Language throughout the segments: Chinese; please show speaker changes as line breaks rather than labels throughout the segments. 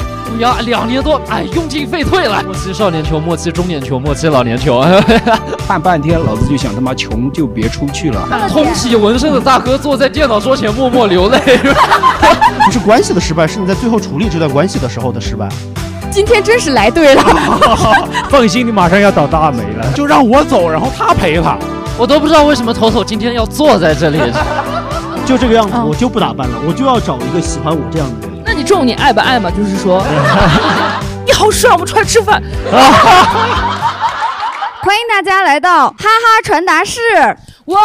乌鸦两年多，哎，用尽废退了。末期少年球，末期中年球，末期老年 球。
看半天，老子就想他妈穷就别出 去了。
通体纹身的大哥坐在电脑桌前默默流泪。
不是关系的失败，是你在最后处理这段关系的时候的失败。
今天真是来 对了，
放心，你马上要倒大霉了。
就让我走，然后他陪他。
我都不知道为什么头头今天要坐在 这里。
就这个样子，
嗯
我就不打扮了，我就要找一个喜欢我这样的人。
那你中午你爱不爱嘛？就是 说，你好帅，我们出来吃饭。
欢迎大家来到哈哈传达室。
哇，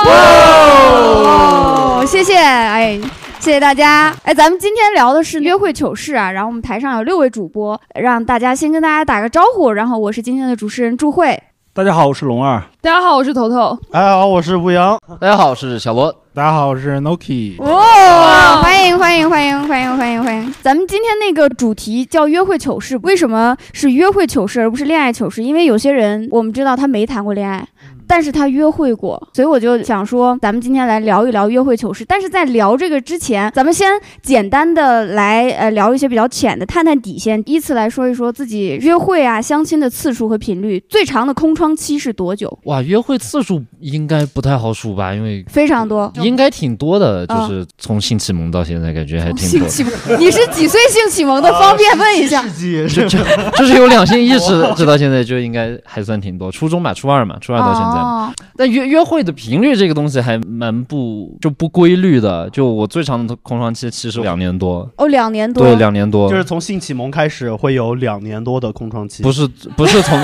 哦，谢谢，哎。谢谢大家，哎，咱们今天聊的是约会糗事啊，然后我们台上有六位主播，让大家先跟大家打个招呼，然后我是今天的主持人祝慧，
大家好，我是龙二。
大家好，我是头头。
大家哎好，我是吴阳。
大家好，我是小罗。
大家好，我是 Noki。
哇、哦欢迎欢迎欢迎欢迎欢迎欢迎！咱们今天那个主题叫约会糗事，为什么是约会糗事而不是恋爱糗事？因为有些人我们知道他没谈过恋爱，但是他约会过，所以我就想说，咱们今天来聊一聊约会糗事。但是在聊这个之前，咱们先简单的来呃聊一些比较浅的，探探底线，依次来说一说自己约会啊、相亲的次数和频率，最长的空窗期是多久？
哇，约会次数应该不太好数吧？因为
非常多，
应该挺多的，
嗯
就是从性启蒙到现在，感觉还挺多。
启蒙， 你是几岁性启蒙的？方便问一 下。
世纪
就就就是有两性意 识， 直到现在就应该还算挺多。初中吧，初二嘛，初二到现在。
哦
但约约会的频率这个东西还蛮不就不规律的。就我最长的空窗期其实两年多，
哦，两年多，
对，两年多，
就是从性启蒙开始会有两年多的空窗期。
不是不是从，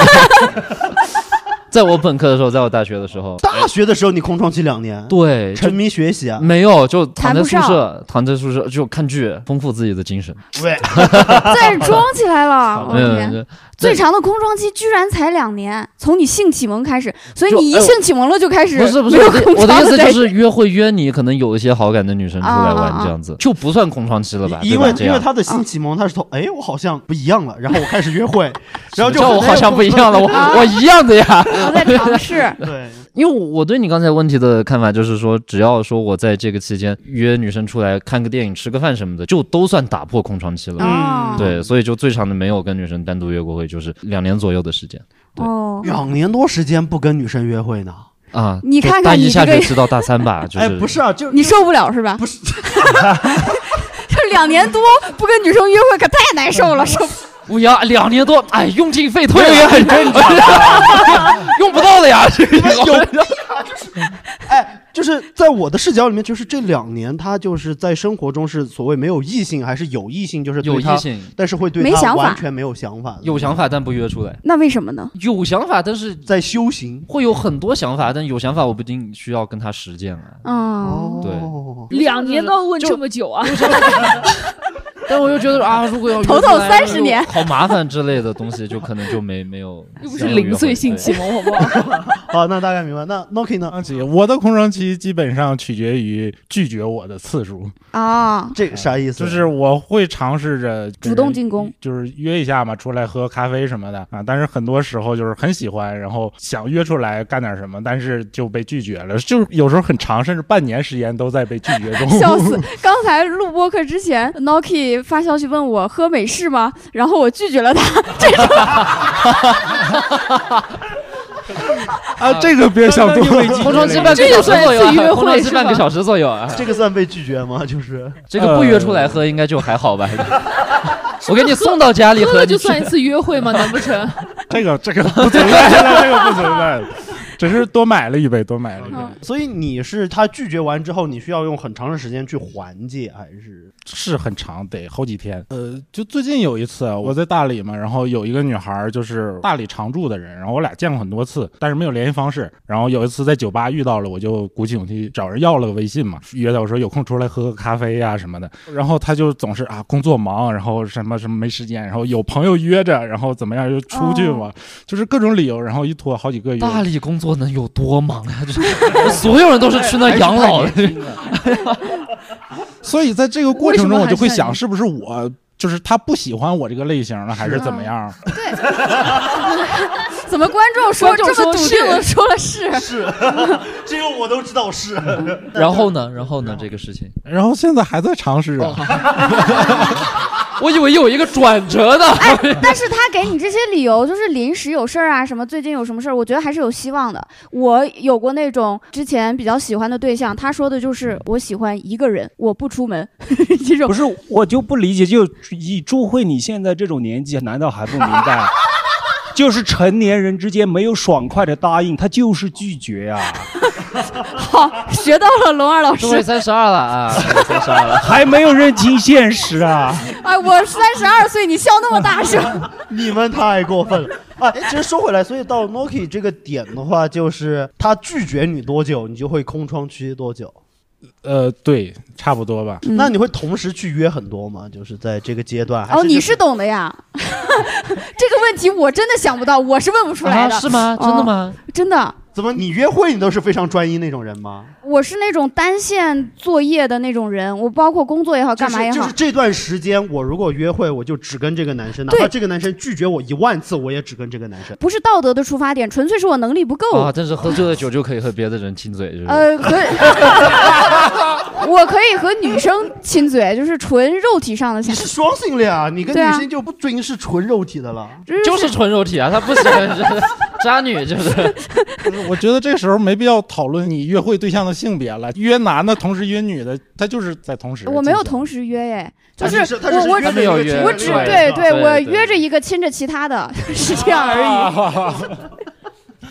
在我本科的时候，在我大学的时候，
大 学的时候你空窗期两年，
对，就
沉迷学习啊。
没有就
谈
躺在
不
宿
上
舍，躺在宿舍就看剧，丰富自己的精神。
喂，
再装起来了， 我
没有
的
没
天！
有，
最
嗯对
长的空窗期居然才两年，从你性启蒙开始，所以
就
你一
哎
性启蒙了就开始
不是不是，
没有
我的
空
我的
窗
意思
了
就，是约会约你，可能有一些好感的女生出来
啊啊啊
玩这样子，就不算空窗期了吧？
因
对吧
为
这
因为
样，啊
他的性启蒙，他是从哎我好像不一样了，然后我开始 约会，然后就。
叫我好像不一样了，我
啊
我一样的呀。
我在尝试
对，
因为我对你刚才问题的看法就是说，只要说我在这个期间约女生出来看个电影、吃个饭什么的，就都算打破空窗期了。
哦，
对，所以就最长的没有跟女生单独约过会，就是两年左右的时间对
哦，
两年多时间不跟女生约会呢。
啊。
你
就
看
大
看你
一
这
下
个
学期到大三 吧，就是、
哎，不是啊，就
你受不了是吧？不是，这两年多不跟女生约会可太难受了，受不
乌鸦两年多，哎，用尽废退了也很正常，用不到的呀。这个
哎就是在我的视角里面，就是这两年他就是在生活中是所谓没有异性还是有异性，就是对
有
他
异，性，
但是会对
没想
他
法
完全没有想法的，
有想法但不约出来，
那为什么呢？
有想法但是
在修行。
会有很多想法，但有想法我不一定需要跟他实践啊。
嗯，
对
哦，
两年都要问这么久啊？
但我又觉得啊，如 果要
头头30年，
好麻烦之类的东西，就可能就没没有哦
又不是
相互约会。
零碎性启蒙，好不好？
好，哦那大概明白。那 Noki 呢？
张琪，我的空窗期基本上取决于拒绝我的次数，
啊，
这啥意思？
就是我会尝试着跟
主动
人
进攻，
就是约一下嘛，出来喝咖啡什么的啊。但是很多时候就是很喜欢，然后想约出来干点什么，但是就被拒绝了。就是有时候很长，甚至半年时间都在被拒绝中。
笑死！刚才录播课之前，Noki 发消息问我喝美式吗？然后我拒绝了他。
啊！这个别想多了。
空窗期半个
这
小
就
时
算
左右
一次约
啊，
会
空窗期半个
是吧
小时左右啊。
这个算被拒绝吗？就是
这个不约出来喝应该就还好吧？ 我给你送到家里
呃喝
喝，
了
你
就
去
算一次约会吗？难不 成？
这个这个不存在 了，这个不存在了，只是多买了一杯，多买了一
嗯
杯。
所以你是他拒绝完之后，你需要用很长的时间去缓解，还是
是很长，得好几天。呃，就最近有一次啊，我在大理嘛，然后有一个女孩儿就是大理常住的人，然后我俩见过很多次，但是没有联系方式。然后有一次在酒吧遇到了，我就鼓起勇气找人要了个微信嘛，约她我说有空出来喝个咖啡呀、什么的。然后她就总是啊工作忙，然后什么什么没时间，然后有朋友约着，然后怎么样就出去嘛，就是各种理由，然后一拖好几个月。
哦大理工作能有多忙啊？ 这所有人都是去
哎
那养老的。
所以在这个过
为什
程
么
中，我
还
就会
善
想
于
是不是我。就是她不喜欢我这个类型了，还是
是啊
怎么样？
怎么观众说
观众
这么笃
说是
定的说了是？
这个我都知道是。
然后呢？然后呢？这个事情哦
然后现在还在尝试啊。
我以为有一个转 折 的。
哎，但是他给你这些理由，就是临时有事儿啊，什么最近有什么事儿，我觉得还是有希望的。我有过那种之前比较喜欢的对象，他说的就是我喜欢一个人，我不出门。这种
不是我就不理解，就以朱慧你现在这种年纪，难道还不明白？就是成年人之间没有爽快的答应，他就是拒绝呀、
好，学到了龙二老师
各。位三十二了啊，各位三十二了，
还没有认清现实啊！
哎，我三十二岁，你笑那么大声。
你们太过分了。哎，其实说回来，所以到 Noki 这个点的话，就是他拒绝你多久，你就会空窗期多久。
呃，对，差不多
嗯
吧。
那你会同时去约很多吗？就是在这个阶段？还
哦，
就
你是懂的呀。这个问题我真的想不到，我是问不出来的。
啊是吗真的吗
哦真的，
怎么你约会你都是非常专一那种人吗？
我是那种单线作业的那种人，我包括工作也好，干嘛也
就
好
是。这段时间，我如果约会，我就只跟这个男生，哪
对
怕这个男生拒绝我一万次，我也只跟这个男生。
不是道德的出发点，纯粹是我能力不够。
啊，但是喝醉了酒就可以和别的人亲嘴，是不是？
呃，可以，我可以 和女生亲嘴，就是纯肉体上的享
你是双性恋啊，你跟
对啊
女性就不仅是纯肉体的了。
就是纯肉体啊，他不喜欢 渣女，就是。
我觉得这时候没必要讨论你约会对象的性别了，约男的同时约女的，他就是在同时进行。
我没有同时约耶，就
他
是
是
我
他是
我
约着有约
我只
另外一
对
个
对，
对
我
对
约着一个亲着其他的， 是这样而已。
已。
啊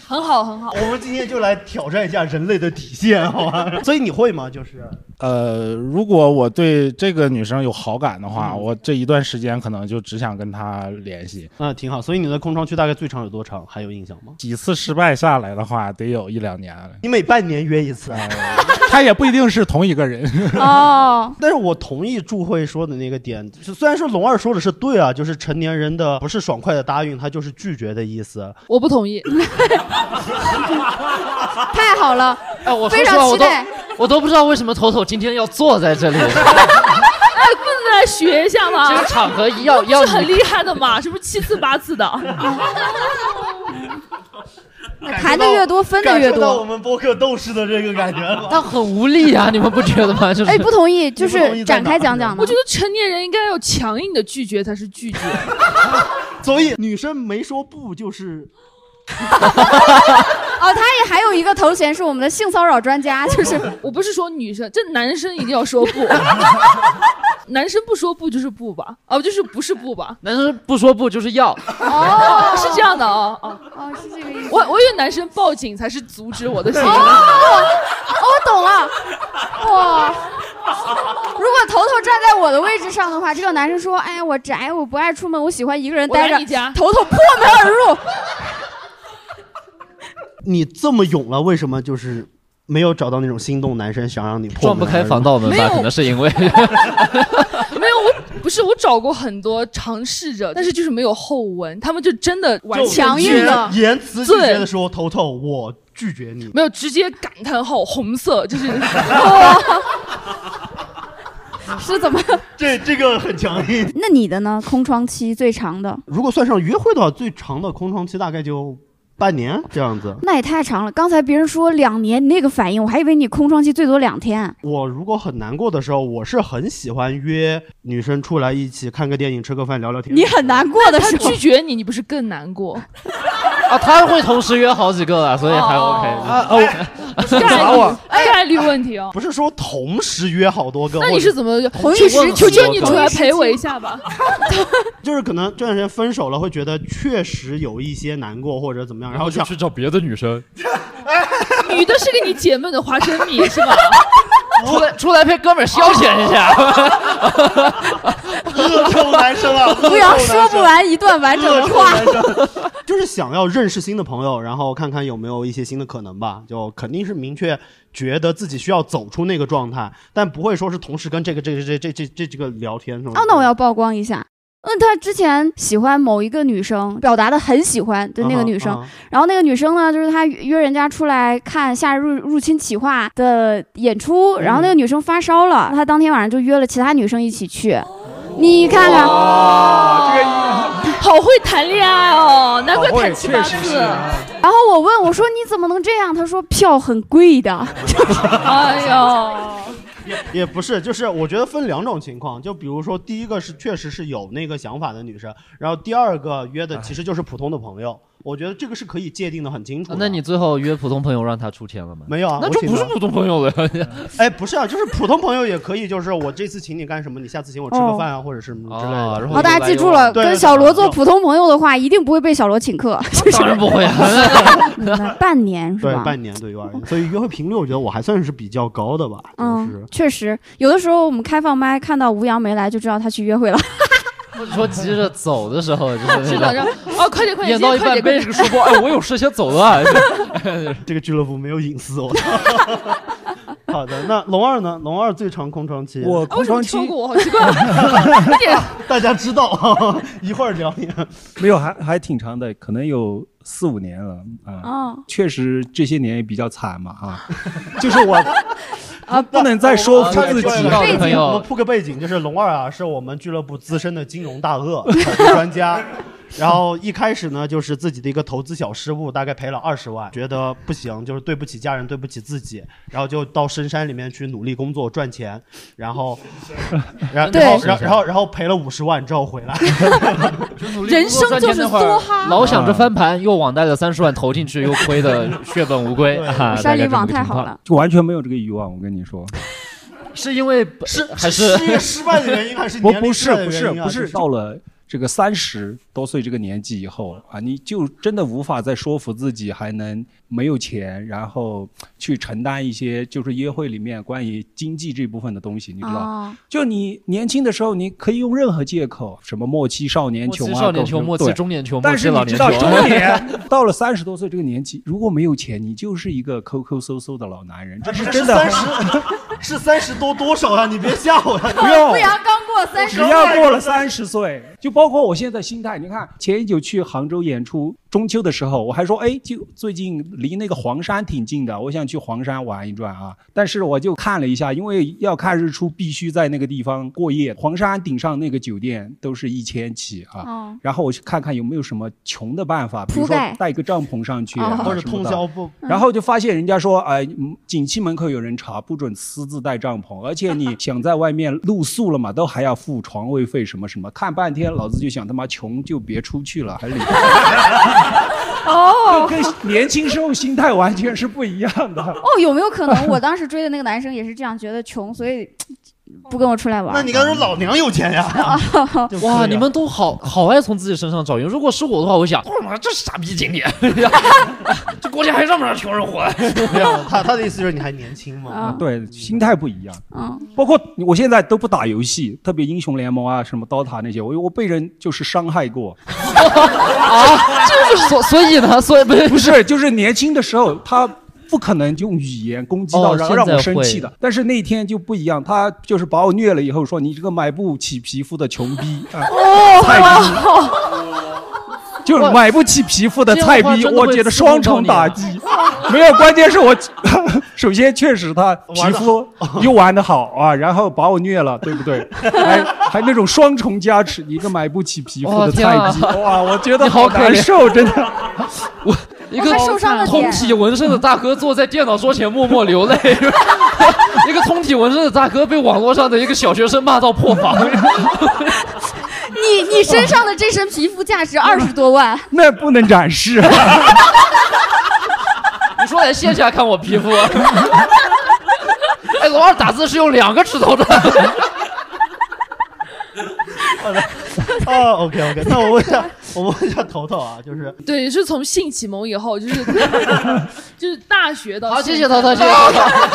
很好很好。
啊我们今天就来挑战一下人类的底线，好吧？ 所以你会吗？就是
呃，如果我对这个女生有好感的
嗯
话，我这一段时间可能就只想跟她联系。
啊，挺好。所以你的空窗期大概最长有多长？还有印象吗？
几次失败下来的话，得有一两年了。
你每半年约一次，
她也不一定是同一个人。
哦，
但是我同意祝慧说的那个点，是虽然说龙二说的是对啊，就是成年人的不是爽快的答应，他就是拒绝的意思。
我不 同意。
太好了，
哎，我
非
说实
常
话，我
期
都
待。
我都不知道为什么头头今天要坐在这里，
哎，不能来学一下吗？
这个场合 要要
是很厉害的嘛，是不是七次八次的？
谈的越多，分的越
感受到我
多。
们播客斗士的这个感觉了。
他很无力啊，你们不觉得吗？就是
哎，不同意，就
你不同
是
意在
展
哪
开讲讲
我
呢
觉。得成年人应该要强硬的拒绝才是拒绝。
所以女生没说不就是
哦，他也还有一个头衔是我们的性骚扰 专家，就是
我不是说女生，这男生一定要说不。男生不说不就是不吧？哦，就是不是不吧？
男生不说不就是要，
哦，是这样的哦哦
哦，是这个意思。
我我以为男生报警才是阻止我的行为。
哦，我懂了，哇！如果头头站在我的位置上的话，这个男生说：“哎，我宅，我不爱出门，我喜欢一个人待
我来
着。
你家”
头头破门而入，
你这么勇了，为什么就是没有找到那种心动男生想让你破
撞不
门
开
而入
防盗门
没
吧？
有
可能是因为
没有，我不是我找过很多尝试着，但是就是没有后文，他们就真的完
就
全
强硬的
言辞拒绝的说：“头头，我拒绝 你。
没有直接感叹号红色， 就是
是怎么？
这”这个很强硬。
那你的呢？空窗期最长的，
如果算上约会的话，最长的空窗期大概就半年这样子。
那也太长了。刚才别人说两年，你那个反应，我还以为你空窗期最多两天。
我如果很难过的时候，我是很喜欢约女生出来一起看个电影、吃个饭、聊聊天。
你很难过的
他
时候
拒，绝你，你不是更难 过？
啊，他会同时约好几个
哦
啊，所以还 OK。
啊哦，
概率概率问题哦。
不是说同时约好多个，
那你
或者
是怎么约？
同一
求
时
求求
期
你
同
出
一
来
时
陪我
期
一下 吧。
就是可能这段时间分手了，会觉得确实有一些难过或者怎么样，然后想
找别的女生，
女的是给你解闷的花生米是吧？
出来出来陪哥们儿消遣一下。
恶臭男生啊，
不要说不完一段完整的话。
就是想要认识新的朋友，然后看看有没有一些新的可能吧。就肯定是明确觉得自己需要走出那个状态，但不会说是同时跟这个、这个、这、这、这、这、这个聊天是吗？
哦，那我要曝光一下。嗯，他之前喜欢某一个女生，表达的很喜欢的那个女生，
啊哈
然后那个女生呢，就是她约约人家出来看《夏日入入侵企划》的演出，然后那个女生发烧了，她当天晚上就约了其他女生一起去。你看看，
哦 好会谈恋爱哦，难怪
好会
谈七八
确实
次
是。
然后我
啊
问我说你怎么能这样？她说票很贵的。
哎呦，
也不是，就是我觉得分两种情况，就比如说第一个是确实是有那个想法的女生，然后第二个约的其实就是普通的朋友，我觉得这个是可以界定的很清楚的。
那你最后约普通朋友让他出钱了吗？
没有啊，
啊那
我
就
请
不是
的
普通朋友了。
哎，不是啊，就是普通朋友也可以，就是我这次请你干什么，你下次请我吃个
哦
饭啊，或者是什么之类
哦
的。啊然
好，大家记住了，跟小罗做普通朋友的话，一定不会被小罗请客。
当然不 会
啊，嗯半年是
对
吧？
半年对幼儿园，所以约会频率我觉得我还算是比较高的吧。
嗯，确实，有的时候我们开放麦看到吴阳没来，就知道他去约会了。
或者 说急着走的时候， 就是
是
那种
的，然后哦，快点快点，
演到一半被这个说过，哎，我有事先走了 啊。
这个俱乐部没有隐私，我操！ 好的，那龙二呢？龙二最长空窗期，
我
哎
空窗期
超过我，好奇怪，快 点，
大家知道，一会儿聊你。
没有，还还挺长的，可能有四五年了啊。
哦
确实这些年也比较惨嘛啊，就是我
啊，
不能再说服自己。啊
背景，我们铺个背景，就是龙二啊，是我们俱乐部资深的金融大鳄、投资专家。然后一开始呢，就是自己的一个投资小失误，大概赔了二十万，觉得不行，就是对不起家人，对不起自己，然后就到深山里面去努力工作赚钱，然后，然
对
然后然后然后然后赔了五十万之后回来，
人生就是梭哈，
老想着翻盘，又网贷了三十万投进去，又亏的血本无归。啊哈
山里网太好了，
就完全没有这个欲望。我跟你说，
是因为是
还
是事业失败的原因还是
不
年
不
龄
是
大的
不是
原因啊
不
就是是
到了这个三十多岁这个年纪以后啊，你就真的无法再说服自己还能没有钱，然后去承担一些就是约会里面关于经济这部分的东西，你知道？
哦
就你年轻的时候，你可以用任何借口，什么末期少年穷啊，
末期少年
各种
穷末期
对
中年穷
但是
末
你
期
知
老
道
年穷
中年 到了三十多岁这个年纪，如果没有钱，你就是一个抠抠搜搜的老男人，这是真的。
三十， 是三十多多少啊？你别吓我呀！
不要
吴阳刚过三十，
只要过了三十岁，就包括我现在心态，你看前一久去杭州演出，中秋的时候我还说，哎，就最近离那个黄山挺近的，我想去黄山玩一转啊。但是我就看了一下，因为要看日出，必须在那个地方过夜。黄山顶上那个酒店都是一千起啊。
哦
然后我去看看有没有什么穷的办法，比如
铺
说
盖
带一个帐篷上去、啊
哦，或者
什么的
通宵不
然后就发现人家说，哎、嗯景区门口有人查，不准私自带帐篷，而且你想在外面露宿了嘛，都还要付床位费什么什么。看半天，老子就想他妈穷就别出去了， 还理就
哦
跟年轻时候心态完全是不一样的。
哦，有没有可 能我当时追的那个男生也是这样，觉得穷，所以不跟我出来玩？
那你刚才说老娘有钱呀？
哇，
啊
你们都好好爱从自己身上找原因。如果是我的话，我 想，我妈这傻逼经理，啊 这国家还让不让穷人 活？
没有，他他的意思就是你还年轻嘛。
啊，对，心态不一样。
嗯，
包括我现在都不打游戏，特别英雄联盟啊，什么 DOTA 那些，我我被人就是伤害过。
啊，就是所所以呢，所以不是
不是，就是年轻的时候他。不可能用语言攻击到
哦
让、
现在
让我生气
会
的，但是那天就不一样，他就是把我虐了以后说你这个买不起皮肤的穷逼啊，
哦
菜逼， 就是买不起皮肤的
这样
菜
的话
逼，
真的
我
会
觉得
刺
双
痛到
重
你
打
啊
击。 没有，关键是我首先确实他皮
玩得
肤 又玩得好啊，然后把我虐了，对不对？还还那种双重加持，一个买不起皮肤
哇
的
天
菜
啊
逼， 哇，我觉得
你好可
难
怜
受，真的。
一个
他受伤了点
通体纹身的大哥坐在电脑桌前默默流泪， 一个通体纹身的大哥被网络上的一个小学生骂到破 防。
你你身上的这身皮肤价值二十多万，
那不能展示。
啊
你说来线下看我皮肤？
啊
哎，老二打字是用两个指头的。
啊，OK OK，那我问一下，我问一下头头啊，就是
对，是从性启蒙以后，就是 就是大学到
好，谢谢
现在
涛涛，谢谢涛涛。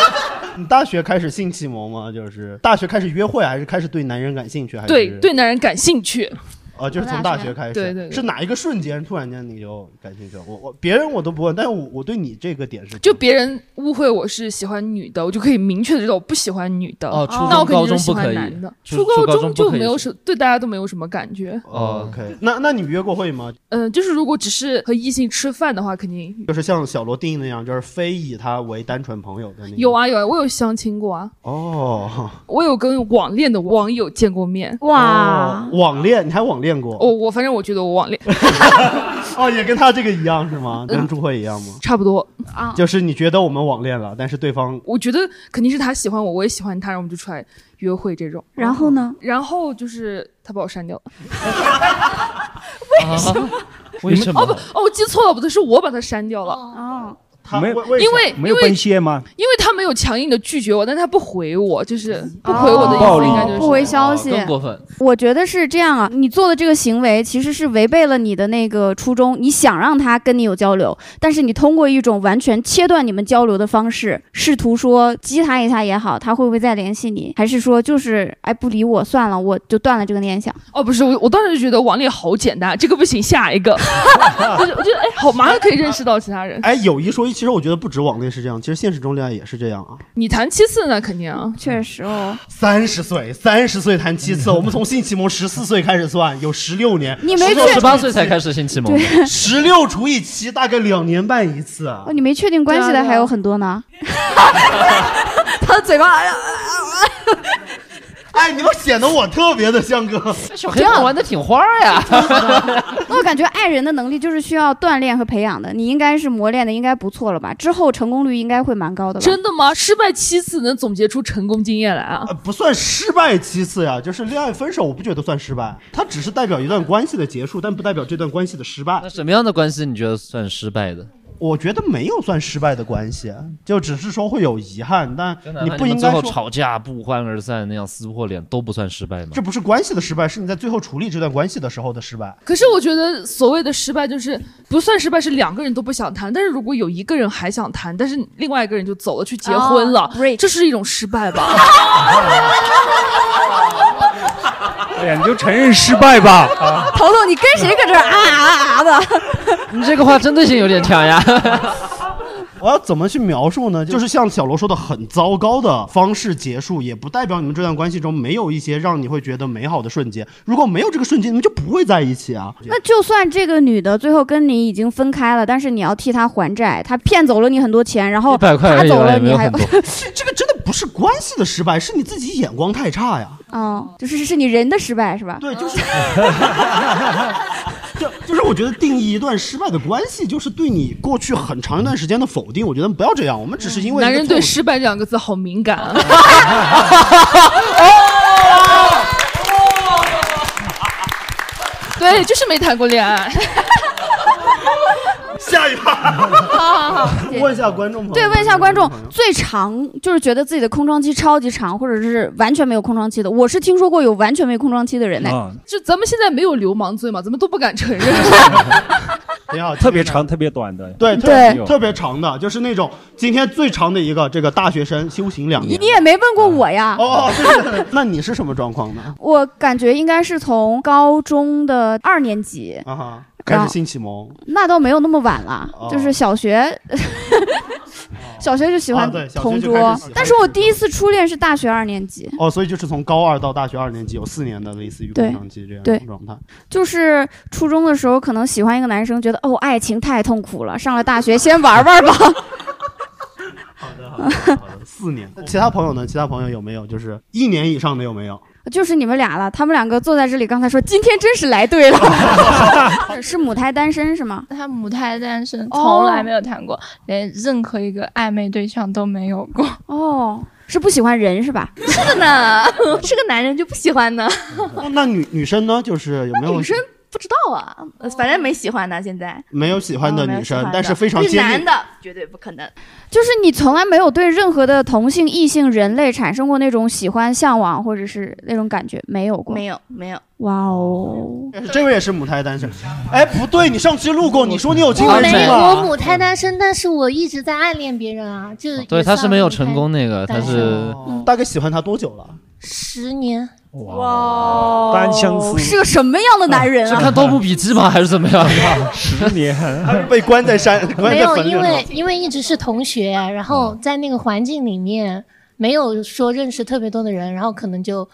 你大学开始性启蒙吗？就是大学开始约会，还是开始对男人感兴趣？还是
对对男人感兴趣，
啊，就是从大学开始，
对对对
是哪一个瞬间突然间你就感兴趣了？我我别人我都不问，但是我我对你这个点是
就别人误会我是喜欢女的，我就可以明确的知道我不喜欢女的。
哦初中
那我肯定
高中
是喜
不可
欢
以
男的。
初
初
初高中
中
不
就
可以
没有
是
什对大家都没有什么感觉。
哦
OK。那那你约过会吗？
嗯、就是如果只是和异性吃饭的话，肯定
就是像小罗定义那样，就是非以他为单纯朋友的那种。
有啊
嗯
有啊，我有相亲过啊，
哦，
我有跟网恋的网友见过面。哦
哇，
啊
哦网恋你还网恋过？
我我反正我觉得我网恋，
哦，也跟他这个一样是吗？
嗯
跟朱慧一样吗？
差不多啊，
就是你觉得我们网恋了，但是对方
我觉得肯定是他喜欢我，我也喜欢他，然后我们就出来约会这种。
然后呢？
然后就是他把我删掉了。
为什么？
为什么
哦不，哦我记错了，不对，是我把他删掉了。哦，
没有，
因为
没有
因为
奔现吗？
因为他没有强硬的拒绝我，但是他不回我，就是不回我的意
暴
思
力
应该就是
哦不回消息，
分。
我觉得是这样啊，你做的这个行为其实是违背了你的那个初衷。你想让他跟你有交流，但是你通过一种完全切断你们交流的方式，试图说激他一下也好，他会不会再联系你，还是说就是哎不理我算了，我就断了这个念想。
哦，不是，我我当时就觉得网恋好简单，这个不行，下一个。我就我觉得哎，好，马上可以认识到其他人。
嗯
哎，有一说一，其实我觉得不止网恋是这样，其实现实中恋爱也是这样啊。
你谈七次那肯定啊，
确实哦。
三十岁，三十岁谈七次， 我们从性启蒙十四岁开始算，有十六年。
你没
十八岁才开始性启蒙，
十六除以七，大概两年半一次啊。
哦，你没确定关系
对啊
的
对啊
还有很多 呢。 他的嘴巴，啊
哎，你们显得我特别的像个
小
黑猫玩
的挺花呀。
那我感觉爱人的能力就是需要锻炼和培养的，你应该是磨练的，应该不错了吧？之后成功率应该会蛮高的吧？
真的吗？失败七次能总结出成功经验来啊？
不算失败七次呀，就是恋爱分手，我不觉得算失败，它只是代表一段关系的结束，但不代表这段关系的失败。
什么样的关系你觉得算失败的？
我觉得没有算失败的关系，啊就只是说会有遗憾，但你
哪怕
不应
们最
该
后
说
吵架不欢而散那样撕破脸都不算失败吗
这？不是关系的失败，是你在最后处理这段关系的时候的失败。
可是我觉得所谓的失败就是不算失败，是两个人都不想谈。但是如果有一个人还想谈，但是另外一个人就走了去结婚了，这是一种失败吧？
哎呀，你就承认失败吧。啊
头头，你跟谁搁这儿啊啊啊的？
你这个话针对性有点强呀。
我要怎么去描述呢？就是像小罗说的，很糟糕的方式结束，也不代表你们这段关系中没有一些让你会觉得美好的瞬间。如果没有这个瞬间，你们就不会在一起啊。
那就算这个女的最后跟你已经分开了，但是你要替她还债，她骗走了你很多钱，然后
100块而
她
已
走
吧
了，
也没
你
有
还
很多 这个真的不是关系的失败，是你自己眼光太差呀。
哦，就是是你人的失败是吧？
对，就是就是我觉得定义一段失败的关系，就是对你过去很长一段时间的否定。我觉得不要这样，我们只是因为
男人对
失
失败 这两个字好敏 感啊！对，就是没谈过恋爱。
下一趴，
好好好
问一下观众朋友，
对，问一下观众，
嗯
最长就是觉得自己的空窗期超级长，或者是完全没有空窗期的，我是听说过有完全没空窗期的人呢。
啊
就咱们现在没有流氓罪嘛，咱们都不敢承认。
挺好，
特别长、特别短的。
对特
对
特别长的，就是那种今天最长的一个，这个大学生修行两
你
年。
你也没问过我呀。
哦，对对对，那你是什么状况呢？
我感觉应该是从高中的二年级，
啊哈，开始性启蒙，
那倒没有那么晚了，
哦
就是小学， 小学就喜欢
啊对小学就
同桌、
开始喜欢
但是我第一次初恋是大学二年级，
哦，所以就是从高二到大学二年级有四年的类似于
对
空窗期这样
对
的状态。
就是初中的时候可能喜欢一个男生，觉得哦爱情太痛苦了，上了大学先玩玩吧。
四年，其他朋友呢？其他朋友有没有就是一年以上的有没 有？
就是你们俩了，他们两个坐在这里，刚才说今天真是来 对了，是母胎单身是吗？
他母胎单身，
哦
从来没有谈过，连任何一个暧昧对象都没有过。
哦，是不喜欢人是吧？
是的呢，是个男人就不喜欢呢。
哦那女女生呢？就是有没有
女生不知道啊，呃反正没喜欢的现在。哦
没有喜
哦
欢的女生，
喜欢
但是非常
对
坚
男
定。
的绝对不可能。
就是你从来没有对任何的同性、异性、人类产生过那种喜欢、向往或者是那种感觉，没有过。
没有，没有。
哇哦！
这位也是母胎单身。哎，不对，你上次路过，你说你有精
我
神
没
病
有，我
吧？
母胎单身，但是我一直在暗恋别人啊，就
哦
对，
也
他是
算
没有
母胎
成功那个，他
单身
是
嗯
大概喜欢他多久了？
十年。
哇
单相思
哦是个什么样的男人
是
嗯
看《
啊？
盗墓笔记》吗？还是怎么样？
十年，被关在山，关在
没有，
坟里
因
了。
为因为一直是同学，啊
嗯
然后在那个环境里面没有说认识特别多的人，然后可能就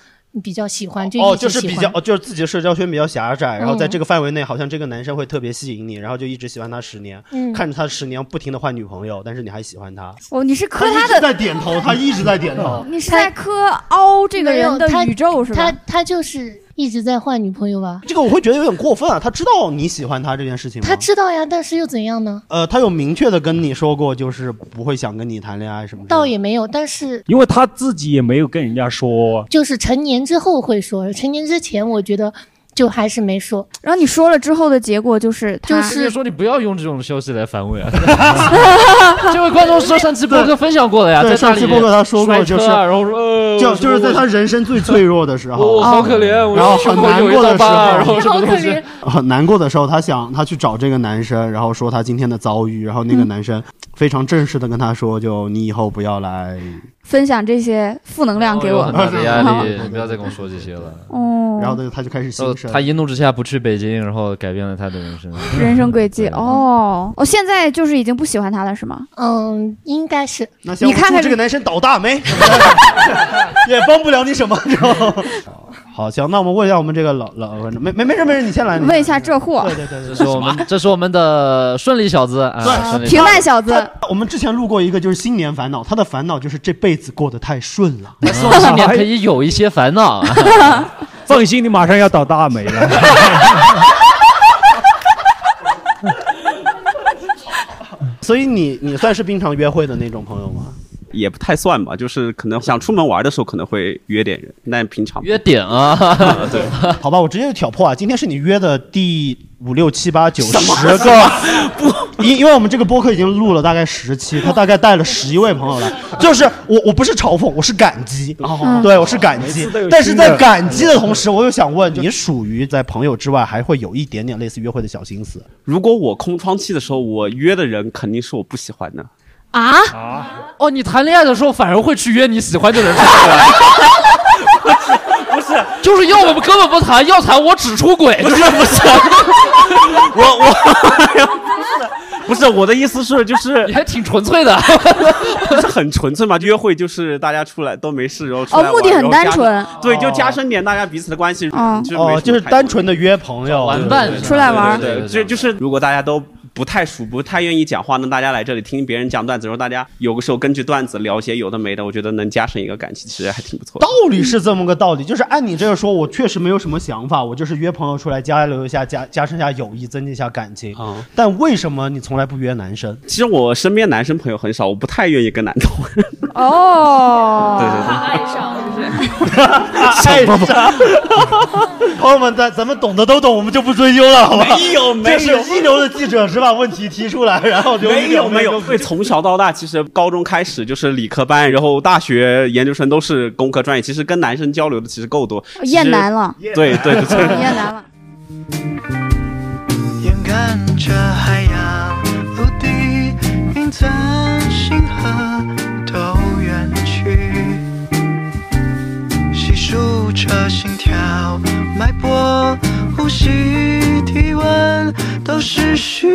比较喜欢， 就
哦，
一直
就是
喜
比
欢
较，哦就是自己的社交圈比较狭窄，然后在
嗯
这个范围内，好像这个男生会特别吸引你，然后就一直喜欢他十年，
嗯
看着他十年不停的换女朋友，但是你还喜欢他。
哦，你是磕
他嗯
他
一直在
的，
点头，他一直在点头。
你是在磕凹这个人的宇宙是
他
吧？
他就是一直在换女朋友吧？
这个我会觉得有点过分啊！他知道你喜欢他这件事情吗？
他知道呀，但是又怎样呢？
呃，他有明确的跟你说过，就是不会想跟你谈恋爱什么的。
倒也没有，但是
因为他自己也没有跟人家说。
就是成年之后会说，成年之前我觉得就还是没说。
然后你说了之后的结果就是，
就
人家
是
说你不要用这种消息来反 胃啊！ 这位观众说上期播客分享过的呀，
对，
在
上期播客他说过，就是
摔车啊然后说呃
就
我
就是在他人生最脆弱的时候，嗯
我好可怜我
然后
胸
很
口
难
有一
过的
道
时
疤然
候，
后什么东西，
很难过的时候，他想他去找这个男生，然后说他今天的遭遇，然后那
嗯
个男生非常正式的跟他说，就你以后不 要来，
分享这些负能量给
哦有
我。
很大的
好
压力，你不要再跟我说这些了。
哦，
然后他就他就开始
然后
心生
他一怒之下不去北京，然后改变了他的人生。
人生轨迹哦，我现在就是已经不喜欢他了，是吗？
嗯，应该是。
那
你看看
这个男生倒大霉，也帮不了你什么。你知道吗好，行，那我们问一下我们这个老老观众，没没没事没事，你先来，你
问一下这 货，
这是我们，这是我们的顺利小子啊，顺利小
平
子
淡小子，
我们之前录过一个就是新年烦恼，他的烦恼就是这辈子过得太顺 了。
希望今年可以有一些烦恼。啊
放心，你马上要倒大霉了。
所以你你算是经常约会的那种朋友吗？
也不太算吧，就是可能想出门玩的时候可能会约点人，但平常
约点啊，
对，
好吧，我直接就挑破啊！今天是你约的第五六七八九十个，不，因因为我们这个播客已经录了大概十期，他大概带了十一位朋友来，就是我我不是嘲讽，我是感激，
哦
嗯
对我是感
每
激
次都有，
但是
新
在
的
感激的同时，我又想问，你属于在朋友之外还会有一点点类似约会的小心思？
如果我空窗期的时候，我约的人肯定是我不喜 欢的。
啊
哦，你谈恋爱的时候反而会去约你喜欢的人出去玩，
不是，
就是要我们根本不谈，要谈我只出轨，
不是不是， 我我不是我的意思是就是
你还挺纯粹的，
不是很纯粹嘛？约会就是大家出来都没事，然后出
哦
来玩
目的很
然后
单
加深
纯
对，
哦
就加深点大家彼此的关系，
嗯
就是没什
哦
么，
就是
太多
单纯的约朋友、
玩
伴
对
出来玩儿
对对对这就是如果大家都不太熟、不太愿意讲话，那大家来这里听别人讲段子，然后大家有个时候根据段子聊些有的没的，我觉得能加深一个感情，其实还挺不错的
道。理是这么个道理，就是按你这个说，我确实没有什么想法，我就是约朋友出来交流一下，加加深一下友谊，增进一下感情。
嗯
但为什么你从来不 约男 生？
其实我身边男生朋友很少，我不太愿意跟男同。
哦，
对对对
爱上是不是？
爱上，朋友们，咱咱们懂的都懂，我们就不追究了，好吧？
没有没
这
有
是一流的记者是把问题提出来，然后留一
没有
点
没有，
空
会从小到大，其实高中开始就是理科班，然后大学、研究生都是工科专业。其实跟男生交流的其实够多，其实
哦厌男了
对对对对，
厌男了。
眼看着海洋、陆地、云层、星河都远去，细数着心跳、脉搏、呼吸、体温都失序。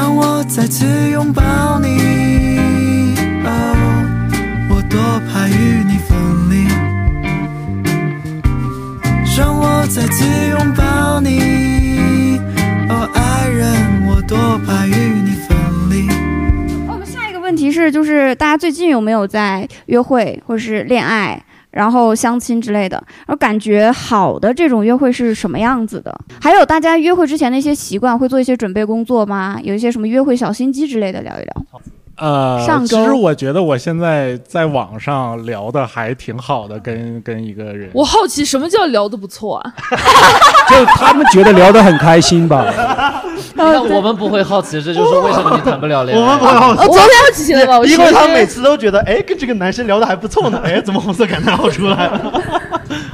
让我再次拥抱你，哦，我多怕与你分离。让我再次拥抱你，哦，爱人，我多怕与你分离。
哦我们下一个问题是，就是大家最近有没有在约会或者是恋爱，然后相亲之类的？然后感觉好的这种约会是什么样子的？还有大家约会之前的一些习惯，会做一些准备工作吗？有一些什么约会小心机之类的，聊一聊。
呃，
上
其
周
实我觉得我现在在网上聊的还挺好的，跟跟一个人，
我好奇什么叫聊的不错啊？
就他们觉得聊得很开心吧？
你看我们不会好奇，这就是为什么你谈不了恋爱。
我们不会
哦
好奇，
奇起来了我
因为
其实
他每次都觉得，哎，跟这个男生聊的还不错呢，哎，怎么红色感叹号出来了？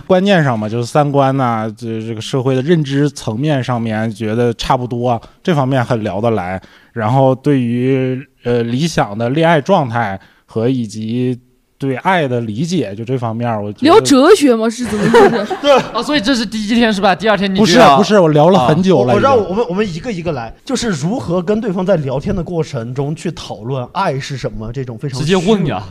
观念上嘛，就是三观呐、这这个社会的认知层面上面，觉得差不多，这方面很聊得来。然后对于呃理想的恋爱状态和以及对爱的理解，就这方面，我觉得
聊哲学吗？是怎么回事？
对
啊，所以这是第一天是吧？第二天你
不是
就要
不是，我聊
啊
了很久了已
我
经。
让我们我们一个一个来，就是如何跟对方在聊天的过程中去讨论爱是什么这种非常
直接问呀，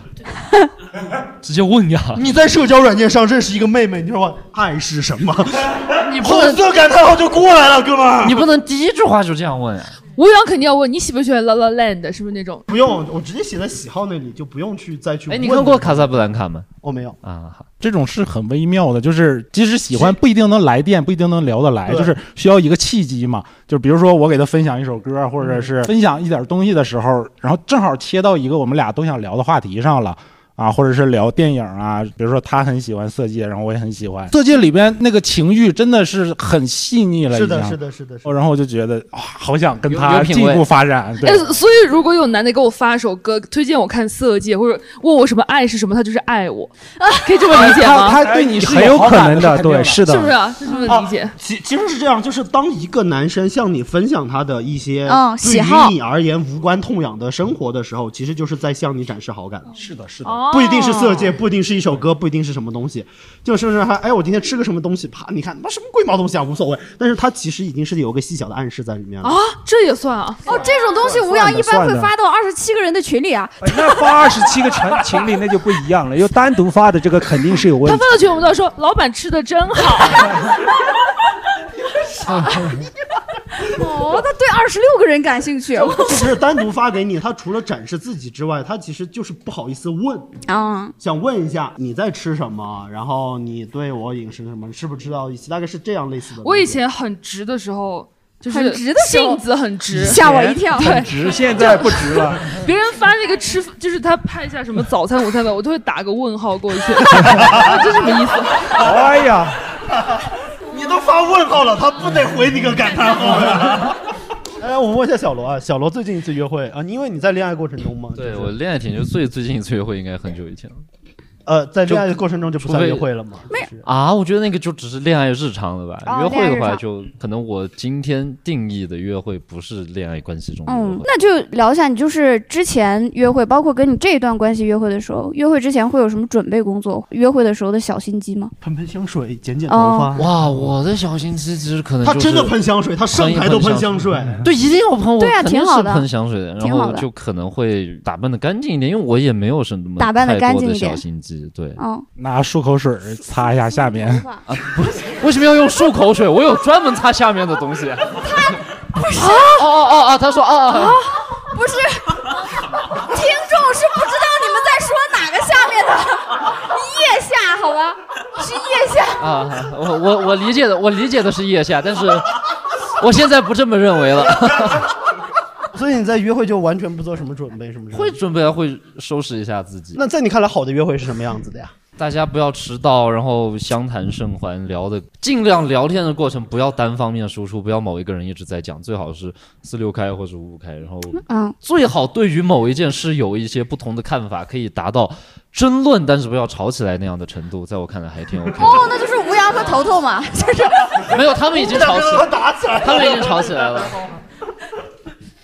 直接问呀，
你在社交软件上认识一个妹妹，你就说爱是什么？
你不
红
能
色感叹号就过来了，哥们儿。
你不能第一句话就这样问呀。啊
吴阳肯定要问你喜不喜欢 La La Land，是不是那种？
不用，我直接写在喜好那里，就不用去再去问。
哎，你看过《卡萨布兰卡》吗？
我没有
啊，好。
这种是很微妙的，就是即使喜欢不一定能来电，不一定能聊得来，就是需要一个契机嘛。就比如说我给他分享一首歌，或
嗯
者是分享一点东西的时候，然后正好切到一个我们俩都想聊的话题上了。啊，或者是聊电影啊，比如说他很喜欢《色戒》，然后我也很喜欢《色戒》里边那个情欲真的是很细腻了，
是的，是的，是的。
然后我就觉得啊，好想跟
有
他
有品
进
味
一步发展。对
哎，，所以如果有男的给我发首歌，推荐我看《色戒》，或者问我什么爱是什么，他就是爱 我，可以这么理解吗？
他他对你是很有可能的对是的
是不是啊？是这么理解？
其其实是这样，就是当一个男生向你分享他的一些
嗯
对
喜好
于你而言无关痛痒的生活的时候，其实就是在向你展示好感。
是的，是
的
哦
不一定是色戒，不一定是一首歌，不一定是什么东西，就是不是还哎，我今天吃个什么东西，啪，你看妈什么鬼毛东西啊，无所谓。但是它其实已经是有一个细小的暗示在里
嗯
面了
啊，这也算啊？
哦，这种东西吴阳一般会发到二十七个人的群里啊。
哎
那发二十七个群群里那就不一样了，又单独发的这个肯定是有问
他
题
发。到群，我们都要说老板吃的真好。
哦，他对二十六个人感兴趣。
就是单独发给你，他除了展示自己之外，他其实就是不好意思问，
嗯
啊，
想问一下你在吃什么，然后你对我饮食什么，你吃不吃到一起，大概是这样类似的东西。
我以前很直的时候，就是
很直的时候
性子很直，
吓我一跳
对，
现在不值了。
别人发那个吃，就是他拍一下什么早餐、午餐饭，我都会打个问号过去， 啊这什么意思？
哎呀，
你都发问号了，他不得回你个感叹号呀？哎，我问一下小罗啊，小罗最近一次约会啊，你因为你在恋爱过程中吗？
对
就是
我恋爱挺就最最近一次约会应该很久以前了
呃，在恋爱的过程中就不算约会了吗？
没
啊，我觉得那个就只是恋爱日常了吧。
哦
约会的
恋爱日
话
常
就，可能我今天定义的约会不是恋爱关系中的约
嗯
会，，
那就聊一下你就是之前约会，包括跟你这一段关系约会的时候，约会之前会有什么准备工作？约会的时候的小心机吗？
喷喷香水，剪剪
哦
头发。
哇，我的小心机其实可能
他
就是
真的喷香水，他上台都喷香水，
对，一定要喷我
对啊
肯定
挺好
是
的
喷香水的，然
挺好
后
的
就可能会打扮的干净一点，因为我也没有什么
打扮得
太
干
多
净
的
一点
小心机，对。
哦，
拿漱口水擦一下下面。
啊，不是，为什么要用漱口水？我有专门擦下面的东西。
不是，
哦哦哦哦，他说哦哦，
不 是，听众是不知道你们在说哪个下 面的，腋下好吧，是腋下。
啊，我我我理解的，我理解的是腋下，但是我现在不这么认为了。
所以你在约会就完全不做什么准备，是不是？
会准备会收拾一下自己。
那在你看来，好的约会是什么样子的呀？
大家不要迟到，然后相谈甚欢，聊的尽量聊天的过程不要单方面输出，不要某一个人一直在讲，最好是四六开或者五五开，然后
嗯，
最好对于某一件事有一些不同的看法，可以达到争论，但是不要吵起来那样的程度，在我看来还 挺 OK
哦，那就是吴阳和头头嘛，就是
的。 没有，他们已经吵起来，
打起来
他们已经吵起来了。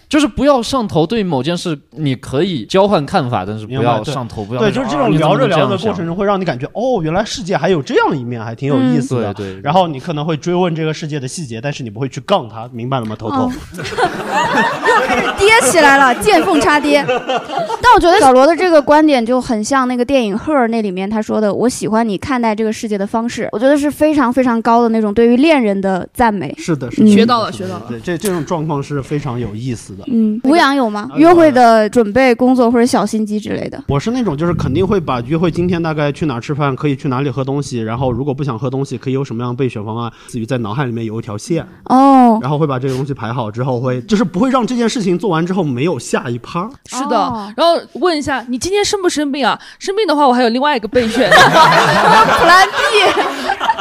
就是不要上头，对某件事你可以交换看法，但是不
明白
要
对
上头，不要
对，
说
就是这
啊
种
你怎
聊
么
着
能这
聊
样
的过
想
程中，会让你感觉哦，原来世界还有这样一面，还挺有意思的。
嗯对对
然后你可能会追问这个世界的细节，但是你不会去杠他，明白了吗，头
哦
头？
嗯又开始跌起来了，见 缝插跌。但我觉得小罗的这个观点就很像那个电影《Her》那里面他说的“我喜欢你看待这个世界的方式”，我觉得是非常非常高的那种对于恋人的赞美。
是的，是
嗯
的，
学到了
是的
学到了
对，这这种状况是非常有意思的。
嗯，吴阳有吗？
啊
约会的准备工作或者小心机之类的？
我是那种就是肯定会把约会今天大概去哪儿吃饭，可以去哪里喝东西，然后如果不想喝东西，可以有什么样的备选方案，自己在脑海里面有一条线，
哦，
然后会把这个东西排好之后会，就是不会让这件事情做完之后没有下一趴。
是的，然后问一下你今天生不生病啊？生病的话，我还有另外一个备选 ，Plan B，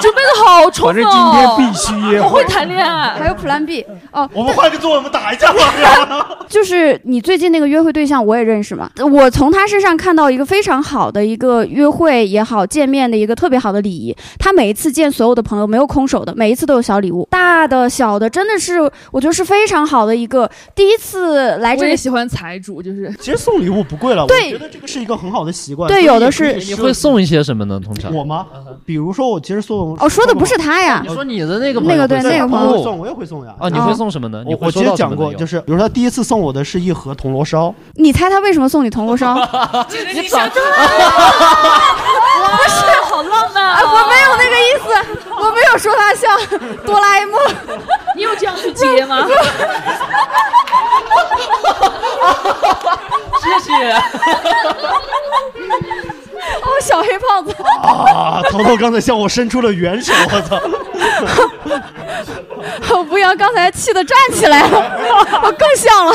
准备 的好充分哦。
须
我会谈恋爱，
还有 Plan B 哦。
我们换个座位，我们打一架吧。
就是你最近那个约会对象，我也认识嘛。我从他身上看到一个非常好的一个约会也好，见面的一个特别好的礼仪。他每一次见所有的朋友，没有空手的，每一次都有小礼物，大的小的，真的是我觉得是非常好的一个。第一次来这
我
里
也哎喜欢财主，就是
其实送礼物不贵了，
对
我觉得这个是一个很好的习惯。
对
所以
有的
也
是
可以
你会送一些什么呢？通常
我吗？比如说我其实送
哦，说的不是他呀，
你说你的那个
那个对那个
我
朋
也会
友，哦
送，我也会送呀。
啊，你会送什么呢？你
我
会
我
收
其实
到什么
讲
呢
过，
有
就是比如说他第一次送我的是一盒铜 锣烧，
你猜他为什么送你铜锣 烧？
你长得
不是，
好浪漫
啊！我没有那个意思，我没有说他像哆啦 A 梦。
你有这样去接吗？
哦，小黑胖子，
啊！头头刚才向我伸出了援手，我 操！
吴阳刚才气得站起来了，我更像了。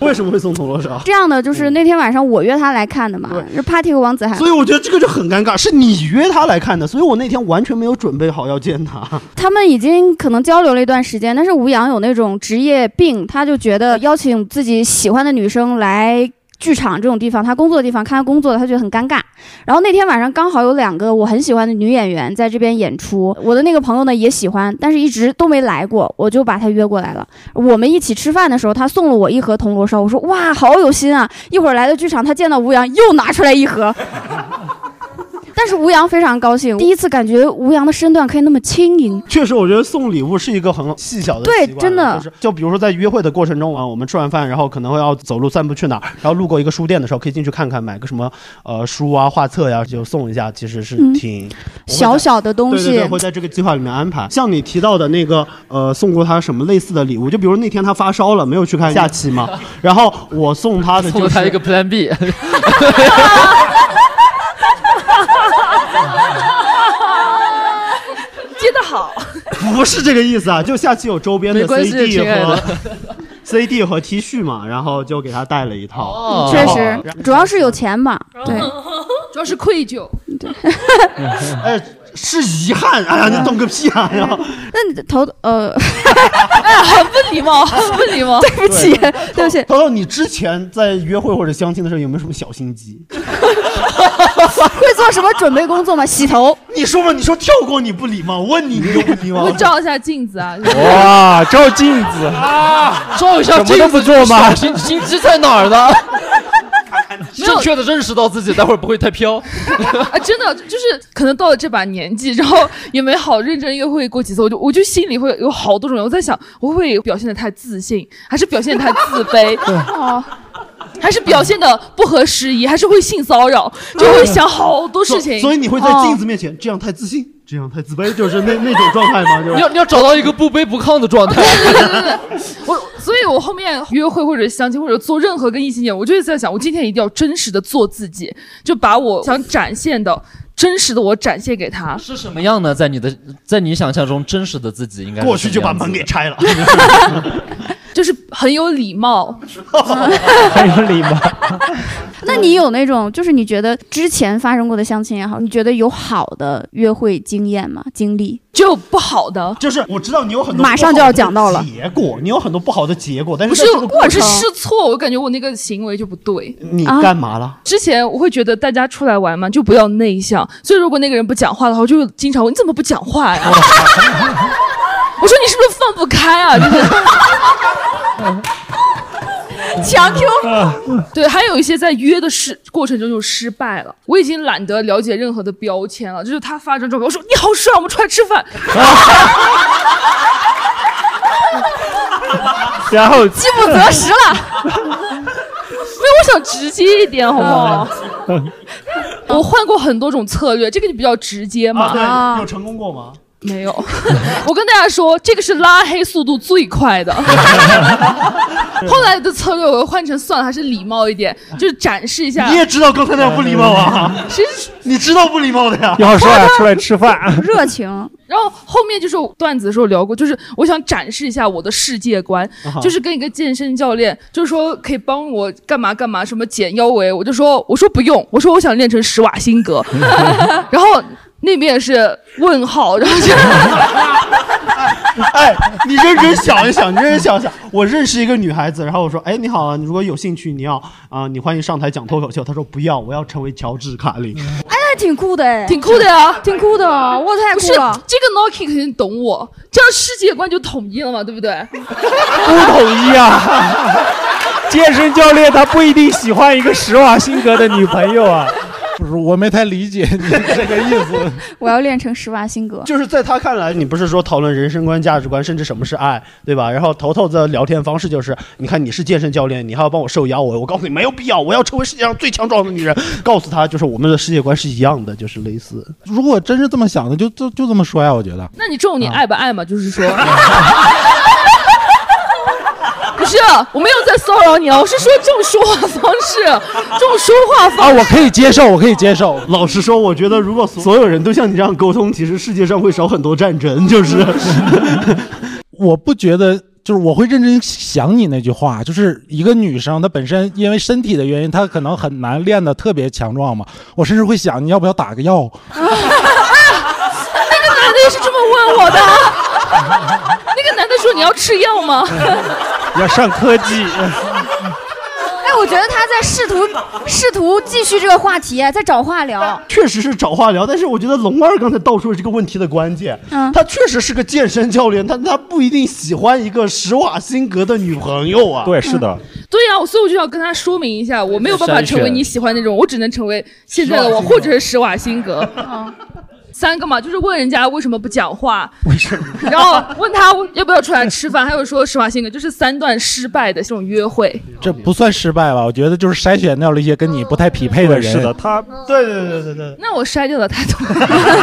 为什么会送铜锣烧？
这样的就是那天晚上我约他来看的嘛，是 Party 和王子 涵。
所以我觉得这个就很尴尬，是你约他来看的，所以我那天完全没有准备好要见他。
他们已经可能交流了一段时间，但是吴阳有那种职业病，他就觉得邀请自己喜欢的女生来剧场这种地方，他工作的地方看他工作的，他觉得很尴尬。然后那天晚上刚好有两个我很喜欢的女演员在这边演出，我的那个朋友呢也喜欢，但是一直都没来过，我就把他约过来了。我们一起吃饭的时候，他送了我一盒铜锣烧，我说哇，好有心啊！一会儿来的剧场，他见到吴阳又拿出来一盒。但是吴阳非常高兴，第一次感觉吴阳的身段可以那么轻盈。
确实，我觉得送礼物是一个很细小的
对
习惯啊
真的
就是就比如说在约会的过程中啊，我们吃完饭，然后可能会要走路散步去哪儿， 然后路过一个书店的时候，可以进去看看，买个什么呃书啊、画册呀、就送一下，其实是
嗯
挺、
小小的东西
对对对，会在这个计划里面安排。像你提到的那个，呃，送过他什么类似的礼物？就比如那天他发烧了，没有去看假期嘛，然后我送他 的
送
就
了
是
他一个 Plan B，
接的好，
不是这个意思啊，就下期有周边
没
的
关系
CD
亲爱的
和 CD 和 T 恤嘛，然后就给他带了一套。
哦
确实，主要是有钱嘛。
嗯
对，
哦主要是愧疚。
哎，是遗憾。哎呀，你懂个屁啊！然后
那你的头 呃，
哎很不礼
哦
貌，很不礼貌。
对不起，对不起。
涛涛，你之前在约会或者相亲的时候有没有什么小心机？
会做什么准备工作吗？洗头。
你说嘛，你说跳过你不礼貌，问你你又不礼貌
我。照一下镜子啊。
哇，照镜子，
啊，照一下
什么都
镜
不
子
做吗
小心心机在哪儿 呢？正确的认识到自己，待会儿不会太飘。
啊，真的就是可能到了这把年纪，然后也没好认真约会过几次，我就我就心里会有好多种，我在想，我会不会表现的太自信，还是表现得太自 卑？哦。还是表现的不合时宜，还是会性骚扰，就会想好多事情。啊
所以你会在
哦
镜子面前这样太自信，这样太自卑，就是那那种状态吗？就是
你要你要找到一个不卑不亢的状态。
我，所以我后面约会或者相亲或者做任何跟异性恋，我就是在想，我今天一定要真实的做自己，就把我想展现的真实的我展现给他。
是什怎么样呢？在你的在你想象中真实的自己应该是
过去
什
就
么
把
样子
门给拆了。
就是很有礼貌，
很有礼貌。
那你有那种就是你觉得之前发生过的相亲也好，你觉得有好的约会经验吗？经历？
就不好的，
就是我知道你有很多
马上就要讲到了。
结果，你有很多不好的结果，但
不
是
是
在这个
我
过
是
程，
试错，我感觉我那个行为就不对。啊
你干嘛了？
之前我会觉得大家出来玩嘛，就不要内向，所以如果那个人不讲话的话，我就经常问你怎么不讲 话呀？我说你是不是放不开啊？就是 强 Q。对，还有一些在约的失过程中就失败了，我已经懒得了解任何的标签了。就是他发张照片，我说你好帅，我们出来吃饭。
然后
饥不择食了。没有，我想直接一点，好不
啊
好？ 我换过很多种策略，这个就比较直接嘛。
啊，对，有成功过吗？
没有， 我跟大家说，这个是拉黑速度最 快的。后来的策略我又换成算了，还是礼貌一点，就是展示一下。
你也知道刚才那样不礼貌啊？
谁
你知道不礼貌的呀？
要
啊
帅出来吃饭，
热情。
然后后面就是段子的时候聊过，就是我想展示一下我的世界观
啊哈，
就是跟一个健身教练，就是说可以帮我干嘛干嘛，什么减腰围，我就说我说 不 用，我说我想练成施
啊
瓦辛格，然后那边也是问号，然后就
哎，你认真想一想，你认真想一想。我认识一个女孩子，然后我说：“哎，你好啊，你如果有兴趣，你要啊、你欢迎上台讲脱口秀。”她说：“不要，我要成为乔治卡林。
哎，那挺酷的哎，
挺酷的呀，
挺酷 的，哇，太
不是
酷了。
这个 Noki 肯定懂我，这样世界观就统一了嘛，对不对？
不统一 啊！健身教练他不一定喜欢一个施瓦辛格的女朋友啊。
不是，我没太理解 你这个意思。
我要练成施瓦辛格”。
就是在她看来，你不是说讨论人生观、价值观，甚至什么是爱，对吧？然后头头的聊天方式就是：“你看你是健身教练，你还要帮我瘦腰围，我告诉你没有必要，我要成为世界上最强壮的女人。”告诉她，就是我们的世界观是一样的，就是类似。
如果真是这么想的，就就就这么说
啊
呀，我觉得。
那你这种你爱不爱嘛？就是说，不是，我没有在骚扰你啊，我是说这种说话方式，这种说话
啊，
方式。
我可以接受，我可以接受。
老实说，我觉得如果所有人都像你这样沟通，其实世界上会少很多战争。就是，
我不觉得，就是我会认真想你那句话，就是一个女生她本身因为身体的原因，她可能很难练得特别强壮嘛。我甚至会想，你要不要打个药？
那个男的也是这么问我的，啊那个男的说你要吃药吗？
要上科技。
哎，我觉得他在试图试图继续这个话题，哎在找话聊。
确实是找话聊，但是我觉得龙二刚才道出了这个问题的关键。
嗯
他确实是个健身教练，但他不一定喜欢一个施瓦辛格的女朋友啊。
对，是
嗯
的。
对呀、所以我就要跟他说明一下，我没有办法成为你喜欢那种，我只能成为现在的我，或者是施瓦辛格。三个嘛，就是问人家为什么不讲话，为什么？然后问他要不要出来吃饭，还有说施瓦辛格，就是三段失败的这种约会。
这不算失败吧？我觉得就是筛选掉了一些跟你不太匹配的人。
是的他
对对对对对。
那我筛掉的太多，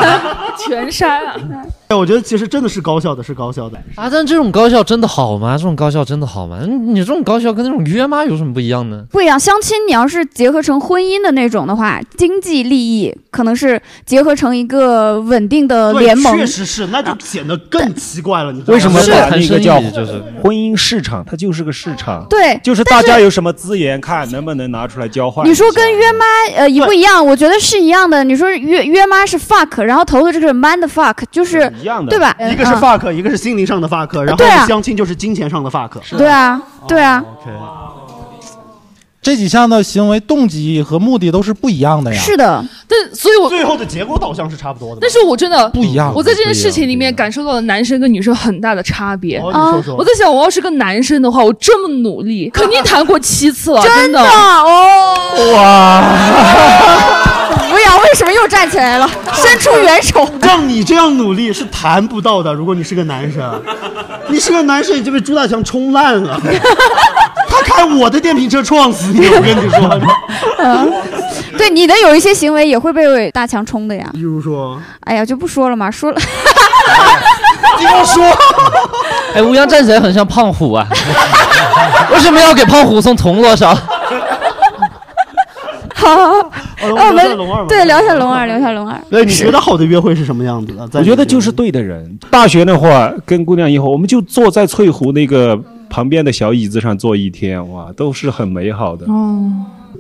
全啊筛了。
哎，我觉得其实真的是高效的，是高效的。
啊，但这种高效真的好吗？这种高效真的好吗？嗯你这种高效跟那种约妈有什么不一样 呢？
不一样，相亲你要是结合成婚姻的那种的话，经济利益可能是结合成一个稳定的
对
呃联盟。啊
确实是，那就显得更奇怪了。你知道吗
为什么把那个叫
就是
婚姻市场？它就是个市场，
对
就是
但
大
是
家有什么资源，看能不能拿出来交换。
你说跟约妈呃一不一样？我觉得是一样的。你说约约妈是 fuck，然后头的这个是 man 的 fuck，就是一
样的
对吧？
一个是
嗯
fuck，、一个是心灵上的 fuck，然后
对啊
相亲就是金钱上的 fuck。
对啊，对啊，
哦这几项的行为动机和目的都是不一样的呀。
是的，
但所以我
最后的结果导向是差不多的。
但是我真的
不一样
我在这件事情里面感受到了男生跟女生很大的差别。
哦你说说
我在想，我要是个男生的话，我这么 努力，肯定谈过七次了，真
的哦。
哇！
吴阳为什么又站起来了？伸出援手。
像你这样努力是谈不到的。如果你是个男生，你是个男生，已经被朱大强冲烂了。 他开我的电瓶车撞死你，我跟你说。
嗯， 对你的有一些行为也会被大强冲的呀。
比如说，
哎呀，就不说了嘛，说了。
你跟我哎说，
哎，吴阳站起来很像胖虎啊， 为什么要给胖虎送铜锣烧？
好，好好
那我们聊
那
一下哦龙二吧
对聊一下龙二，聊一下龙二。
对，你觉得好的约会是什么样子的？在
我觉得就是对的人。大学那会儿跟姑娘一会儿，我们就坐在翠湖那个旁边的小椅子上坐一天，哇，都是很美好的，
哦，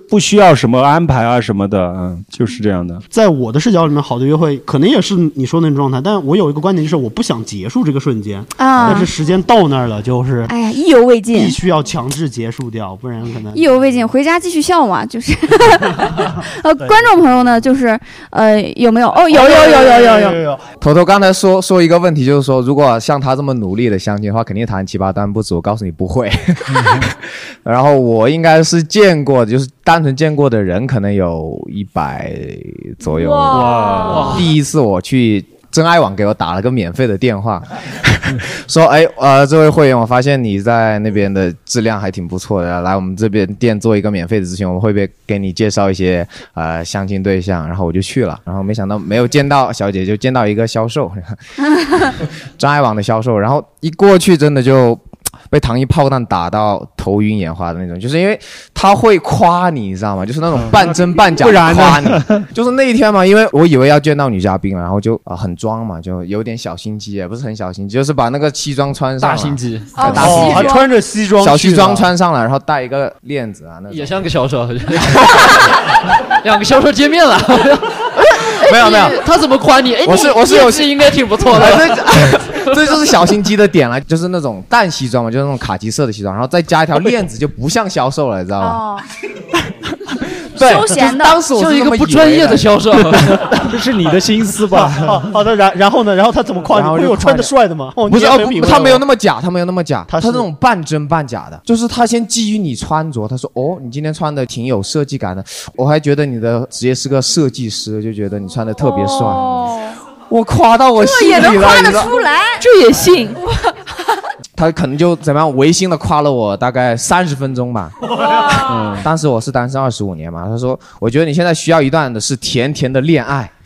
不需要什么安排啊什么的，嗯，就是这样的。
在我的视角里面，好的约会可能也是你说的那种状态，但我有一个观点就是，我不想结束这个瞬间
啊
但是时间到那儿了，就是
哎呀，意犹未尽
必，须要强制结束掉，不然可能
意犹未尽，回家继续笑 嘛，就是。呃，观众朋友呢，就是呃，有没有？哦，有有有有有有。
有。
头头刚才说说一个问题，就是说，如果像他这么努力的相亲的话，肯定谈七八单不止。我告诉你不会。然后我应该是见过，就是单纯见过的人，可能有一百左右。
哇
第一次我去真爱网给我打了个免费的电话， 说：“哎，呃，这位会员，我发现你在那边的质量还挺不错的，来我们这边店做一个免费的咨询，我们会不会给你介绍一些呃相亲对象？”然后我就去了，然后没想到没有见到小姐，就见到一个销售，真爱网的销售，然后一过去真的就被糖衣炮弹打到头晕眼花的那种，就是因为他会夸你，你知道吗？就是那种半真半假
嗯不然
的
呢
夸你。 就是那一天嘛，因为我以为要见到女嘉宾了，然后就啊、呃很装嘛，就有点小心机，也不是很小心机，就是把那个西装穿上了，
大心机
哎大
哦
心机，
还穿着西装
小
去
西装
的
穿上了，然后戴一个链子啊，那种
也像个销售， 两个销售见面了。
没有没有
哎你他怎么夸你？哎，
我是
你
我是有
业绩应该挺不 错的。
这这就是小心机的点了，就是那种淡西装嘛，就是那种卡其色的西装，然后再加一条链子，就不像销售了，你知道吗？
哦，
对，
休闲
就
的
是当时我是这么以为
售，
这是你的心思吧？
好的，然然后呢？然后他怎么夸
然后
你？会
就
有穿
夸
的
你
帅的吗？哦，
不
你
是
也
哦
很品，味
他
哦
没有那么假，他没有那么假，他
是
是那种半真半假的，就是他先基于你穿着，他说哦，你今天穿的挺有设计感的，我还觉得你的职业是个设计师，就觉得你穿的特别帅，我夸到我
哦这
心里
也
了，
能夸得
你知道
出来，
这也信？
他可能就怎么样违心的夸了我大概三十分钟吧。
哦
嗯，当时我是单身二十五年嘛，他说我觉得你现在需要一段的是甜甜的恋爱。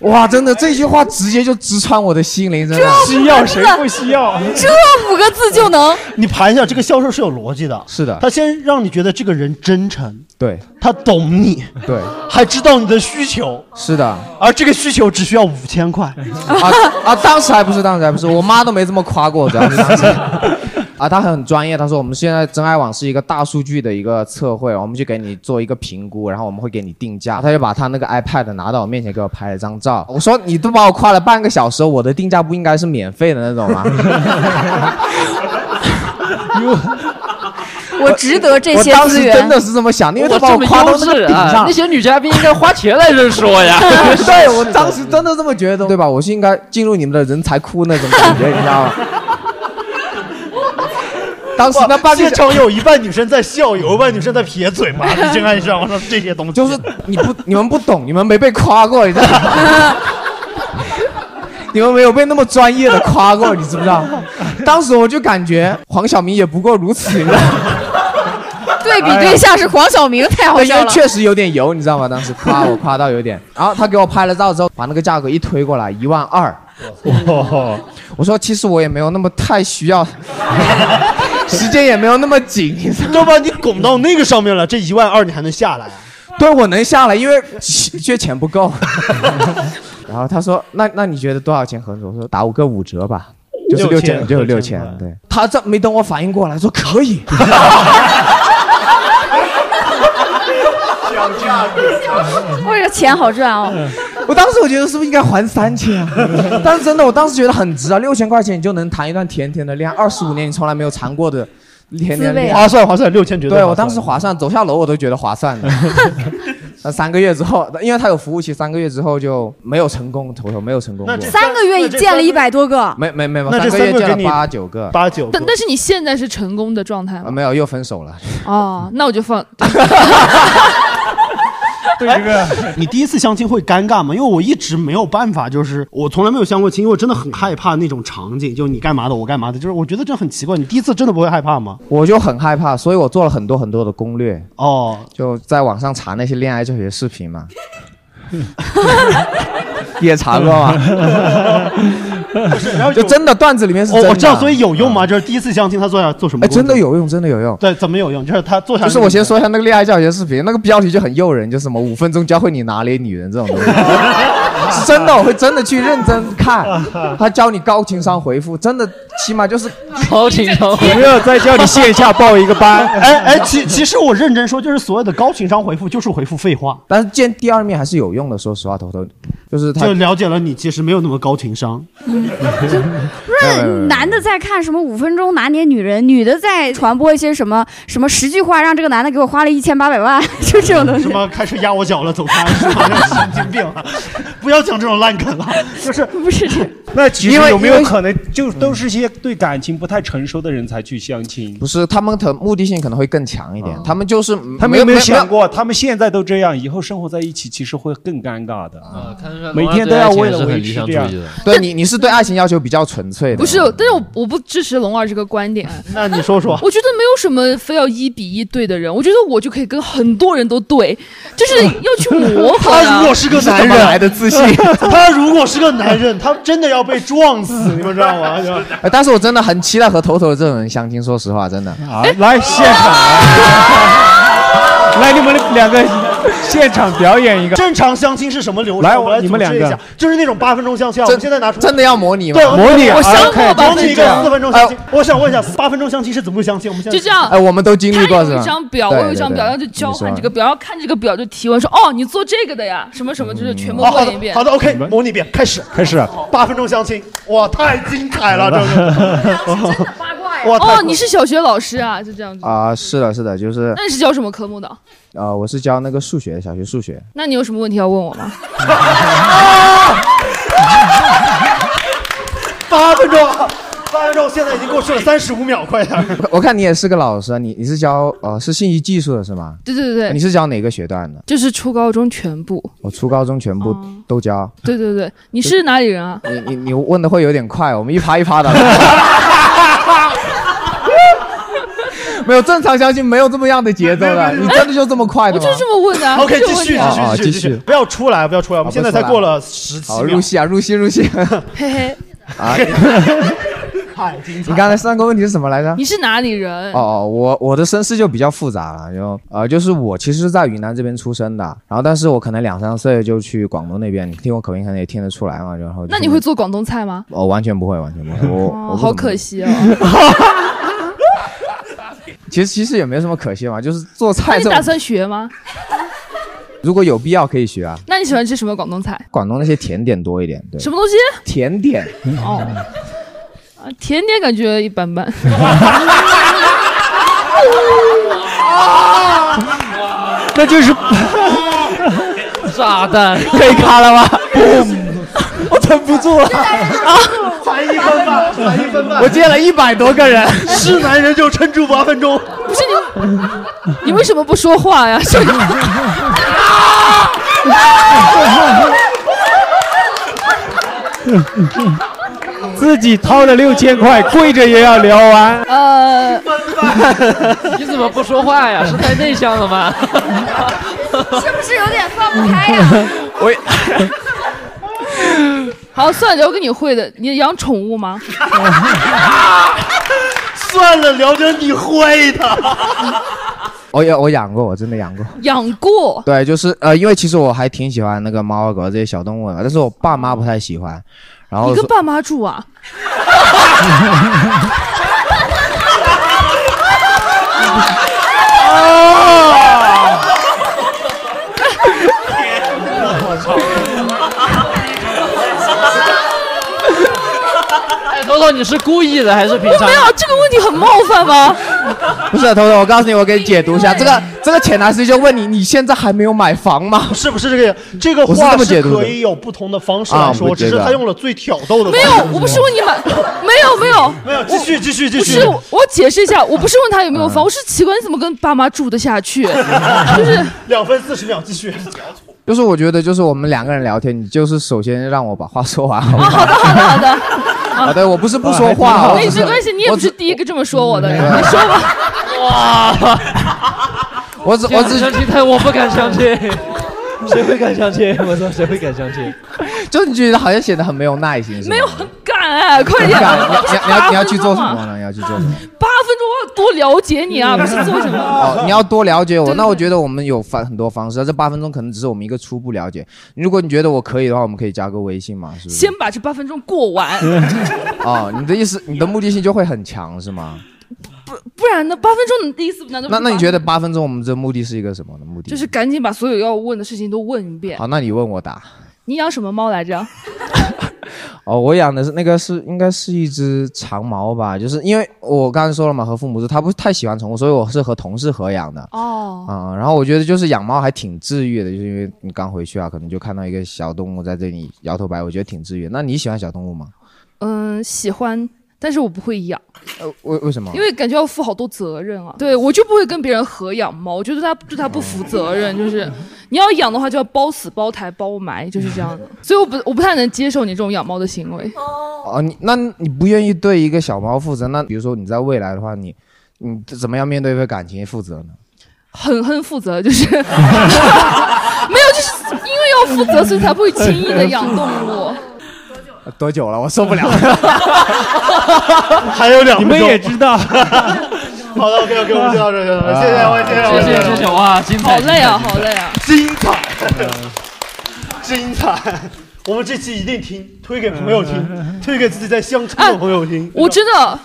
哇，真的这句话直接就直穿我的心灵，真的。
需要谁不需要？
这
五个字就能。
你盘一下，这个销售是有逻辑的。
是的
他先让你觉得这个人真诚，
对
他懂你，
对，
还知道你的需求，
是的。
而这个需求只需要五千块。
啊啊！当时还不是，当时还不是，我妈都没这么夸过我，主要是当时。啊，她很专业，她说我们现在真爱网是一个大数据的一个测绘，我们去给你做一个评估，然后我们会给你定价。她就把她那个 iPad 拿到我面前给我拍了张照，我说你都把我夸了半个小时，我的定价不应该是免费的那种吗？
我值得这些
我当
资
时
源。
真的是这么想的，因为她把
这
我
么
夸到
优
那个
质
顶
啊
上，，。
那些女嘉宾应该花钱来认识我 呀
对， 我当时真的这么觉得，对吧？我是应该进入你们的人才库那种感觉，你知道 吗？ 当时那半个
现场 有一半女生在笑，有一半女生在撇嘴嘛，你真爱上了这些东西。
就是你不，你们不懂，你们没被夸过，你知道 吗？你们没有被那么专业的夸过，你知不知道？当时我就感觉黄晓明也不过如此，你知道吗？
对比对下是黄晓明，太好
对，因
笑
为
了。
确实有点油，你知道吗？当时夸我夸到有点，然后他给我拍了照之后，把那个价格一推过来，一万二。我说其实我也没有那么太需要， 时间也没有那么紧，你知
道吧？你拱到那个上面了，这一万二你还能下来？啊
对，我能下来，因为缺钱不够。然后他说：“那那你觉得多少钱合适？”我说：“打五个五折吧，就是
六
六
千
千，就是六千。”对，他这没等我反应过来，说可以。
我这个钱好赚哦。
嗯我当时我觉得是不是应该还三千 啊？但是真的，我当时觉得很值啊，六千块钱你就能谈一段甜甜的恋爱，二十五年你从来没有尝过的甜甜的恋爱，
划算划算，六千绝
对我
划算
当时划算，走下楼我都觉得划算的。 那三个月之后，因为他有服务期，三个月之后就没有成功，头头没有成功过。
三个月建了一百多个，
没没没，
那这
个月
三个
见
给
了
你
八九个，啊
八九
但但是你现在是成功的状态 吗？
没有又分手了。
哦，那我就放。
对这个，你第一次相亲会尴尬吗？因为我一直没有办法，就是我从来没有相过亲，因为我真的很害怕那种场景，就你干嘛的，我干嘛的，就是我觉得这很奇怪。你第一次真的不会害怕吗？
我就很害怕，所以我做了很多很多的攻略。
哦，
就在网上查那些恋爱教学视频 嘛， 也查过嘛。就真的段子里面是真的
哦我我知道，所以有用吗？就是第一次相亲，他坐下做什么
哎，
工作？
真的有用，真的有用。
对，怎么有用？就是他坐下，
就是我先说一下那个恋爱教学视频，那个标题就很诱人，就什么五分钟教会你哪里女人这种东西， 是真的，我会真的去认真看。 他教你高情商回复，真的起码就是
高情商
有没有在叫你线下报一个班？
哎哎，其其实我认真说，就是所有的高情商回复就是回复废话，
但是见第二面还是有用的。说实话，头头就是他
就了解了你其实没有那么高情商。
嗯 不是男的在看什么五分钟拿捏女人，女的在传播一些什么 什么十句话，让这个男的给我花了一千八百万， 就这种东西
什。么开始压我脚了，走开，是吧神经病啊！不要讲这种烂梗了，就是
不是这。
那其
因
实
为
有没
因
有
为
可能，就都是些对感情不太成熟的人才去相亲？
不是他们的目的性可能会更强一
嗯
点，他们就是
他们有
没
没有想过，他们现在都这样，以后生活在一起其实会更尴尬的。
啊
每天
啊
都要为了维持这样。
对你，你是对爱情要求比较纯粹的。
不是，但是我我不支持龙二这个观点。
那你说说
我觉得没有什么非要一比一对的人，我觉得我就可以跟很多人都对，就是要 去磨合啊。
他如果是个男人， 他如果是个男人，他真的要被撞死，你们知道吗？就
哎但是我真的很期待和头头这种人相亲，说实话，真的。
啊，
哎
来 现场，啊来你们两个现场表演一个。
正常相亲是什么流程？
来
我来
你们
组
两
织
个
一下就是那种八分钟相亲啊。我们现在拿出
真的要模拟吗？
对，
啊
我想
我模拟一个四分钟相
哎
亲。我想问一下，八分钟相亲是怎么相亲？我们现在
就这样，
哎我们都经历过
他
是
有
吧
一张表，我
对
有一张表，
对对
然后就交换
你说
这个表，然后看这个表就提问说，哦，你做这个的呀，什么什么，就是全部
哦好
问一
的
遍。
好的，OK，模拟一遍，开始。
开始。
八分钟相亲，哇，太精彩了，这 个。
啊
哇太
哦，你是小学老师啊，就这样子。
啊、是的，是的，就是
那你是教什么科目的？
呃，我是教那个数学，小学数学。
那你有什么问题要问我吗？
八分钟，八分钟，现在已经过去了三十五秒，快点。
我看你也是个老师啊，你你是教呃是信息技术的是吗？
对对对
啊哎你是教哪个学段的？
就是初高中全部。
我初高中全部
哦
都教。
对对对，你是哪里人啊？
你你你问 的会有点快，我们一趴一趴的。没有正常相亲没有这么样的节奏的，你真的就这么快的
我
吗？
就是这么问的啊。
OK，
就
继
是
续
这么问的啊
啊
继续
继
续，
续
不要出来，不要出来，我们现在才过了十七
好，
秒
入。戏啊，入戏， 入戏
嘿嘿，
啊！
太 精
你 刚才上个问题是什么来着？
你是哪里人？
哦哦，我我的身世就比较复杂了，就呃，就是我其实是在云南这边出生的，然后但是我可能两三岁就去广东那边，你听我口音可能也听得出来嘛，然后
那你会做广东菜吗？
我、哦、完全不会，完全不会， 我、我
哦，
不怎
好
么
可惜哦。
其实其实也没什么可惜嘛，就是做
那
菜
你
这
打
种，
算学吗？
如果有必要可以学啊。
那你喜欢吃什么广东菜？
广东那些甜点多一点，对，
什么东西？
甜点？
哦， 啊，甜点感觉一般般。
那就是
炸弹，
可以卡了吗？我撑不住 了，
才一分半，才一分半。
我接了一百多个人，
是男人就撑住八分钟。
不是你，你为什么不说话呀？是
自己掏了六千块，跪着也要聊 完。
呃，
你怎么不说话呀？是太内向了 吗？
是不是有点放不开呀、
我
好，算了，我跟你会的。你养宠物吗？
算了，聊着你会的。
我养哦我养过，我真的养过。
养过。
对，就是呃，因为其实我还挺喜欢那个猫啊狗啊这些小动物的，但是我爸妈不太喜欢。然后
你跟
说
爸妈住啊？
哎，头头，你是故意的还是平常？
没有，这个问题很冒犯吗？
不是、啊，头头，我告诉你，我给你解读一下这个这个潜台词，就问你，你现在还没有买房吗？
是不是这个这这个
这
话
么解
是
读
可
的。
以有不同的方式
啊
来
我
说，
觉得
只是他用了最挑逗的方
没
式。
有，我不是问你买，没有没有
没有，继续继续继
不
续啊
是，我解释一下，我不是问他有没有房，我是奇怪你怎么跟爸妈住得 下去，就是
两分四十秒， 继续。
就是我觉得，就是我们两个人聊天，你就是首先让我把话说完。好
好的，好的，好的。
好的，我不是不说
哎
话，我
没
只
没
是
关系，你也不是第一个这么说我的人，
嗯
你说吧。
哇，
我只
啊这样
我只
相亲，但我不敢相 亲。谁会敢相亲？我操，谁会敢相亲？
就你觉得好像显得很没有耐心，是吗
没有，很赶哎，快
你
点！
要你要你要去做什
八分钟
么
啊？
呢？你要去做什么？
八分钟，我要多了解你啊，不是做什
嗯哦，
么。
你要多了解我。那我觉得我们有方很多方式，啊这八分钟可能只是我们一个初步了解。如果你觉得我可以的话，我们可以加个微信嘛，是不是？
先把这八分钟过完，
哦，你的意思，你的目的性就会很强，是吗？
不然呢？八分钟你的意思难道不
那
是
那你
八
觉得八分钟我们这目的是一个什么的目的？
就是赶紧把所有要问的事情都问一遍
好，。那你问我答。
你养什么猫来着？
哦，我养的是那个是应该是一只长毛吧，就是因为我刚才说了嘛，和父母住，他不太喜欢宠物，所以我是和同事合养的。
哦，
啊、然后我觉得就是养猫还挺治愈的，就是因为你刚回去啊，可能就看到一个小动物在这里摇头摆尾，我觉得挺治愈。那你喜欢小动物 吗？
嗯，喜欢，但是我不会养，
呃，为为什么？
因为感觉要负好多责任啊。对我就不会跟别人合养猫，我觉得对它对它不负责任， 就是你要养的话就要包死、包抬、包埋，就是这
嗯
样的。所以我不我不太能接受你这种养猫的行为。
哦，你那你不愿意对一个小猫负责，那比如说你在未来的话，你你怎么样面对一份感情负责呢？
很很负责，就是 没有，就是因为要负责，所以才不会轻易的养动物。
呃多久了？我受不 了。
还有两
你们也知道，
好的，OK OK，我们就到这里了，谢谢我，谢谢我，
啊谢谢谢谢，哇，精彩！
好累啊，好累啊！
精彩，精彩。我们这期一定听，推给朋友 听，推给自己在乡村的朋友听。
我真的，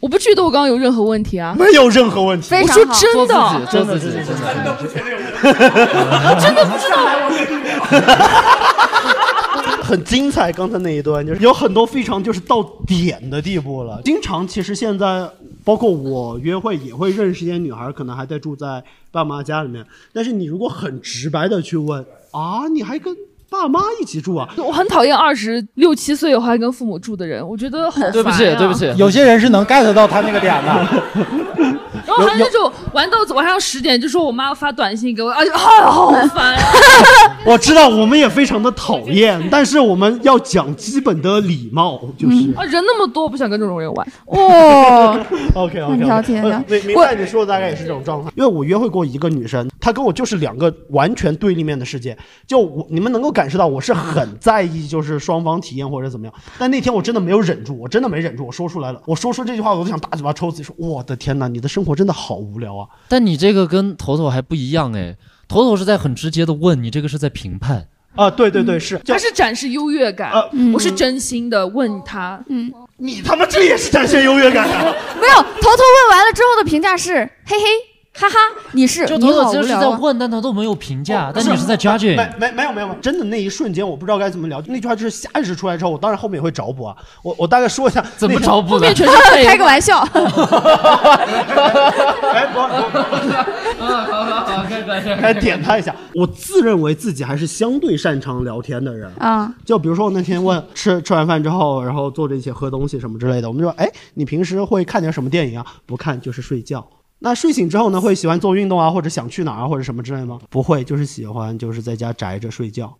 我不觉得我刚刚有任何问题啊，
没有任何问题，
我说真的，
做自己，做自己，真的。
我真的不知道。
很精彩，刚才那一段就是有很多非常就是到点的地步了。经常其实现在包括我约会也会认识一些女孩，可能还在住在爸妈家里面，但是你如果很直白的去问啊，你还跟爸爸妈一起住啊。
我很讨厌二十六七岁以后还跟父母住的人，我觉得好、啊
对不起，对不起，
有些人是能 get 到他那个点的。
然后还有那种玩到晚上十点，就说我妈发短信给我，哎呀，啊好烦啊！
我知道我们也非常的讨厌，但是我们要讲基本的礼貌，就是。
啊，人那么多，不想跟这种人玩。
哦
OK
很
OK，
挑剔很挑剔
呃明白你说的大概也是这种状态。因为我约会过一个女生，她跟我就是两个完全对立面的世界。就我你们能够感受到，我是很在意就是双方体验或者怎么样。但那天我真的没有忍住，我真的没忍住，我说出来了。我说出这句话，我都想大嘴巴抽自己，说我的天哪，你的生活真的好无聊啊！
但你这个跟头头还不一样哎，头头是在很直接的问你，这个是在评判
啊，对对对，是呃
他是展示优越感，我是真心的问他，
嗯，哦
你他妈这也是展现优越感啊！
没有，头头问完了之后的评价是嘿嘿。哈哈，你是
就
你
头
好
头
无
其实是
聊
在
啊！哦
问，但头头没有评价，但
不
你是在
没
judging。
没没有没有没有，真的那一瞬间我不知道该怎么聊，那句话就是下意识出来之后，我当然后面也会找补啊，我我大概说一下
怎么
那
找补呢后面全
开个玩笑，
哎，不来点他一下。我自认为自己还是相对擅长聊天的人
啊。
就比如说我那天问吃吃完饭之后，然后坐着一起喝东西什么之类的，我们就说，哎，你平时会看点什么电影啊？不看就是睡觉。那睡醒之后呢，会喜欢做运动啊，或者想去哪儿啊，或者什么之类吗？不会，就是喜欢就是在家宅着睡觉。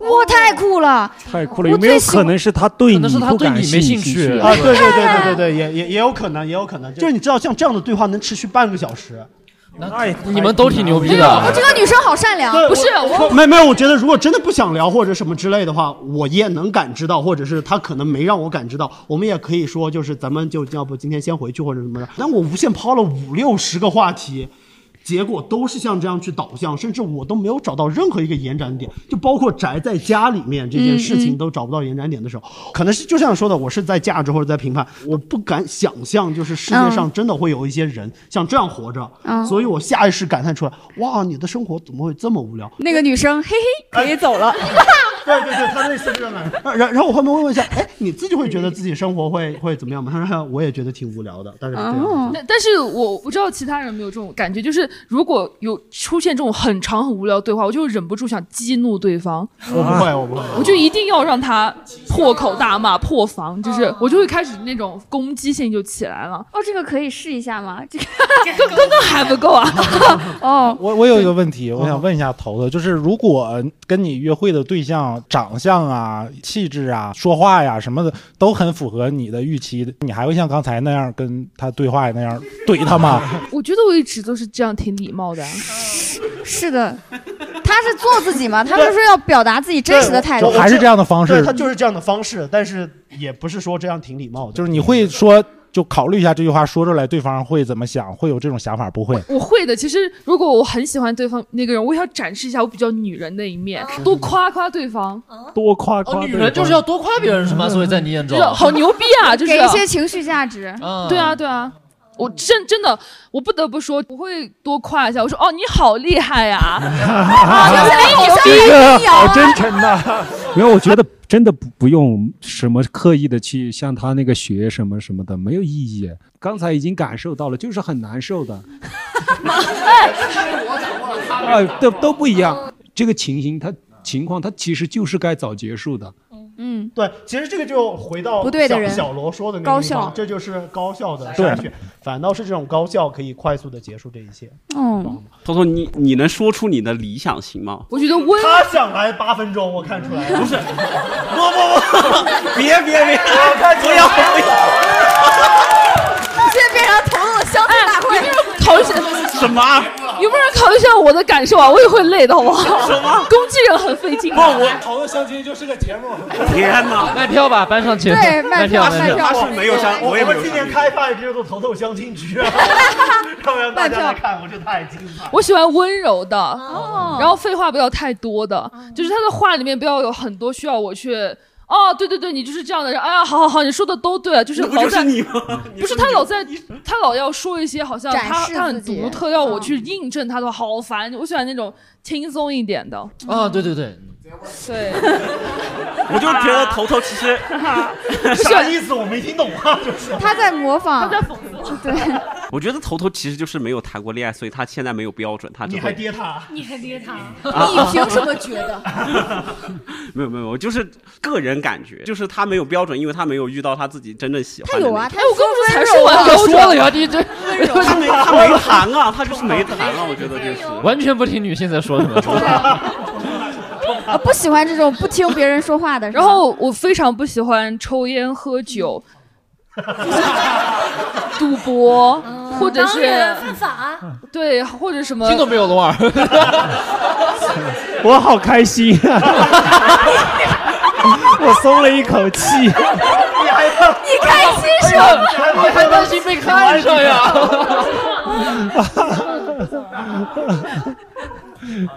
哇，太酷了！
太酷了，
我
有没有
最喜欢
可能是他对你不感兴
啊？对对对对对对，也也也有可能，也有可能。就是你知道，像这样的对话能持续半个小时。
你们都挺牛逼
没有
的
我。
这个女生好善良，
对
不是
我没没有，我觉得如果真的不想聊或者什么之类的话，我也能感知到，或者是他可能没让我感知到，我们也可以说就是咱们就要不今天先回去或者什么的。但我无限抛了五六十个话题。结果都是像这样去导向，甚至我都没有找到任何一个延展点，就包括宅在家里面这件事
嗯
情
嗯
都找不到延展点的时候，可能是就像说的，我是在价值或者在评判，我不敢想象，就是世界上
嗯
真的会有一些人像这样活着，
嗯
所以我下意识感叹出来，哇，你的生活怎么会这么无聊？
那个女生，嘿嘿，可以走了。
哎对对对，他类似这样的。然然后我后面会问一下，哎，你自己会觉得自己生活会会怎么样吗？他说哎我也觉得挺无聊的，但是这
哦
样。
但但是我不知道其他人有没有这种感觉，就是如果有出现这种很长很无聊的对话，我就忍不住想激怒对方，
我不会，我不会。
我就一定要让他破口大骂、破防，
哦
就是我就会开始那种攻击性就起来了。
哦，这个可以试一下吗？ 这个
刚刚刚还不够啊！
哦，
我我有一个问题，我想问一下头头，就是如果呃跟你约会的对象长相啊、气质啊、说话呀、什么的都很符合你的预期，你还会像刚才那样跟他对话那样怼他吗？
我觉得我一直都是这样，挺礼貌的啊。
是的，她是做自己嘛，她就是要表达自己真实的态度，
还是这样的方式
对他就是这样的方式，但是也不是说这样挺礼貌的。
就是你会说，就考虑一下这句话说出来，对方会怎么想，会有这种想法不会？
我会的。其实，如果我很喜欢对方那个人，我也要展示一下我比较女人的一
啊
面，多夸夸对方，
多夸
哦，女人就是要多夸别人是吗？所以在你眼
就
中
是，好牛逼 啊！就是
给一些情绪价值。
嗯
对啊，对啊，我真真的，我不得不说，我会多夸一下。我说哦，你好厉害啊呀、 哦哎
这个好哦真诚呐、 没有，我觉得真的不不用什么刻意的去向他那个学什么什么的，没有意义。刚才已经感受到了，就是很难受的。啊，都都不一样。这个情形，它情况，它其实就是该早结束的。
嗯，
对，其实这个就回到
不对的
小
人
小罗说的那个
高
地方
效
这就是高效的
对
筛选，反倒是这种高效可以快速的结束这一切。
嗯，
偷偷，你你能说出你的理想型吗？
我觉得温，
他想来八分钟，我看出 来了。不是，
别别别，不要不要！
现在变成投入了乡村大会，
考虑一下
什么？
有没有人考虑一下我的感受啊？我也会累的，好不好？
什么
攻击人很费劲。
不，我讨论相亲就是个节目。
天哪！
卖票吧，搬上去，
对卖票
票，卖
卖票
他是没有相，
我
也没
们
有
今
相
年
亲。
开发一个叫做“头头相亲局”，啊，让让大家来看，我觉得太精彩了。
我喜欢温柔的，
哦
然后废话不要太多的，就是他的话里面不要有很多需要我去。哦，对对对，你就是这样的人。哎呀，好好好，你说的都对，啊就是
那不
老
就
在
是你吗？
不是他老在，他老要说一些好像
展
他
示
他
自
很
己
独特，要我去印证他的话，好烦。我喜欢那种轻松一点的。
啊，对对对，
对，
哦 我就 觉得头头其实
不是
啥意思？我没听懂啊，就是
她在模仿，
他在讽刺
对，
我觉得头头其实就是没有谈过恋爱，所以他现在没有标准，他只
你
会
还 跌他？
你还爹他？
啊
你凭什么觉得？
没有没有，我就是个人感觉，就是他没有标准，因为他没有遇到他自己真正喜欢
他
的那
有
个。
啊，他
哎我刚不是
温柔
才说完
啊
了说了呀你 这
温柔
他没他没谈啊，他就是没谈啊，我觉得就是。
完全不听女性在说什 么。
啊，不喜欢这种不听别人说话的。
然后我非常不喜欢抽烟、喝 酒、赌博，或者
嗯当
是
然犯法。啊
对，或者什么
听都没有，
啊
龙儿。
我好开心啊！ 我松了一口气。
你还你开心什么？
你还担心被看上呀？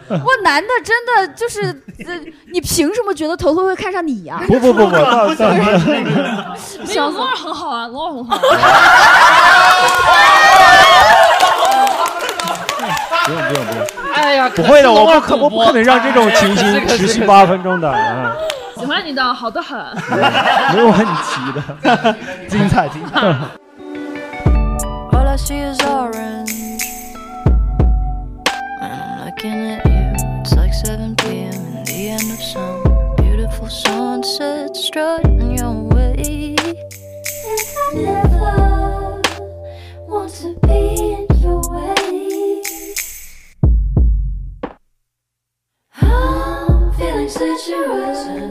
我男的真的就是，呃你凭什么觉得头头会看上你呀、
不不 不不，到到
没有龙儿很好啊，龙儿很好。
不用不用不用，
哎呀
不会的，我不可我不可能让这种情形持续八分钟的啊，
啊喜欢你的，好的 很。
没有问题 的，精彩精彩。
All I see is orange. And I'm looking at you. It's like 7 p.m. and the end of summer. Beautiful sunset strutting your way.
I never want to be in your way. I'm feeling situated.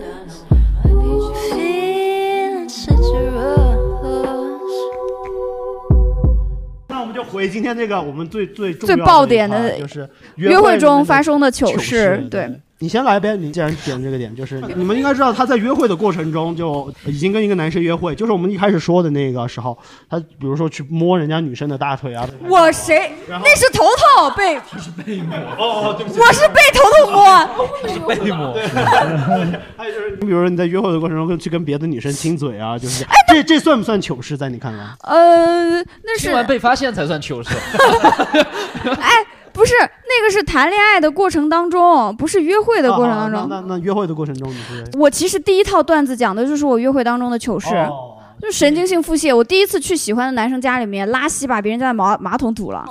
Feeling citrus.
那我们就回今天这个我们最最重
最
要
爆点
的一
的
趴就是
约
会
会中
里面
发生的糗
糗
事
事，
对。
你先来呗，你既然点这个点，就是你们应该知道，他在约会的过程中就已经跟一个男生约会，就是我们一开始说的那个时候，他比如说去摸人家女生的大腿啊，
我谁？那是头头被，
哦，对
我是被头头摸。
被摸。 还有就是，你比如说你在约会的过程中跟去跟别的女生亲嘴啊，
哎
就是这这算不算糗事？在你看来，
呃，那是
今晚被发现才算糗 事。
不是那个是谈恋爱的过程当中，不是约会的过程当中。
啊那那那约会的过程中你是
我其实第一套段子讲的就是我约会当中的糗事。就是神经性腹泻，我第一次去喜欢的男生家里面拉稀，把别人家的马马桶堵了，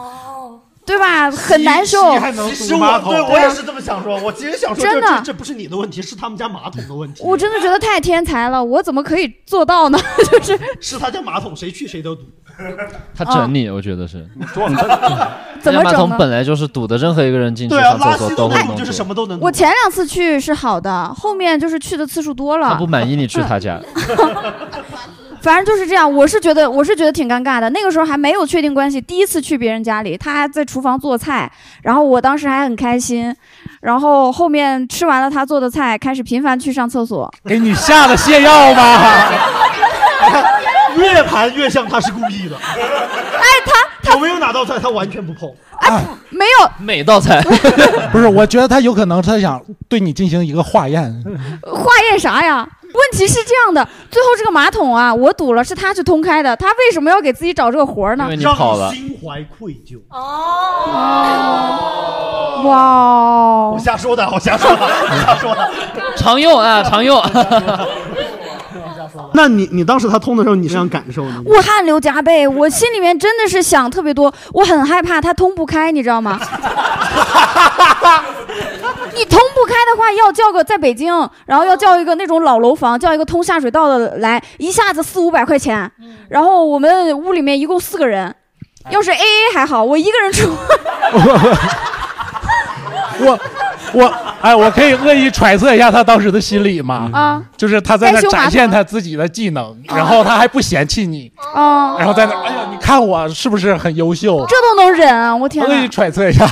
对吧？很难受。啊
其实我对我也是这么想说，我其实想说，这
真的
这这不是你的问题，是他们家马桶的问题。
我真的觉得太天才了，我怎么可以做到呢？ 就是
是他家马桶，谁去谁都堵。
他整你，我觉得是。哎
撞
怎么
马
整
桶
呢？
本来就是堵的，任何一个人进去
对啊
上厕所都会弄住。
么都能
我前两次去是好的，后面就是去的次数多
他
了嗯
不，满意你去他 家，
反正就是这样。我是觉得，我是觉得挺尴尬的。那个时候还没有确定关系，第一次去别人家里，他还在厨房做菜，然后我当时还很开心。然后后面吃完了他做的菜，开始频繁去上厕所。
哎
给你下了泻药吧。
越盘越像他是故意的。哎，
他
有没有哪道菜他完全不碰？
啊
没有，
每道菜
不是，我觉得他有可能他想对你进行一个化验，
化验啥呀？问题是这样的，最后这个马桶啊，我堵了，是他去通开的，他为什么要给自己找这个活儿呢？
因为你跑了。
心怀愧疚。
哇！哦
我瞎说的，我瞎说的，我瞎说的。
常用 啊，常用。
那你你当时他通的时候，你是想感受呢？
我汗流浃背，我心里面真的是想特别多，我很害怕它通不开，你知道吗？你通不开的话，要叫个在北京，然后要叫一个那种老楼房，叫一个通下水道的来，一下子四五百块钱。然后我们屋里面一共四个人，要是 A A 还好，我一个人出。
我我哎，我可以恶意揣测一下他当时的心理吗？
啊，
就是他在那
该修马桶
展现他自己的技能，然后他还不嫌弃你，
啊 哦，
然后在那哎呀，你看我是不是很优秀？
这都能忍啊！我天
恶意
哪！
揣测一下。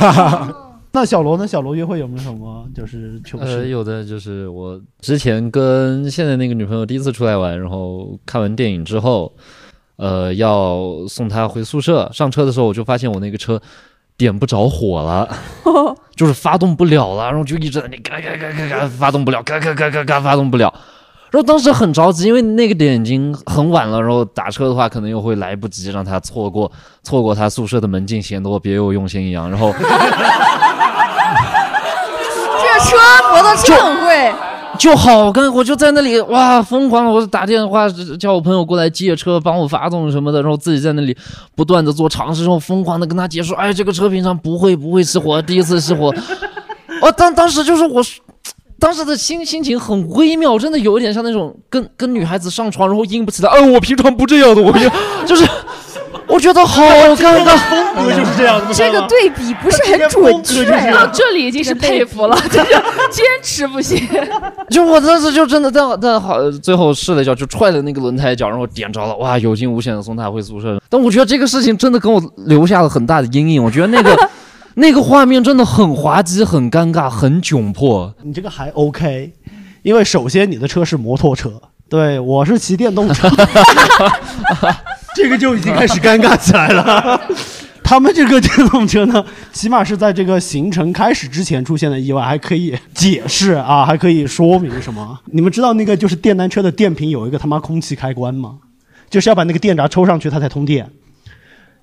那小罗呢？小罗约会有没有什么就是糗
呃，
事？
有的就是我之前跟现在那个女朋友第一次出来玩，然后看完电影之后，呃，要送她回宿舍，上车的时候我就发现我那个车点不着火了，
哦
就是发动不了了，然后就一直在那嘎嘎嘎嘎嘎发动不了，嘎嘎嘎嘎嘎发动不了。然后当时很着急，因为那个点已经很晚了，然后打车的话可能又会来不及，让她错过错过她宿舍的门禁，显得我别有用心一样。然后。
这车摩托车很贵，
就好干，我就在那里哇疯狂的，我打电话叫我朋友过来借车，帮我发动什么的，然后自己在那里不断的做尝试，然后疯狂的跟他解说，哎，这个车平常不会不会熄火，第一次熄 火，哦，当当时就是我。当时的心心情很微妙，真的有一点像那种跟跟女孩子上床，然后硬不起来。哎，我平常不这样的，我平常 就是，我觉得好尴尬。
风格 就是这样
这个对比不是很准确呀。
到这里已经是佩服了，就是坚持不懈。
就我当时就真的但但好，最后试了一脚，就踹了那个轮胎一脚，然后点着了，哇，有惊无险的送他回宿舍。但我觉得这个事情真的给我留下了很大的阴影，我觉得那个那个画面真的很滑稽、很尴尬、很窘迫。
你这个
还 OK，因为首先你的车是摩托车，对我是骑电动 车，这个就已经开始尴尬起来 了。他们这个电动车呢，起码是在这个行程开始之前出现的意外，还可以解释啊，还可以说明什么。你们知道那个就是电单车的电瓶有一个他妈空气开关吗？就是要把那个电闸抽上去，它才通电。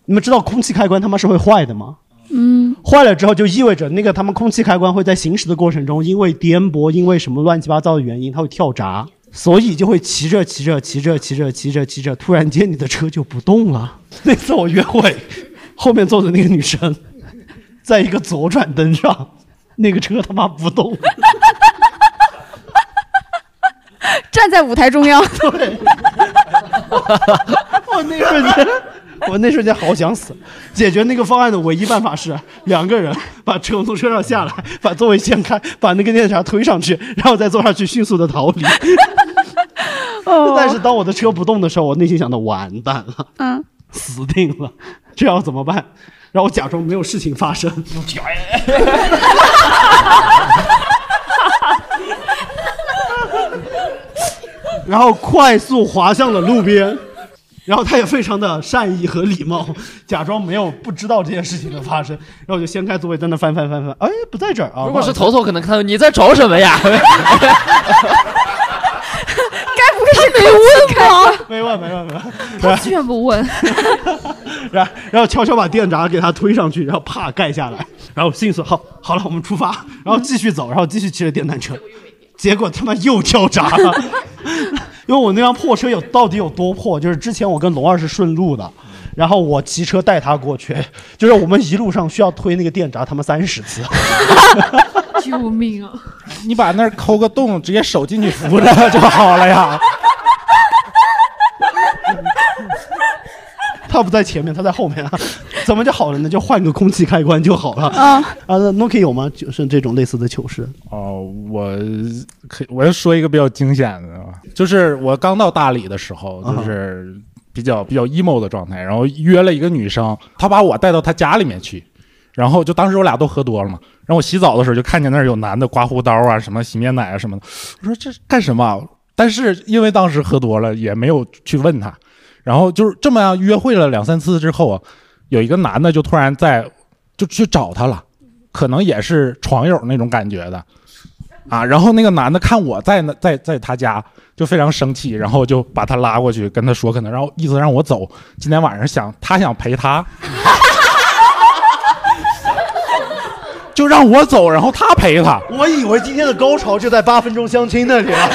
你们知道空气开关他妈是会坏的吗？
Mm.
嗯，
坏了之后就意味着那个他们空气开关会在行驶的过程中，因为颠簸，因为什么乱七八糟的原因，它会跳闸，所以就会骑着骑着骑着骑着骑着骑着，突然间你的车就不动了。 那次我约会，后面坐的那个女生，在一个左转灯上，那个车他妈不动了。
站在舞台中央，
我那瞬间，我那瞬间好想死。解决那个方案的唯一办法是两个人把车从车上下来，把座位掀开，把那个电闸推上去，然后再坐上去，迅速的逃离。 但是当我的车不动的时候，我内心想到完蛋了，
嗯，
死定了，这要怎么办？然后我假装没有事情发生，然后快速滑向了路边，然后他也非常的善意和礼貌，假装没有不知道这件事情的发生，然后我就掀开座位在那翻翻翻翻，哎，不在这儿啊。
如果是
不好
头
意思
头，可能看到你在找什么呀？
该不会是没问吧？
没问没问没问，
他居然不问，
然后然后悄悄把电闸给他推上去，然后啪盖下来，然后迅速好好了，我们出发，然后继续
嗯
走，然后继续骑着电单车，结果他妈又跳闸 了，因为我那辆破车有到底有多破，就是之前我跟龙二是顺路的。然后我骑车带他过去，就是我们一路上需要推那个电闸，他们三十次。
救命啊！
你把那儿抠个洞，直接手进去扶 着就好了呀。
他不在前面，他在后面啊， 怎么就好了呢？就换个空气开关就好了。
啊
啊那，Noki 有吗？就是这种类似的糗事。
哦，我可以我要说一个比较惊险的吧，就是我刚到大理的时候，就是比较比较 emo 的状态，然后约了一个女生，她把我带到她家里面去，然后就当时我俩都喝多了嘛，然后我洗澡的时候就看见那儿有男的刮胡刀啊，什么洗面奶啊什么的，我说这是干什么啊？但是因为当时喝多了，也没有去问他，然后就是这么样约会了两三次之后啊，有一个男的就突然在就去找她了，可能也是床友那种感觉的。啊，然后那个男的看我在那在在他家就非常生气，然后就把他拉过去跟他说，可能让意思让我走，今天晚上想他想陪他， 就让我走，然后他陪他，
我以为今天的高潮就在八分钟相亲那里了，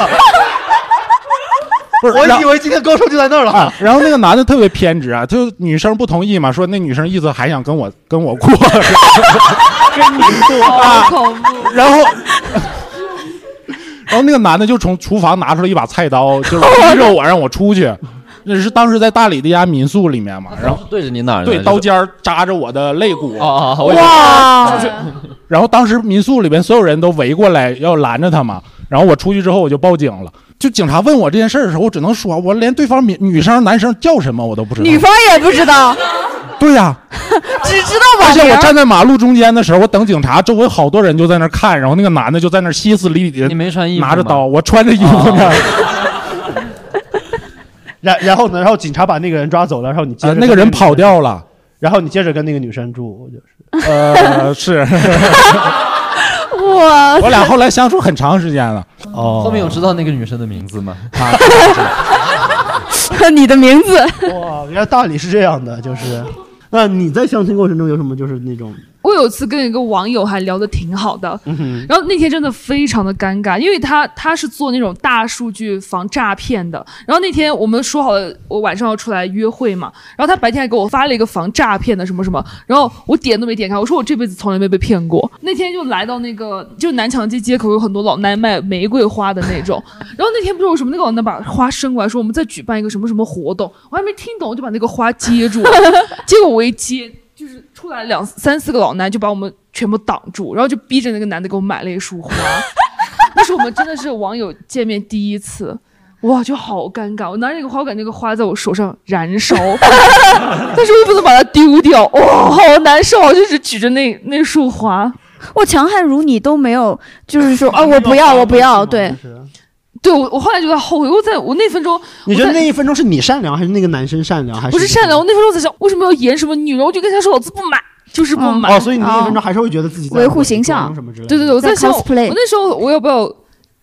不是，
我以为
今天高手就在那儿了、啊。然后那个男的特别偏执啊，就女生不同意嘛，说那女生意思还想跟我跟我过，
跟你
说
好恐怖。
然后， 然后那个男的就从厨房拿出了一把菜刀， 就是逼着我让我出去。那是当时在大理的一家民宿里面嘛，然后
对着您哪儿呢？
对刀尖儿扎着我的肋骨，
啊我以为
哇！然后当时民宿里边所有人都围过来要拦着他嘛，然后我出去之后我就报警了。就警察问我这件事儿的时候，我只能说，我连对方女女生男生叫什么我都不知道。
女方也不知道，
对呀、
只知道
而
网
且
名
我
儿。
站在马路中间的时候，我等警察，周围好多人就在那儿看，然后那个男的就在那儿歇斯底里的，你没穿衣服，拿着哦刀，我穿着衣服呢。
然然后呢？然后警察把那个人抓走了，然后你接着、
呃那个人跑掉了，
然后你接着跟那个女生住，就是
呃是，
哇
我俩后来相处很长时间了。
哦
后面有知道那个女生的名字吗？
你的名字
哇，原来大理是这样的，就是。那你在相亲过程中有什么就是那种
我有一次跟一个网友还聊得挺好的，
嗯
然后那天真的非常的尴尬，因为他他是做那种大数据防诈骗的。然后那天我们说好了，我晚上要出来约会嘛，然后他白天还给我发了一个防诈骗的什么什么，然后我点都没点开，我说我这辈子从来没被骗过。那天就来到那个就南墙街街口有很多老奶奶卖玫瑰花的那种，然后那天不知道为什么那个老奶奶把花伸过来说我们在举办一个什么什么活动，我还没听懂我就把那个花接住了，结果我一接。就是出来两三四个老男就把我们全部挡住，然后就逼着那个男的给我买了一束花。 那是我们真的是网友见面第一次，哇，就好尴尬。我拿着那个花，我感觉那个花在我手上燃烧，但是我又不能把它丢掉，哇、好难受啊！我就是举着那那束花，
我强悍如你都没有，就是说 啊，我不要，我不要，对，
对我我后来觉得后悔，我在我那分钟，
你觉
我
得
在
那一分钟是你善良，还是那个男生善良，还是
不是善良？我那分钟在想，为什么要演什么女人？我就跟他说，老子不买，就是不买。
哦，所以你那一分钟还是会觉得自己在
嗯维护形象
什么之类的。
对对对，我在想，我
cosplay
那时候我要不要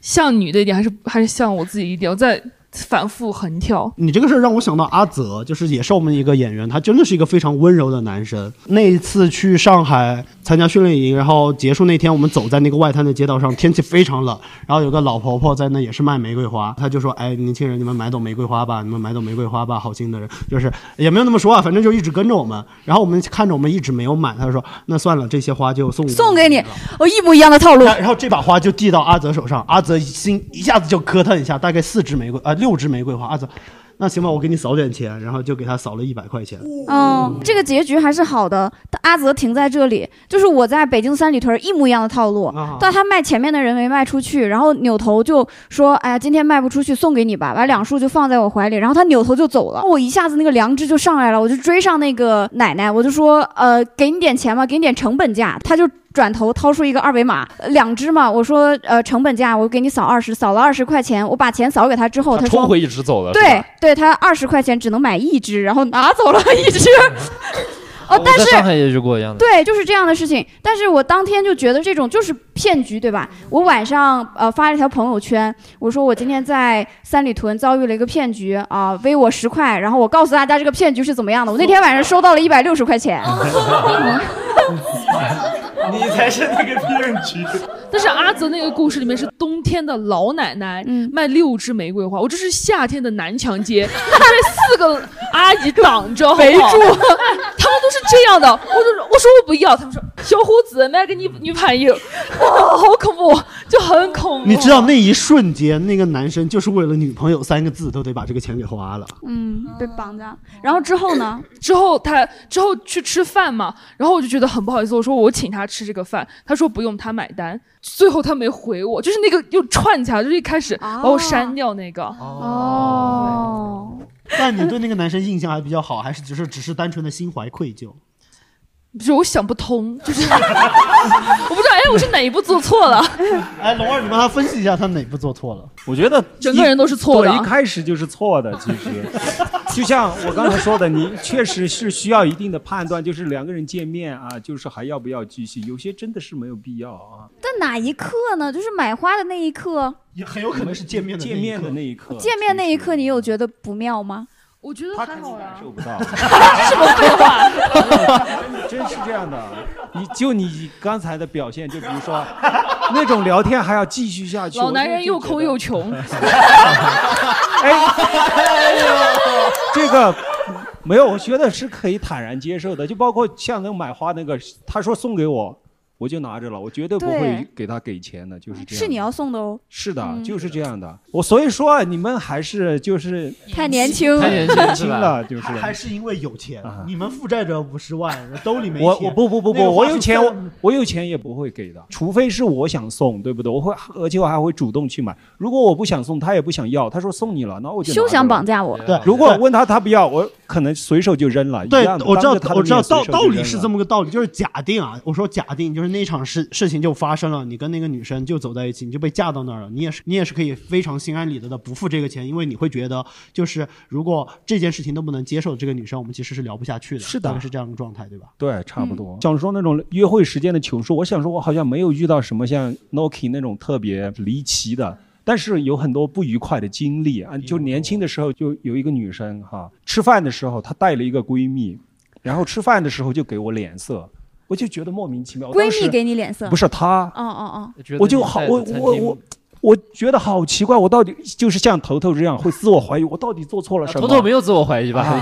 像女的一点，还是还是像我自己一点？我在反复横跳。
你这个事儿让我想到阿泽，就是也是我们一个演员，他真的是一个非常温柔的男生。那一次去上海参加训练营，然后结束那天，我们走在那个外滩的街道上，天气非常冷，然后有个老婆婆在那也是卖玫瑰花，她就说：“哎，年轻人，你们买朵玫瑰花吧，你们买朵玫瑰花吧，好心的人。”就是也没有那么说啊，反正就一直跟着我们。然后我们看着我们一直没有买，她就说：“那算了，这些花就送
送给你，我一模一样的套路。
然后这把花就递到阿泽手上，阿泽心一下子就磕腾一下，大概四支玫瑰啊、呃六支玫瑰花。阿泽，那行吧，我给你扫点钱，然后就给他扫了一百块钱。
嗯，这个结局还是好的。阿泽停在这里，就是我在北京三里屯一模一样的套路，但他卖前面的人没卖出去，然后扭头就说：“哎呀，今天卖不出去，送给你吧。”把两束就放在我怀里，然后他扭头就走了。我一下子那个良知就上来了，我就追上那个奶奶，我就说：“呃，给你点钱吧，给你点成本价。”他就。转头掏出一个二维码，呃两只嘛，我说呃成本价，我给你扫二十，扫了二十块钱，我把钱扫给他之后，他说
冲回一直走了。是
对
吧，
对，他二十块钱只能买一只，然后拿走了一只。 哦，但
嗯我在上海
是
也遇过一样的。
对，就是这样的事情。但是我当天就觉得这种就是骗局，对吧？我晚上呃发了一条朋友圈，我说我今天在三里屯遭遇了一个骗局啊、微我十块，然后我告诉大家这个骗局是怎么样的。我那天晚上收到了一百六十块钱。
你才是那个骗局。
但是阿泽那个故事里面是冬天的老奶奶
嗯
卖六支玫瑰花，我这是夏天的南墙街，这四个阿姨挡着，好不好？
围住
他们都是这样的，我就我说我不要，他们说小伙子买给你女朋友，哇，好恐怖，就很恐怖。
你知道那一瞬间，那个男生就是为了“女朋友”三个字都得把这个钱给花了。
嗯，被绑架。然后之后呢？
之后他之后去吃饭嘛，然后我就觉得很不好意思，我说我请他吃这个饭，他说不用，他买单。最后他没回我，就是那个又串起来，就是一开始把我删掉那个。
哦。
但你对那个男生印象还比较好，还是只是只是单纯的心怀愧疚？
就是我想不通，就是 我不知道，哎，我是哪一步做错了？
哎，龙二，你帮他分析一下他哪步做错了。
我觉得
整个人都是错的
啊
对一开始就是错的。其实，就像我刚才说的，你确实是需要一定的判断，就是两个人见面啊，就是还要不要继续？有些真的是没有必要啊。
但哪一刻呢？就是买花的那一刻，
也很有可能是见面
的见面的那一刻，
见面那一刻，你有觉得不妙吗？
我觉得还好啦。
受不到。
什么废话？
真是这样的，你就你刚才的表现，就比如说那种聊天还要继续下去，
老男人又抠又穷，
这个没有，我觉得是可以坦然接受的。就包括像那个买花那个，他说送给我，我就拿着了，我绝对不会
对
给他给钱的，就是这样。
是你要送的哦。
是的，
嗯
就是这样的。我所以说啊你们还是就是
太年轻
太
年
年
轻
轻
了，就是啊
还还是因为有钱，你们负债着五十万，兜里没钱。
我我不不不不，
那个话
我
术
有钱
虽
我
然
我有钱也不会给的，除非是我想送，对不对？我会而且我还会主动去买。如果我不想送，他也不想要，他说送你了，那我就拿着
休想绑架我！
对
如果问他他不要，我可能随手就扔了。
对
一样，的
我知道
当着他，的
我知道
面随
道
手就
道理
扔
是
了
这么个道理，就是假定啊，我说假定就是那场事事情就发生了，你跟那个女生就走在一起，你就被嫁到那儿了，你也是你也是可以非常心安理得的不付这个钱，因为你会觉得就是如果这件事情都不能接受这个女生，我们其实是聊不下去的，是
的
是这样的状态，对吧？
对，差不多。想说那种约会时间的糗事，我想说，我好像没有遇到什么像 Noki 那种特别离奇的，但是有很多不愉快的经历啊。就年轻的时候，就有一个女生哈，吃饭的时候她带了一个闺蜜，然后吃饭的时候就给我脸色。我就觉得莫名其妙。我当
闺
时
蜜给你脸色？
不是她，
哦哦哦，
啊我就好，我我我。我觉得好奇怪，我到底就是像头头这样会自我怀疑，我到底做错了什么？
啊
啊
头头没有自我怀疑吧？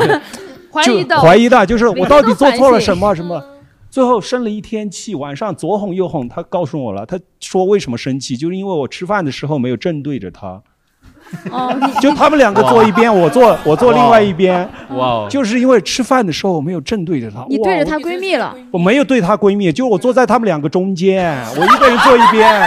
怀
就
疑到
怀疑的，就是我到底做错了什么什么。最后生了一天气，晚上左哄右哄，他告诉我了，他说为什么生气，就是因为我吃饭的时候没有正对着他，
哦，
就他们两个坐一边，我坐我坐另外一边，
哇哦，
就是因为吃饭的时候我没有正对着他，
你对着
哇
她闺蜜了，
我没有对她闺蜜，就是我坐在他们两个中间，我一个人坐一边，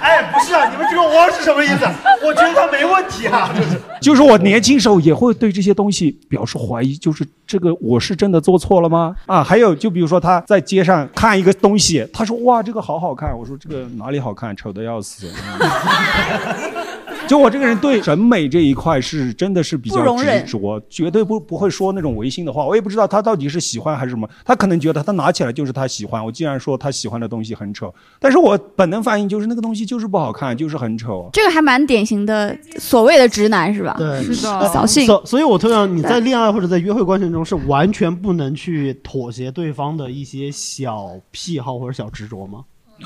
哎，不是啊，你们这个窝是什么意思？我觉得他没问题啊，就是
就是我年轻时候也会对这些东西表示怀疑，就是这个我是真的做错了吗？啊，还有就比如说他在街上看一个东西，他说哇这个好好看，我说这个哪里好看，丑的要死。就我这个人对审美这一块是真的是比
不
较
容
执
忍
着，绝对不不会说那种违心的话。我也不知道他到底是喜欢还是什么，他可能觉得他拿起来就是他喜欢。我既然说他喜欢的东西很丑，但是我本能反应就是那个东西就是不好看，就是很丑。
这个还蛮典型的所谓的直男是吧？对 扫兴。
所所以，我特想你在恋爱或者在约会过程中是完全不能去妥协对方的一些小癖好或者小执着吗？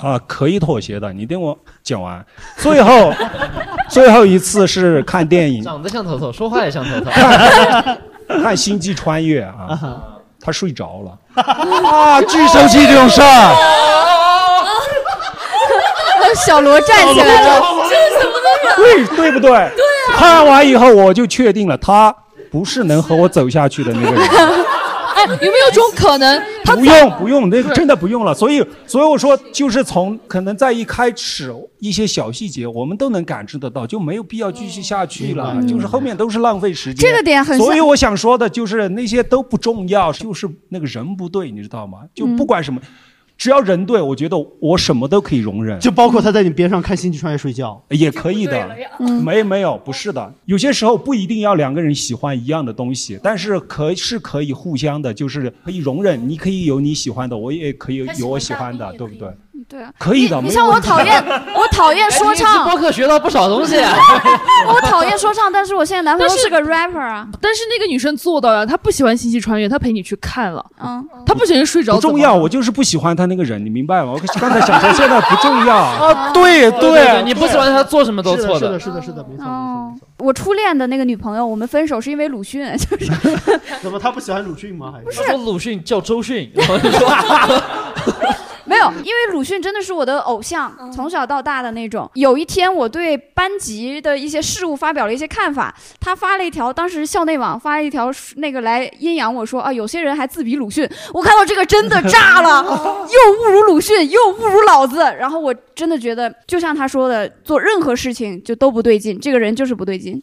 啊，可以妥协的，你听我讲完。最后， 最后一次是看电 影，
长得像头头，说话也像头头。
看《星际穿越》啊，他睡着了。
啊
巨生气这种事儿。
小罗站起来了，
这什么东西？
对对不对？对啊看完以后我就确定了，他不是能和我走下去的那个人。
哎，有没有种可能，他
不用不用，那个真的不用了。所以所以我说，就是从可能在一开始一些小细节，我们都能感知得到，就没有必要继续下去了。就是后面都是浪费时间。
这个点很像
所以我想说的就是那些都不重要，就是那个人不对，你知道吗？
嗯
就不管什么，只要人对，我觉得我什么都可以容忍。
就包括他在你边上看《星际穿越》睡觉，
也可以的，
嗯
没没有，不是的，有些时候不一定要两个人喜欢一样的东西，但是可是可以互相的，就是可以容忍，你可以有你喜欢的，我也可以有我喜欢的，对不对？
对啊，
可以的，
你
没
像
问
我
题
讨厌， 我讨厌说唱。
播客学到不少东西啊
我讨厌说唱，但是我现在男朋友是个 rapper 啊。
但是那个女生做到了，她不喜欢信息穿越，她陪你去看了，
嗯，
她不小心睡着，
不重要，我就是不喜欢他那个人，你明白吗？我刚才想说现在不重要
啊
对
对对你不喜欢他做什么都错
是
的
的，是的，是的，没错。
哦，我初恋的那个女朋友，我们分手是因为鲁迅， 就是
怎么他不喜欢鲁迅吗？还是
不是鲁迅叫周迅，然后就说
没有，因为鲁迅真的是我的偶像，从小到大的那种。有一天，我对班级的一些事物发表了一些看法，他发了一条，当时校内网发了一条那个来阴阳我说啊，有些人还自比鲁迅。我看到这个真的炸了，又侮辱鲁迅，又侮辱老子。然后我真的觉得，就像他说的，做任何事情就都不对劲，这个人就是不对劲。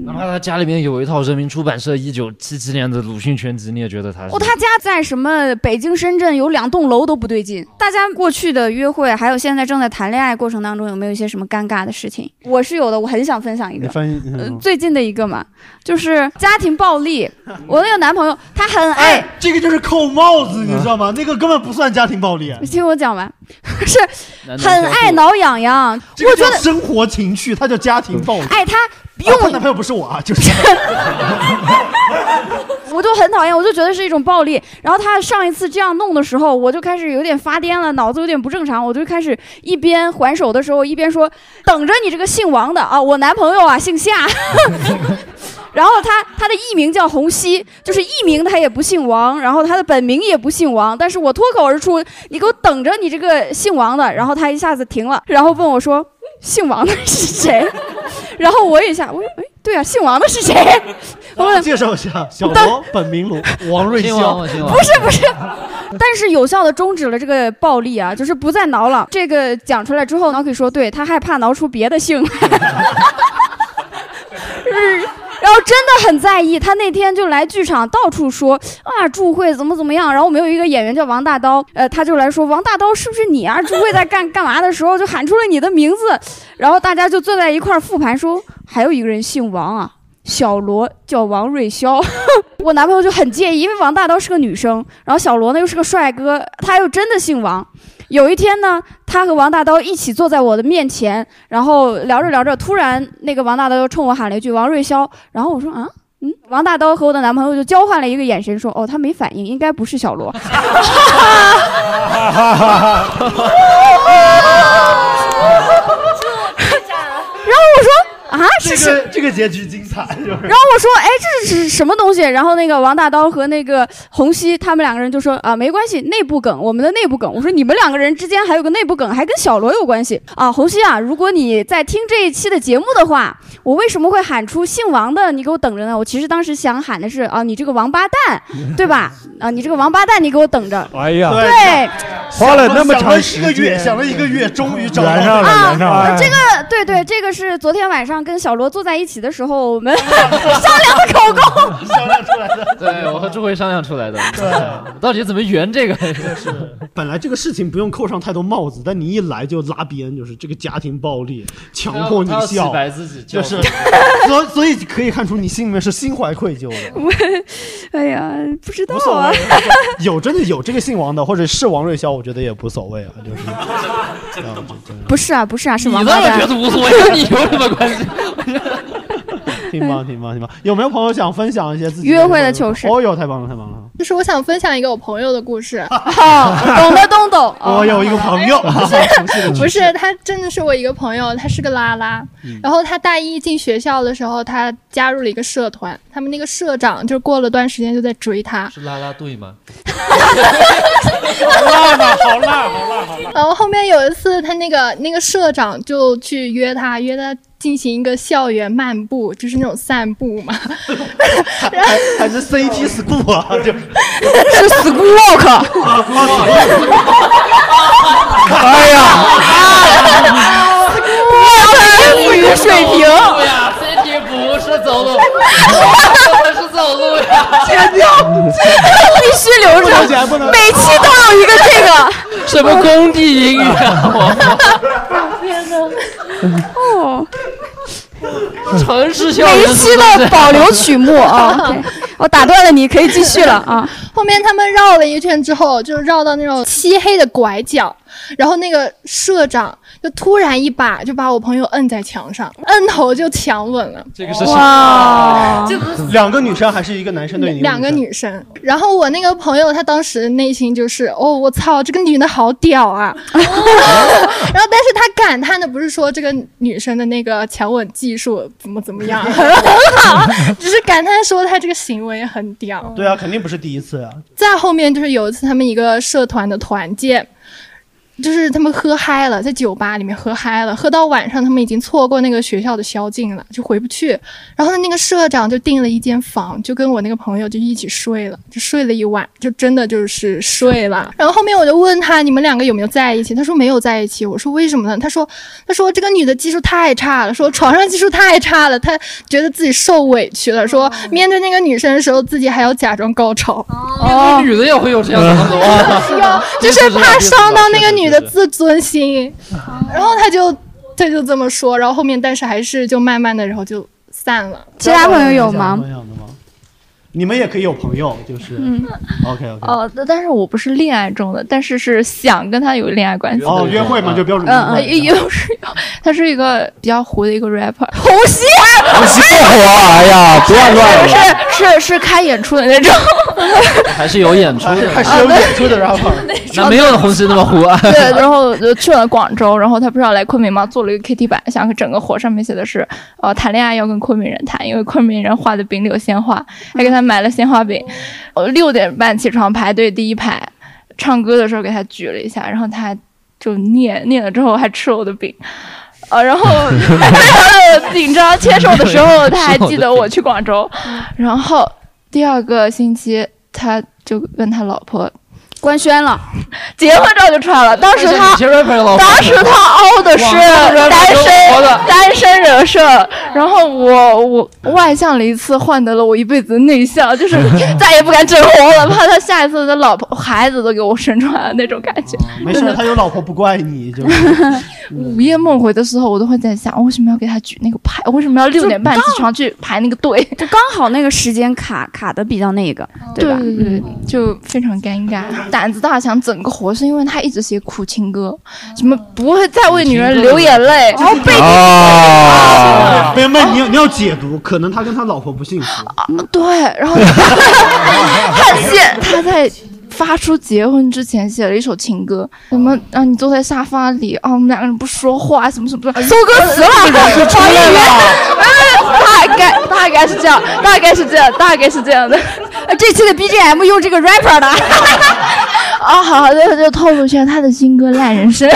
哪怕他家里面有一套人民出版社一九七七年的鲁迅全集，你也觉得他是
哦，他家在什么北京、深圳有两栋楼都不对劲。大家过去的约会，还有现在正在谈恋爱过程当中，有没有一些什么尴尬的事情？我是有的，我很想分享一个。
翻译
呃最近的一个嘛，就是家庭暴力。我那个男朋友，他很爱，
这个就是扣帽子，你知道吗？那个根本不算家 庭暴力，
你听我讲完，是
男
很爱挠痒痒。
这个
我觉
叫
得，
生活情趣，它叫家庭暴力。
哎，他
用她男朋友不是我啊， 就是。
我就很讨厌，我就觉得是一种暴力。然后他上一次这样弄的时候，我就开始有点发癫了，脑子有点不正常，我就开始一边还手的时候一边说：“等着你这个姓王的啊，我男朋友啊姓夏。” 然后他他的艺名叫洪熙，就是艺名他也不姓王，然后他的本名也不姓王，但是我脱口而出：“你给我等着你这个姓王的。”然后他一下子停了，然后问我说：“姓王的是谁？” 然后我也一下，我说：“哎，对啊，姓王的是谁？”我问
介绍一下，小
当
罗本名罗，王瑞
姓王
霄
我姓，王
不是不 是，但是有效的终止了这个暴力啊，就是不再挠了。这个讲出来之后，脑可以说，对他害怕挠出别的 姓来。嗯然后真的很在意，他那天就来剧场到处说啊，祝慧怎么怎么样。然后我们有一个演员叫王大刀，呃，他就来说王大刀是不是你啊？祝慧在干 干嘛的时候就喊出了你的名字，然后大家就坐在一块儿复盘说，还有一个人姓王啊，小罗叫王瑞潇。 我男朋友就很介意，因为王大刀是个女生，然后小罗呢又是个帅哥，他又真的姓王。有一天呢，他和王大刀一起坐在我的面前，然后聊着聊着，突然那个王大刀就冲我喊了一句“王瑞潇”，然后我说啊，嗯，王大刀和我的男朋友就交换了一个眼神，说：“哦，他没反应，应该不是小罗。然后我说：“啊，
这
是是。
个这个结局精彩，就是。
然后我说：“哎，这是什么东西？”然后那个王大刀和那个洪熙他们两个人就说：“啊，没关系，内部梗，我们的内部梗。”我说：“你们两个人之间还有个内部梗，还跟小罗有关系啊？”洪熙啊，如果你在听这一期的节目的话，我为什么会喊出姓王的？你给我等着呢！我其实当时想喊的是啊，你这个王八蛋，对吧？啊，你这个王八蛋，你给我等着。
哎呀，
对，
花了那么长时
想了一个月，
间，
想了一个月，终于找到啊
圆上了，圆上了。
啊这个对对，这个是昨天晚上跟小罗坐在一起的时候，我们商量的口供。
商量出来的。
对我和朱慧商量出来的。 对，到底怎么圆这个？是
本来这个事情不用扣上太多帽子，但你一来就拉边，就是这个家庭暴力，强迫你
他要
笑，
洗白自己
就
就是 是，
所以所以可以看出你心里面是心怀愧疚的。
哎呀，不知道
无所
啊
谓。，有真的有这个姓王的，或者是王瑞霄，我觉得也无所谓啊，就是
不是啊，不是啊，是
你
王
倒
八
是
蛋。
觉得无所谓跟你有什么关系 挺棒，挺棒，挺棒。有没有朋友想分享一些自己
约会的
糗事？哦哟，太棒了，太棒了！
就是我想分享一个我朋友的 故事。
懂的东懂。
我有
哦
一个朋友，
哦
啊
不是，他真的是我一个朋友，他是个拉拉。
嗯
然后他大一进学校的时候，他加入了一个社团，他们那个社长就过了段时间就在追他，
拉拉队吗？
好
辣呐好
辣，好辣，好辣！ 然后后面有一次，他那个那个社长就去约他，约他进行一个校园漫步，就是那种散步嘛。
还还是 CT school 啊， 就是
是 school walk。
哎呀，
我英语水平。
呀，身体不是走路，我是走路呀。
剪掉，必须留
不能剪不
着，
能
每期都有一个这个。
什么工地英语啊？
天哪！
哦，
我城市校
每
园
一期的保留曲目 啊。对我打断了你，可以继续了啊。
后面他们绕了一圈之后，就绕到那种漆黑的拐角，然后那个社长就突然一把就把我朋友摁在墙上，摁头就强吻了。
这
个
是
哇这不是
两个女生还是一个男生对你？
两个女生，然后我那个朋友她当时内心就是，哦，我操，这个女的好屌啊！ 然后，但是她感叹的不是说这个女生的那个强吻技术怎么怎么样， 很好，只是感叹说她这个行为很屌。
对啊，肯定不是第一次啊。
再后面就是有一次他们一个社团的团建，就是他们喝嗨了，在酒吧里面喝嗨了，喝到晚上他们已经错过那个学校的宵禁了，就回不去。然后那个社长就订了一间房，就跟我那个朋友就一起睡了，就睡了一晚，就真的就是睡了。然后后面我就问他你们两个有没有在一起？他说没有在一起。我说为什么呢？他说他说这个女的技术太差了，说床上技术太差了，他觉得自己受委屈了，
哦
说面对那个女生的时候自己还要假装高潮。
哦那女的也会有这样的动作啊？
有，哦就是怕伤到 那个女的自尊心，然后他就他就这么说，然后后面但是还是就慢慢的，然后就散了。
其他朋友有吗？
你们也可以有朋友，就是
嗯
OK OK。
哦，但但是我不是恋爱中的，但是是想跟他有恋爱关系。
哦，约会嘛，就标准约
嗯嗯，
会
也也是，他是一个比较糊的一个 rapper，
红熙，
哦
红熙
不火啊哎呀不要乱了
是是是开演出的那种，
还是有演出的，
还是有演出的 rapper。
那没有红熙那么糊啊。
对，然后就去了广州，然后他不是要来昆明吗？做了一个 KT 板，想整个活上面写的是，呃，谈恋爱要跟昆明人谈，因为昆明人画的饼里有鲜花，还给他买了鲜花饼。呃，六点半起床排队第一排，唱歌的时候给他举了一下，然后他就念念了之后还吃了我的饼。呃，然后 紧张牵手的时 候，他还记得我去广州，然后第二个星期他就跟他老婆
官宣了，
结婚照就穿了。当时他
以前 rapper 老婆
当时他凹的是
网上 rapper
单
都活
身
的
单身人设，然后我我外向了一次，换得了我一辈子的内 向，就是再也不敢整活了，怕他下一次的老婆孩子都给我生出来了那种感觉。
哦没
真
事，
的
他有老嗯婆不怪你，就是
午夜梦回的时候，我都会在想，为什么要给他举那个牌？为什么要六点半起床去排那个队？哦
就刚好那个时间卡卡的比较那个，
对
吧？嗯
对对，就非常尴尬。胆子大想整个活，是因为他一直写苦情歌，什么不会再为女人流眼泪，然后
哦
被你
啊，没有没有，你要你要解读，可能他跟他老婆不幸福。
对，然后他现他在发出结婚之前写了一首情歌，什么让你坐在沙发里啊，我们两个人不说话，什么什么什么，搜歌词了，哎
这个人就出来了
大概大概是这样，大概是这样，大概是 这样的。
啊
这期的 BGM 用这个 rapper 的。啊，好好的，就透露一下他的新歌《烂人生》。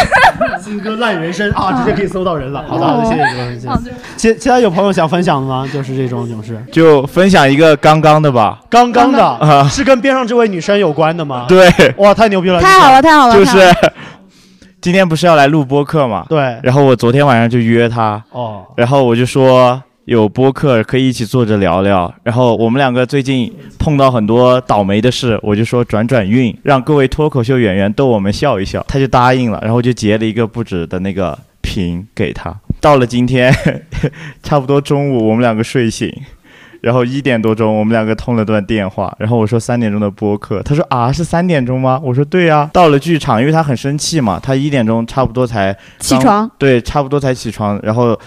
新歌《烂人生》啊，直接可以搜到人了。好的，
哦
好的，谢谢主持人谢谢。其其他有朋友想分享的吗？就是这种勇士，
就分享一个刚刚的吧。
刚刚的
啊
是跟边上这位女生有关的吗？，
对，
哇，太牛逼了，
太好了太好了
就是 今天不是要来录播客嘛？
对。
然后我昨天晚上就约她，
哦，
然后我就说有播客可以一起坐着聊聊。然后我们两个最近碰到很多倒霉的事，我就说转转运，让各位脱口秀演员逗我们笑一笑。她就答应了，然后就截了一个不止的那个屏给她。到了今天， 差不多中午我们两个睡醒。然后一点多钟，我们两个通了段电话。然后我说三点钟的播客，他说啊是三点钟吗？我说对啊。到了剧场，因为他很生气嘛，他一点钟差不多才
起
刚
床，
对，差不多才起床，然后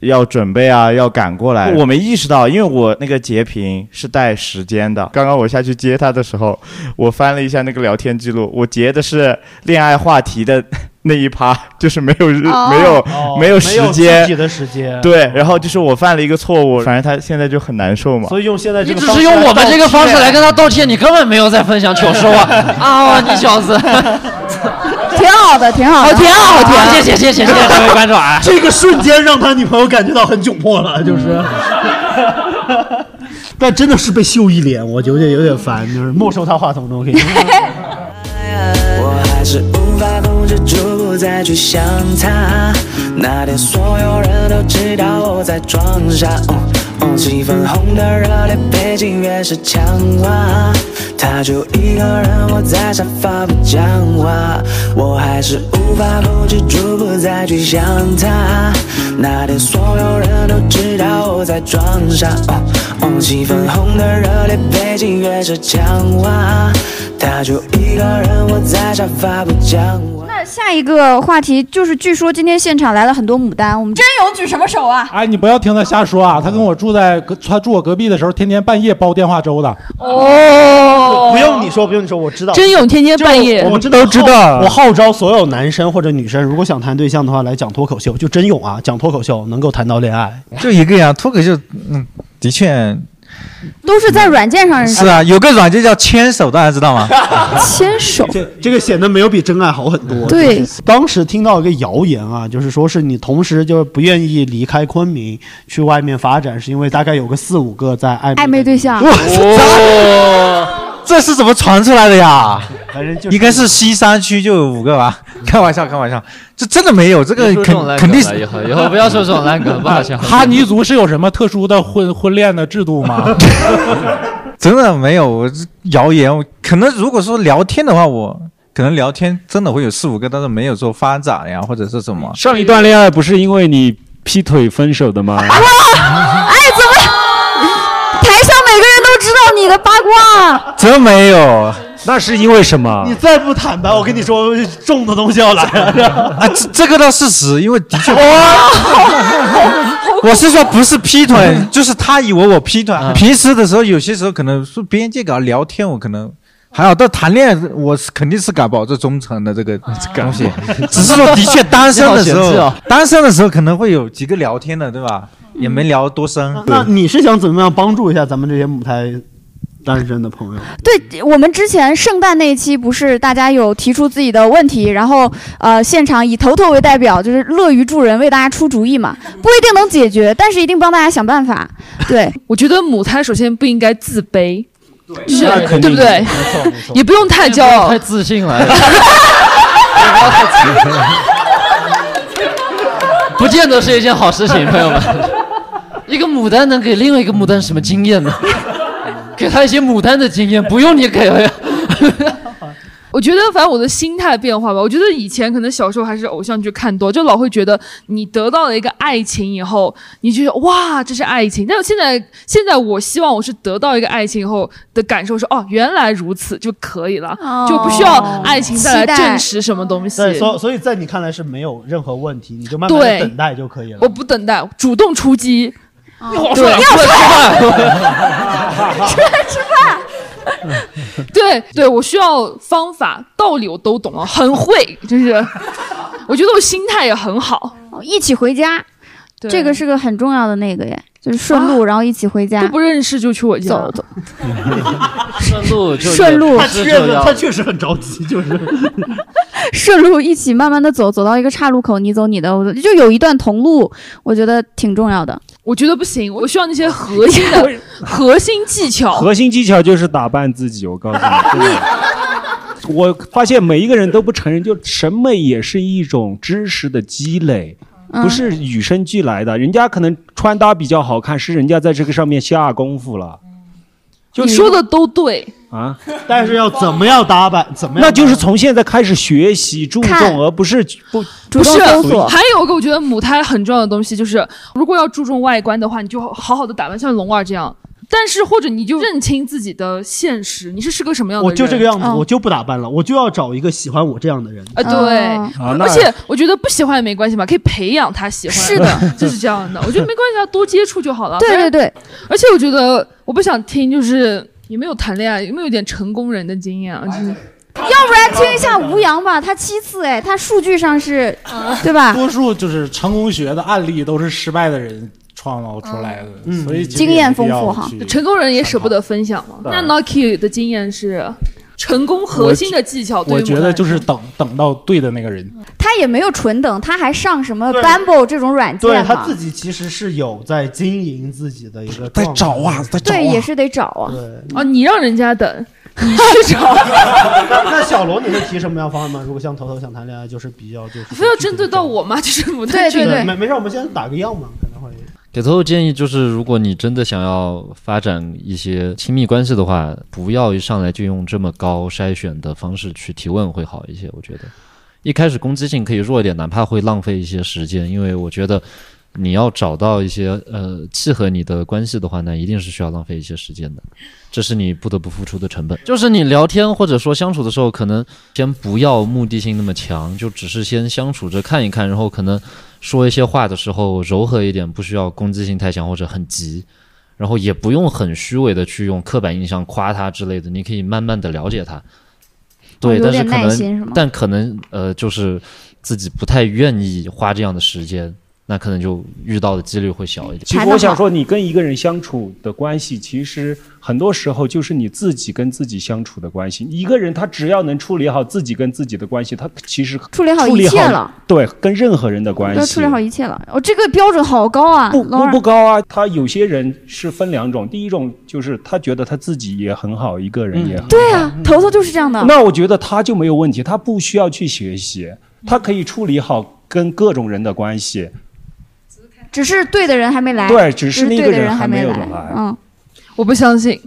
要准备啊，要赶过来。我没意识到，因为我那个截屏是带时间的。刚刚我下去接他的时候，我翻了一下那个聊天记录，我截的是恋爱话题的 那一趴，就是没有日、
哦
没有、
哦
没有
没
时
有
间
自己的时间
对，然后就是我犯了一个错误，反正他现在就很难受嘛。
所以用现在这
你
个
只
方式
是
来
用我们这个
道
方式
歉
来跟 他道歉，你根本没有在分享糗事啊！啊，你小 子，
挺好的，挺好的，
挺好挺好谢谢谢谢谢 谢各位观众啊
啊这个瞬间让他女朋友感觉到很窘迫了， 就是。但真的是被秀一脸，我有点有点烦，就是没收他话筒的，我 可 以。
我还是无法控制住不再去想他。那天所有人都知道我在装傻，哦哦，气氛红的热烈，背景越是强化，他就一个人窝在沙发不讲话。我还是无法控制住不再去想他。那天所有人都知道我在装傻，哦哦，气氛红的热烈，背景越是强化。他就一个人窝在沙发不讲话。
那下一个话题就是，据说今天现场来了很多牡丹，我们真有举什么手啊？
哎，你不要听他瞎说啊！他跟我住在隔他住我隔壁的时候，天天半夜煲电话粥的。
哦不用你说，不用你说，我知道。
真勇天天半夜
就是我们真的
都知道
号我号召所有男生或者女生，如果想谈对象的话，来讲脱口秀，就真勇啊，讲脱口秀能够谈到恋爱。
就一个呀，脱口秀，嗯，的确
都是在软件上认识。
是啊，，有个软件叫牵手，大家知道 吗？
啊
牵手。
这这个显得没有比真爱好很多。
对
就是当时听到一个谣言啊，就是说是你同时就是不愿意离开昆明去外面发展，是因为大概有个四五个在暧昧
暧昧对象。
哇
这是怎么传出来的呀？
反正就
应该是西山区就有五个吧？ 开玩笑，开玩笑，这真的没有，这个
别说这种烂
肯肯定
梗了
是
以后以后不要说这种烂梗不好笑
哈尼族是有什么特殊的婚婚恋的制度吗？
真的没有，我这谣言。我可能如果说聊天的话，我可能聊天真的会有四五个，但是没有说发展呀，或者是什么。
上一段恋爱不是因为你劈腿分手的吗？
哎，怎么？ 台上每个人都知道你的八卦。
真没有，
那是因为什么？
你再不坦白，我跟你说重的东西要来了。
啊，这这个倒事实，因为的确，
哇
我是说不是劈腿， 嗯就是他以为我劈腿。平时的时候，有些时候可能说边界感聊天，我可能还好，但谈恋爱我是肯定是敢保证忠诚的这个东 西。只是说的确单身的时
你好嫌弃
候
啊，
单身的时候可能会有几个聊天的，对吧？也没聊多深。
那你是想怎么样帮助一下咱们这些母胎单身的朋友？
对我们之前圣诞那一期，不是大家有提出自己的问题，然后呃，现场以头头为代表，就是乐于助人，为大家出主意 嘛，不一定能解决，但是一定帮大家想办法。对，
我觉得母胎首先不应该自卑，就是
那肯定
对不对
没错没？
也不用太骄 傲
太，自信了， 不见得是一件好事情，朋友 们。一个牡丹能给另外一个牡丹什么经嗯验呢？给他一些牡丹的经验，不用你给了呀。
我觉得反正我的心态变化吧，我觉得以前可能小时候还是偶像剧看多，就老会觉得你得到了一个爱情以后，你就觉得哇这是爱情。但是现在现在我希望我是得到一个爱情以后的感受是哦原来如此就可以了，
哦
就不需要爱情再来证实什么东西。
对，所所以在你看来是没有任何问题，你就慢慢地
对
等待就可以了。
我不等待，主动出击。啊
哦
你好
对
说，
要
出来吃饭。 对对，我需要方法，道理我都懂了，很会，就是，我觉得我心态也很好。
哦一起回家，
对
这个是个很重要的那个耶，就是顺路，然后一起回家。
啊不认识就去我家，
走 走。
顺路就是
顺路
他确实他确
实很着急，就是。
顺路一起慢慢的走，走到一个岔路口，你走你的，我走就有一段同路，我觉得挺重要的。
我觉得不行，我需要那些核心 的核心技巧。
核心技巧就是打扮自己，我告 诉你。真的我发现每一个人都不承认，就审美也是一种知识的积累，
嗯
不是与生俱来的。人家可能穿搭比较好看，是人家在这个上面下功夫了就
你说的都对，
啊。
但是要怎么样打扮，怎么样？
那就是从现在开始学习，注重，而不是不
不是，还有一个我觉得母胎很重要的东西就是，如果要注重外观的话，你就好好的打扮，像龙儿这样。但是或者你就认清自己的现实，你是是个什么样的
我
人？
就这个样子，
嗯
我就不打扮了，我就要找一个喜欢我这样的人。
啊，对，而且我觉得不喜欢也没关系嘛，可以培养他喜欢。
是的
就是这样的，我觉得没关系啊，多接触就好了。
对对对，
而且我觉得我不想听，就是有没有谈恋爱，有没有点成功人的经验啊？就是
要不然听一下吴阳吧，他七次哎，他数据上是，对吧？
多数就是成功学的案例都是失败的人创造出来的，所以其实
嗯经验丰
也没必
富
要
哈
去
成功人也舍不得分享嘛。
对
那 Noki 的经验是成功核心的技巧，对
我
于
觉
我来
得就是等等到对的那个人，
他也没有纯等，他还上什么 Bumble 这种软件
对
嘛
他自己其实是有在经营自己的一个
在
状态，
找啊，在
对也是得找啊。
啊，你让人家等，你去找，
那小罗，你会提什么样方案吗？如果像头头想谈恋爱，就是比较就是
非要针对到我吗？就是我
对
没没事，我们先打个样嘛，可能会。
给头头建议就是，如果你真的想要发展一些亲密关系的话，不要一上来就用这么高筛选的方式去提问会好一些。我觉得一开始攻击性可以弱一点，哪怕会浪费一些时间，因为我觉得你要找到一些呃契合你的关系的话，那一定是需要浪费一些时间的，这是你不得不付出的成本。就是你聊天或者说相处的时候，可能先不要目的性那么强，就只是先相处着看一看，然后可能说一些话的时候柔和一点，不需要攻击性太强或者很急，然后也不用很虚伪的去用刻板印象夸他之类的，你可以慢慢的了解他。对，
哦有
但是
点
可
耐心是吗
能，但可能呃，就是自己不太愿意花这样的时间，那可能就遇到的几率会小一点。
其实我想说，你跟一个人相处的关系，其实很多时候就是你自己跟自己相处的关系。一个人他只要能处理好自己跟自己的关系，他其实
处理好一切了，
对，跟任何人的关
都
系
处理好一切了。哦，这个标准好高啊！
不不
Laura
不高啊。他有些人是分两种，第一种就是他觉得他自己也很好，一个人也很好。
对啊，头头就是这样的。
那我觉得他就没有问题，他不需要去学习，他可以处理好跟各种人的关系。
只是对的人还没来，
对只是那个
对的
人
人
还
没
没有
来
来。
嗯，
我不相信，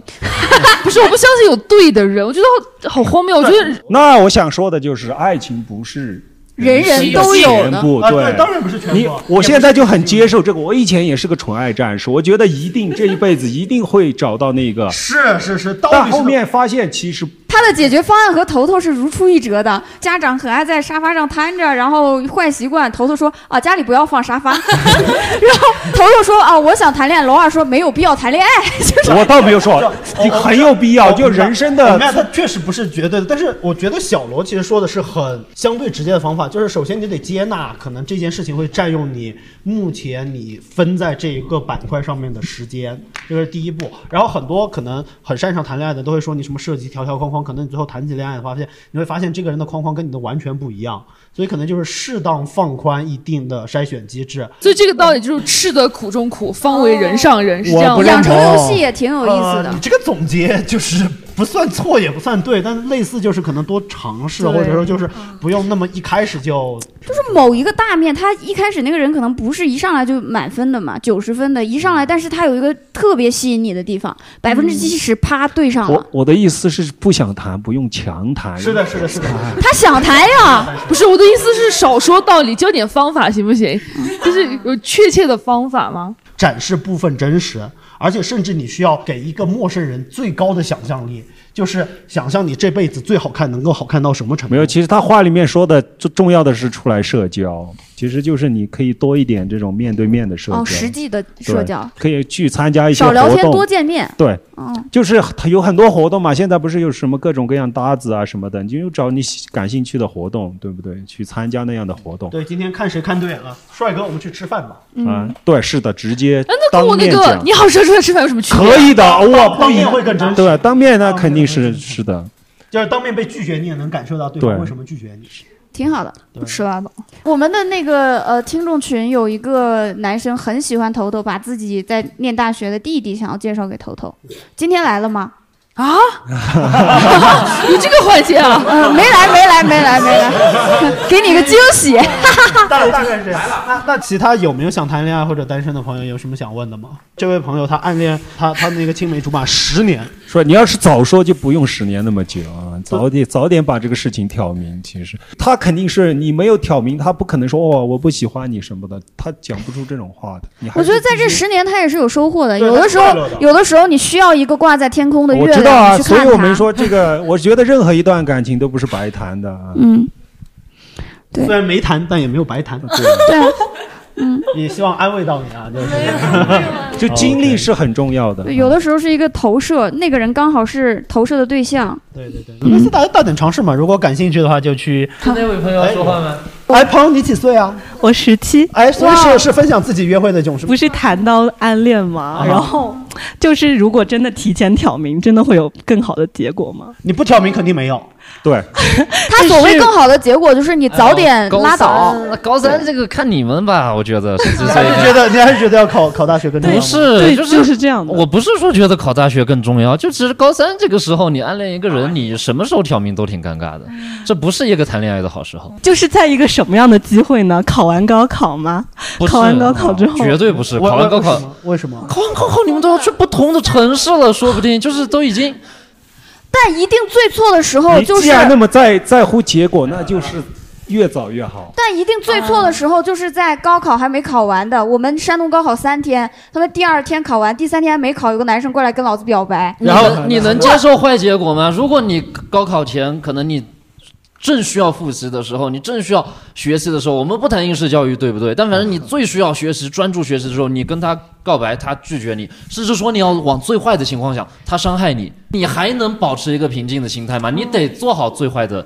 不是我不相信有对的人，我觉得好好荒谬，我觉得
那我想说的就是，爱情不是
人人都有的
全部
啊
对，
对当然不是全部
你我现在就很接受这个，我以前也是个纯爱战士，我觉得一定这一辈子一定会找到那个。
是是是，到
但
底是
后面发现其实
他的解决方案和头头是如出一辙的。家长很爱在沙发上瘫着，然后坏习惯。头头说啊，家里不要放沙发。 然后头头说啊，我想谈恋爱。龙二说没有必要谈恋爱， 就是
我倒没有说
这
你很有必要
哦我
就人生的
我明白他确实不是绝对的，但是我觉得小罗其实说的是很相对直接的方法，就是首先你得接纳，可能这件事情会占用你目前你分在这一个板块上面的时间，这个是第一步。然后很多可能很擅长谈恋爱的都会说你什么涉及条条框框，可能你最后谈起恋爱的话，发现你会发现这个人的框框跟你的完全不一样，所以可能就是适当放宽一定的筛选机制。
所以这个道理就是吃得苦中苦，方为人上人，是这样的。
我不认同养成游戏
也挺有
呃你这个总结就是不算错也不算对，但是类似就是可能多尝试，
对
或者说就是
嗯
不用那么一开始就
就是某一个大面，他一开始那个人可能不是一上来就满分的嘛，九十分的，一
嗯
上来，但是他有一个特别吸引你的地方，百分之七十啪对上了
我。我的意思是不想谈，不用强谈。
是的，是的，是的。
他想谈呀，
不是我的意思是少说道理，教点方法行不行？
嗯
就是有确切的方法吗？
展示部分真实，而且甚至你需要给一个陌生人最高的想象力，就是想象你这辈子最好看能够好看到什么程 度。
没有，其实他话里面说的最重要的是出来社交，其实就是你可以多一点这种面对面的社交，
哦，实际的
对
社交，
可以去参加一些
少
活动，
聊天多见面。
对，
嗯，
就是它有很多活动嘛，现在不是有什么各种各样搭子啊什么的，你就找你喜感兴趣的活动，对不对？去参加那样的活动。
对，今天看谁看对眼了，帅哥，我们去吃饭吧。
啊，对，是的，直接
哎那跟我
当
那
面
个
讲
你好吃出来吃饭有什么区别？啊
可以的，哇，不
当
一
面会更真实
对，啊当面呢肯定是是的，
就是当面被拒绝，你也能感受到对方
对
为什么拒绝你。
挺好的，
对
吃拉倒。我们的那个呃听众群有一个男生很喜欢头头，把自己在念大学的弟弟想要介绍给头头，今天来了吗？ 啊，
有这个环节啊？
嗯，没来，没来，没来，没来，给你个惊喜，
大大概是这样。那那其他有没有想谈恋爱或者单身的朋友有什么想问的吗？这位朋友他暗恋他他那个青梅竹马十年，
说你要是早说就不用十年那么久啊，早点早点把这个事情挑明。其实他肯定是你没有挑明，他不可能说哦我不喜欢你什么的，他讲不出这种话的。你还
我觉
是
得在这十年他也是有收获的，
对
有的时候
他是快乐的
有的时候你需要一个挂在天空的月
我
亮，
知道啊，
你去
所以
看
我
它。
们说这 个，我觉得任何一段感情都不是白谈的啊。
嗯，
虽然没谈，但也没有白谈。对，
嗯，
也希望安慰到你啊，就是
就
哦
经历是很重要的。
对有的时候是一个投射，那个人刚好是投射的对象。
对对对，没事，大家大胆尝试嘛。如果感兴趣的话，就去。
跟那位朋友说话吗？
哎，朋友，你几岁啊？
我十七。
哎，所以是是分享自己约会的这种是
不是谈到暗恋吗？
啊
然后就是如果真的提前挑明，真的会有更好的结果吗？
你不挑明肯定没有。
对，
他所谓更好的结果就是你
哎
早点拉倒。
高三这个看你们吧，我觉得是这
还是觉得你还是觉得要考考大学更重要
不
吗？
是，就是
这样
的。我不是说觉得考大学更重要，就其实高三这个时候，你暗恋一个人，你什么时候挑明都挺尴尬的，这不是一个谈恋爱的好时候。
就是在一个什么样的机会呢？考完高考吗
不？是
考完高考之后，
绝对不是。考完高考，
为什么？
考完高考你们都要去不同的城市了，说不定就是都已经。
但一定最错的时候
你
就是
既，然那么在在乎结果，那就是越早越好。
但一定最错的时候就是在高考还没考完的。我们山东高考三天，他们第二天考完，第三天还没考，有个男生过来跟老子表白。
你能你能接受坏结果吗？如果你高考前可能你正需要复习的时候，你正需要学习的时候，我们不谈应试教育，对不对？但反正你最需要学习、专注学习的时候，你跟他告白，他拒绝你，甚至说你要往最坏的情况想，他伤害你，你还能保持一个平静的心态吗？你得做好最坏的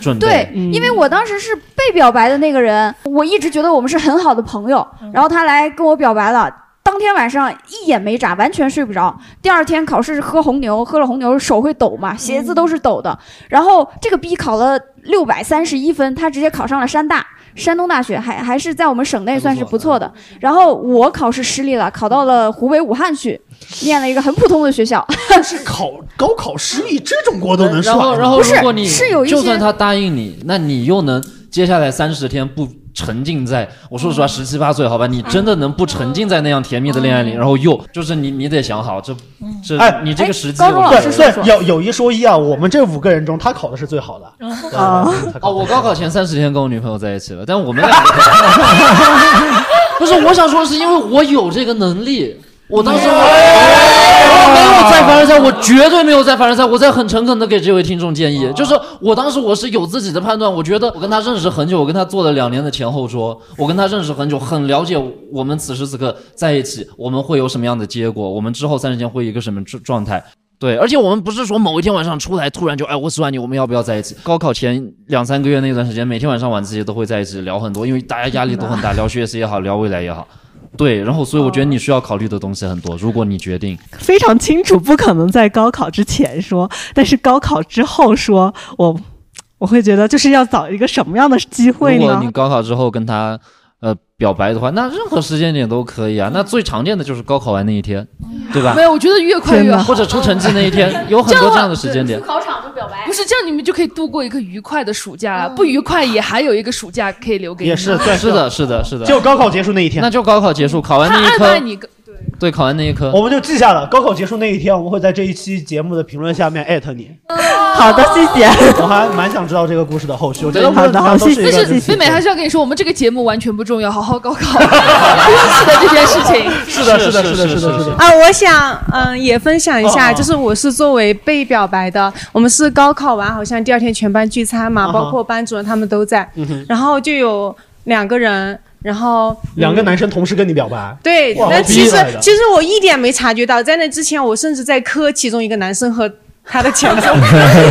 准备。
对，因为我当时是被表白的那个人，我一直觉得我们是很好的朋友，然后他来跟我表白了。当天晚上一眼没眨，完全睡不着。第二天考试是喝红牛，喝了红牛手会抖嘛，鞋子都是抖的。然后这个逼考了六百三十一分，他直接考上了山大，山东大学，还还是在我们省内算是不错的。嗯然后我考试失利了，考到了湖北武汉 去，念了一个很普通的学校。
是考高考失利，这种锅都能
然后，然后
不是
如果你
是有一些
就算他答应你，那你又能接下来三十天不沉浸在我说实话十七八岁好吧，你真的能不沉浸在那样甜蜜的恋爱里？然后又就是你你得想好这这、
哎，
你这个时机
对
我觉得，
对，有有一说一啊，我们这五个人中，他考的是最好的。
啊哦，我高考前三十天跟我女朋友在一起了，但我们俩不是我想说的是，因为我有这个能力。我当时我我没有在凡尔赛，我绝对没有在凡尔赛。我在很诚恳的给这位听众建议，就是我当时我是有自己的判断，我觉得我跟他认识很久，我跟他做了两年的前后桌，我跟他认识很久，很了解我们此时此刻在一起我们会有什么样的结果，我们之后三十天会一个什么状状态。对，而且我们不是说某一天晚上出来突然就哎我喜欢你，我们要不要在一起？高考前两三个月那段时间，每天晚上晚自习都会在一起聊很多，因为大家压力都很大，聊学习也好，聊未来也好。对，然后所以我觉得你需要考虑的东西很多，如果你决定，
非常清楚，不可能在高考之前说，但是高考之后说，我我会觉得就是要找一个什么样的机会
如果
呢
你？高考之后跟他呃表白的话，那任何时间点都可以啊。那最常见的就是高考完那一天，对吧？
没有，我觉得越快越好，
或者出成绩那一 天，有很多这样的时间点。
考场就表白，不嗯是这样，你们就可以度过一个愉快的暑假，不愉快也还有一个暑假可以留给你
也
们。
是
是的，是的，是的。
就高考结束那一天，
那就高考结束，考完那一
他安排
科，
你个
对，考完那一科，
我们就记下了。高考结束那一天，我们会在这一期节目的评论下面艾特你。
好的，谢谢。
我还蛮想知道这个故事的后续，我觉得
好
无论
的好
怎么样都
谢谢
一个
但是妹妹还是要跟你说，我们这个节目完全不重要，好好高 考，过去的这件事情。
是的，是的，是的，是的，是的。
啊，我想嗯也分享一下，
哦哦
就是我是作为被表白的，我们是高考完好像第二天全班聚餐嘛，
啊哈
包括班主任他们都在，
嗯哼
然后就有两个人，然后
两个男生同时跟你表白，
对，
哇
那
好
其
逼
实
来的
其实我一点没察觉到，在那之前，我甚至在磕其中一个男生和他的 前任，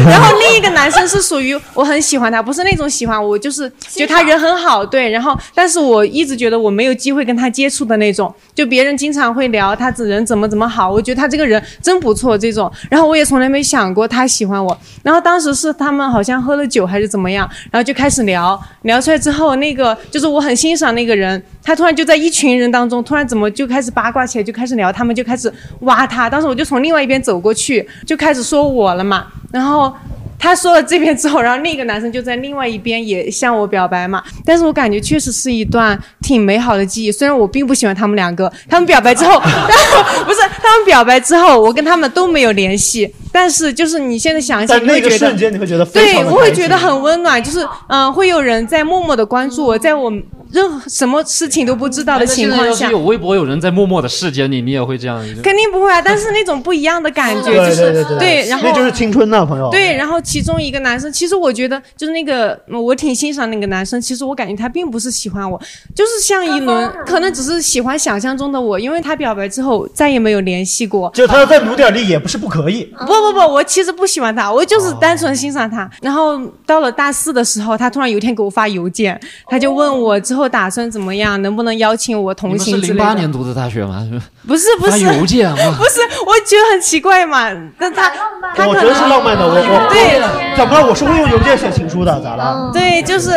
然后另一个男生是属于我很喜欢他，不是那种喜欢，我就是觉得他人很好，对，然后但是我一直觉得我没有机会跟他接触的那种，就别人经常会聊他这人怎么怎么好，我觉得他这个人真不错这种，然后我也从来没想过他喜欢我，然后当时是他们好像喝了酒还是怎么样，然后就开始聊，聊出来之后，那个就是我很欣赏那个人，他突然就在一群人当中，突然怎么就开始八卦起来，就开始聊，他们就开始挖他。当时我就从另外一边走过去，就开始说我了嘛。然后他说了这边之后，然后另一个男生就在另外一边也向我表白嘛。但是我感觉确实是一段挺美好的记忆，虽然我并不喜欢他们两个。他们表白之后， 但不是他们表白之后，我跟他们都没有联系。但是就是你现在想起来，
在
你会
那
觉
个
得
瞬间，你会觉得非
对
常，的
我会
开心
觉得很温暖，就是嗯、呃会有人在默默的关注我，在我任何什么事情都不知
哎
道的情
那现在
况
要
下
是，有微博有人在默默的视奸你，你也会这样。
肯定不会啊。但是那种不一样的感觉，
对对
就是
对
然后
那就是哦青春呐，朋友。
对，然后其中一个男生，其实我觉得就是那个，嗯我挺欣赏那个男生。其实我感觉他并不是喜欢我，就是像一轮，可能只是喜欢想象中的我，因为他表白之后再也没有联系过。
就他要再努点力也不是不可以。
不不不，我其实不喜欢他，我就是单纯欣赏他。然后到了大四的时候，他突然有一天给我发邮件，他就问我之后打算怎么样，能不能邀请我
你
同
们是
行之
零
类
八
的。
年读的大学吗？
不是不
发
是
邮件哇
不是，我觉得很奇怪嘛。但他他
我
可
觉得
能
是浪漫的，我我
对
怎么了？我是会用邮件写情书的，咋
嗯
了？
对，就是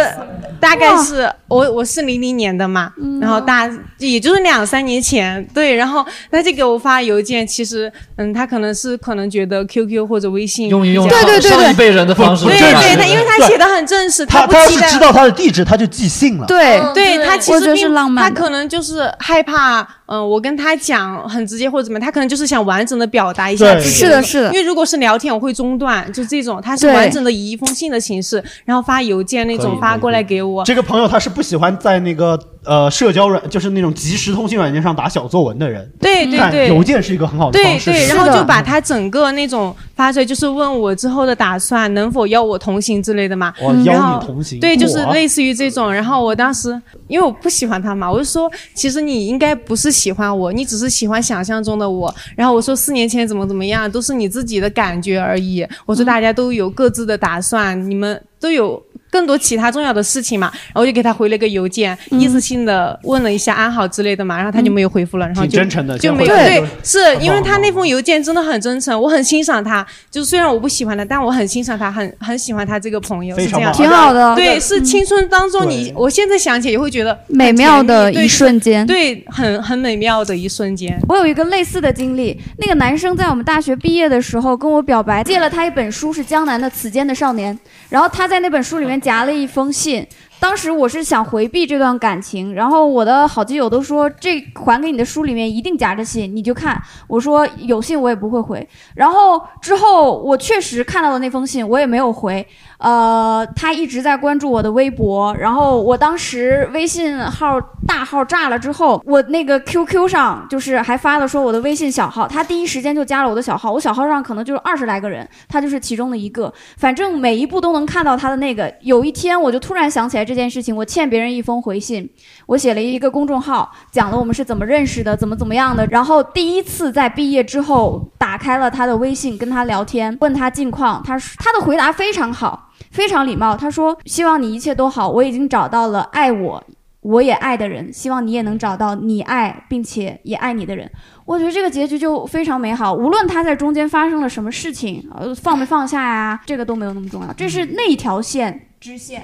大概是我我是零零年的嘛，
嗯
然后大也就是两三年前，对，然后他就给我发邮件，其实嗯，他可能是可能觉得 QQ 或者微信
用一用
比较
上对对对对上一辈人的方式
对
这样
对，
子
他因为他写的很正式，
他
不
他要
期
是
待
知道他的地址，他就寄信了。
对
嗯
对，
对
他其
我觉
实
得
并
是浪漫
他可能就是害怕，嗯、我跟他讲很直接或者怎么样，他可能就是想完整的表达一下
对
自己。
是的是的
因为如果是聊天，我会中断，就这种，他是
对
完整的以一封信的形式，然后发邮件那
可
种
以
发
可以
过来给我。
这个朋友他是不喜欢在那个呃社交软，就是那种即时通信软件上打小作文的人。
对对
但
对
邮件是一个很好的
对
方式。
对，然后就把他整个那种发出来，就是问我之后的打算，能否邀我同行之类的嘛。
哇
嗯
邀
然后
你同行
对，就是
哇
类似于这种。然后我当时因为我不喜欢他嘛，我就说，其实你应该不是喜欢我，你只是喜欢想象中的我。然后我说四年前怎么怎么样，都是你自己的感觉而已。我说大家都有各自的打算，你们都有。更多其他重要的事情嘛，然后我就给他回了个邮件，一次性的问了一下安好之类的嘛，然后他就没有回复了，然后
挺
就
真诚的
就
先
没
回
有
复
对
就，
是因为他那封邮件真的很真诚，我很欣赏他。就是虽然我不喜欢他，但我很欣赏他，很很喜欢他这个朋友，
非
是
常
这样，
棒挺好的
对，
嗯
是青春当中你，我现在想起来也会觉得
美妙的一瞬间
对，对很很美妙的一瞬间。
我有一个类似的经历，那个男生在我们大学毕业的时候跟我表白，借了他一本书，是江南的《此间的少年》，然后他在那本书里面夹了一封信。当时我是想回避这段感情，然后我的好基友都说这还给你的书里面一定夹着信，你就看。我说有信我也不会回。然后之后我确实看到了那封信，我也没有回。呃，他一直在关注我的微博，然后我当时微信号大号炸了之后，我那个 QQ 上就是还发了说我的微信小号，他第一时间就加了我的小号，我小号上可能就是二十来个人，他就是其中的一个，反正每一步都能看到他的那个。有一天我就突然想起来这件事情，我欠别人一封回信，我写了一个公众号，讲了我们是怎么认识的，怎么怎么样的。然后第一次在毕业之后打开了他的微信，跟他聊天，问他近况，他说他的回答非常好，非常礼貌。他说希望你一切都好，我已经找到了爱我。我也爱的人，希望你也能找到你爱并且也爱你的人。我觉得这个结局就非常美好，无论他在中间发生了什么事情，呃，放没放下呀、这个都没有那么重要。这是那一条线支线。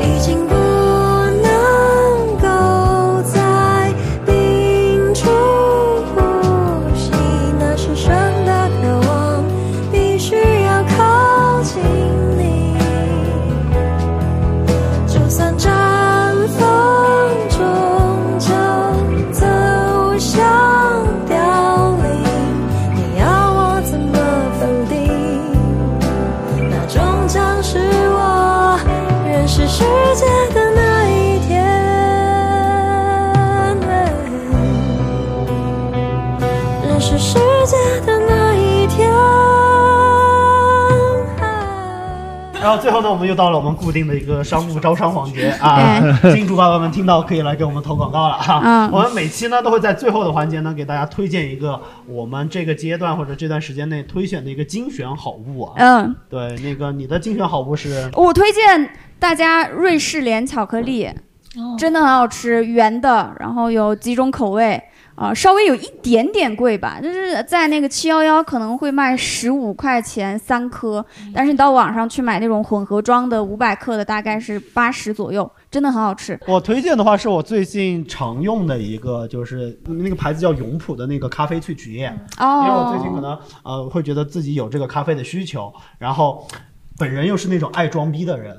已经不能
认识世界的那一天。
然后最后呢，我们又到了我们固定的一个商务招商环节啊
哎，
金主爸爸们听到可以来给我们投广告了哈、
嗯
我们每期呢都会在最后的环节呢给大家推荐一个我们这个阶段或者这段时间内推选的一个精选好物啊。
嗯，
对，那个你的精选好物
嗯
是
我推荐大家瑞士莲巧克力，真的很好吃，圆的，然后有几种口味啊、稍微有一点点贵吧，就是在那个七幺幺可能会卖十五块钱三颗，但是你到网上去买那种混合装的五百克的，大概是八十左右，真的很好吃。
我推荐的话，是我最近常用的一个，就是那个牌子叫永璞的那个咖啡萃取液。
哦
因为我最近可能呃会觉得自己有这个咖啡的需求，然后本人又是那种爱装逼的人，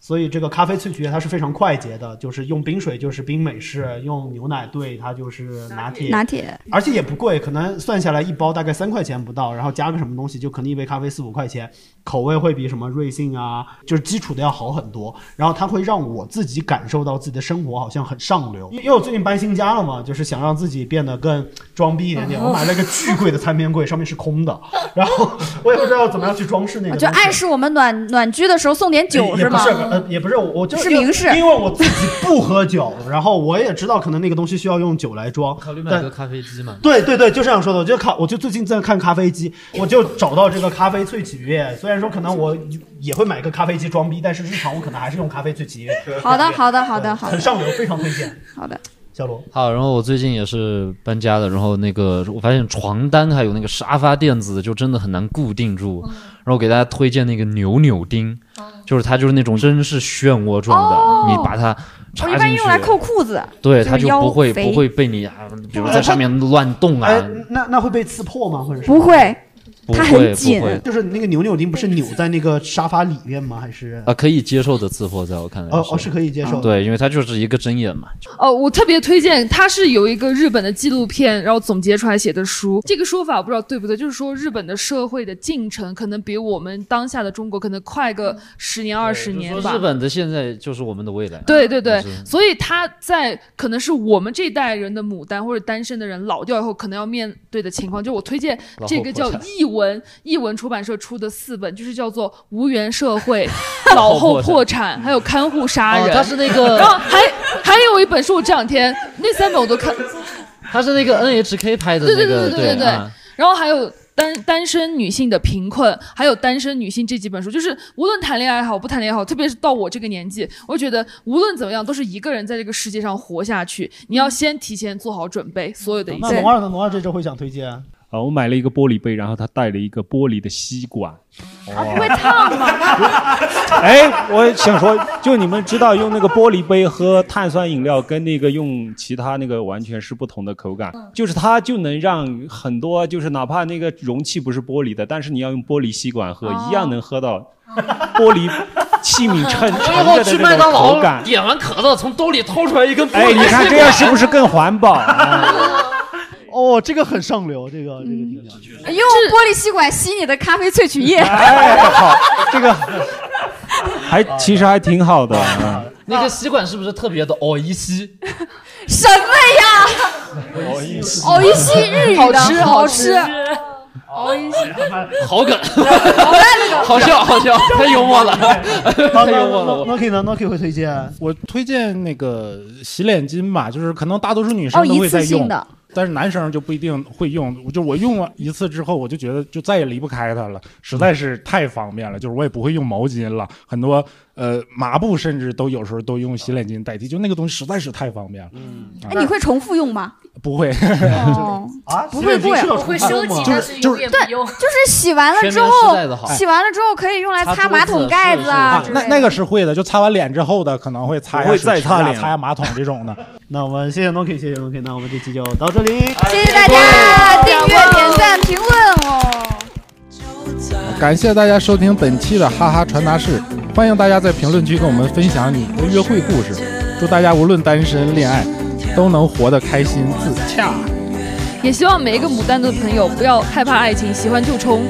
所以这个咖啡萃取液它是非常快捷的，就是用冰水就是冰美式，用牛奶兑它就是拿铁。
拿铁
而且也不贵，可能算下来一包大概三块钱不到，然后加个什么东西，就可能一杯咖啡四五块钱，口味会比什么瑞幸啊，就是基础的要好很多。然后它会让我自己感受到自己的生活好像很上流，因为因为我最近搬新家了嘛，就是想让自己变得更装逼一点点。我买了一个巨贵的餐边柜，上面是空的，然后我也不知道怎么样去装饰那个
我
东西。
哦就暗示我们暖暖居的时候送点酒
也
是吗？
也不是，呃，也不是，我我就是因为
明示
因为我自己不喝酒，然后我也知道可能那个东西需要用酒来装，
考虑
但
买个咖啡机嘛。
对对对，就这样说的。我就看，我就最近在看咖啡机，我就找到这个咖啡萃取液。虽然说可能我也会买个咖啡机装逼，但是日常我可能还是用咖啡萃取液。
好的好的好的
对
好的
很上流，非常推荐。
好的，
小罗，
好，然后我最近也是搬家的，然后那个我发现床单还有那个沙发垫子就真的很难固定住，然后给大家推荐那个扭扭钉，就是它就是那种真是漩涡状的，
哦
你把它
我
插
一
进
般
去，
用来扣裤子，
对，
是
它就
腰
不会
肥
不会被你啊，比如在上面乱动啊，
哎那那会被刺破吗？或者是
不会，
不它很会不紧会
就是你那个扭扭钉不是扭在那个沙发里面吗？还是？
啊，可以接受的刺破，在我看来
哦哦是可以接受的
对，因为它就是一个针眼嘛，
哦，我特别推荐，它是有一个日本的纪录片，然后总结出来写的书。这个说法我不知道对不对，就是说日本的社会的进程可能比我们当下的中国可能快个
嗯
十年二十年
说
吧。
日本的现在就是我们的未来。
对对对
就是，
所以他在可能是我们这代人的牡丹或者单身的人老掉以后，可能要面对的情况，就我推荐这个叫
老后破产
译文译文出版社出的四本，就是叫做《无缘社 会》《老后破产》还有《看护杀人》
嗯哦它是那个
然后还还有一本书，我这两天那三本我都看，
它是那个 NHK 拍的那
对对
个，
对对对
啊。
然后还有单单身女性的贫困，还有单身女性这几本书，就是无论谈恋爱也好，不谈恋爱也好，特别是到我这个年纪，我觉得无论怎么样，都是一个人在这个世界上活下去，你要先提前做好准备，所有的一
嗯那
切
龙。二呢？龙二这周会想推荐啊？
啊，我买了一个玻璃杯，然后它带了一个玻璃的吸管。
啊
会烫吗？
哎，我想说，就你们知道用那个玻璃杯喝碳酸饮料，跟那个用其他那个完全是不同的口感。
嗯
就是它就能让很多，就是哪怕那个容器不是玻璃的，但是你要用玻璃吸管喝，一
哦
样能喝到玻璃器皿盛
我以
盛
后
着
哎去
的
麦
那
当
种口
劳
感。
点完可乐，从兜里掏出来一根玻璃
哎，你看这样是不
吸
是更环保？啊
哦，这个很上流，这 个这个
用嗯哎玻璃吸管吸你的咖啡萃取液。
哎
好，这个还其实还挺好 的。嗯
管？ 那个吸管是不是特别的哦一吸？
什么呀？哦一吸日语的，
好吃
好
好
吃
吃。
哦一吸，
好梗，
好
好笑好笑，太幽默了，
好
太幽默了。
，Noki 呢？Noki 会推荐
我推荐那个洗脸巾吧，就是可能大多数女生
哦
都会在
一次
用，
性的
但是男生就不一定会用。就我用了一次之后，我就觉得就再也离不开它了，实在是太方便了。就是我也不会用毛巾了，很多呃麻布甚至都有时候都用洗脸巾代替，就那个东西实在是太方便了。嗯，
哎，你会重复用吗？
不会？
哦，
啊
不会贵，
就是就是
对，就是洗完了之
全民
后
时代的，好
洗完了之后可以用来擦马桶盖子啊
啊
之，类
那
的。
那个是会的，就擦完脸之后的可能会擦一下
不会
手
再
指
擦
甲
脸
擦一下马桶这种的。
那我们谢谢 Noki，谢谢 Noki，那我们这期就到这里，
谢谢大家订阅、点赞、评论哦。
感谢大家收听本期的哈哈传达室，欢迎大家在评论区跟我们分享你的约会故事。祝大家无论单身恋爱，都能活得开心自洽。
也希望每一个牡丹的朋友不要害怕爱情，喜欢就冲。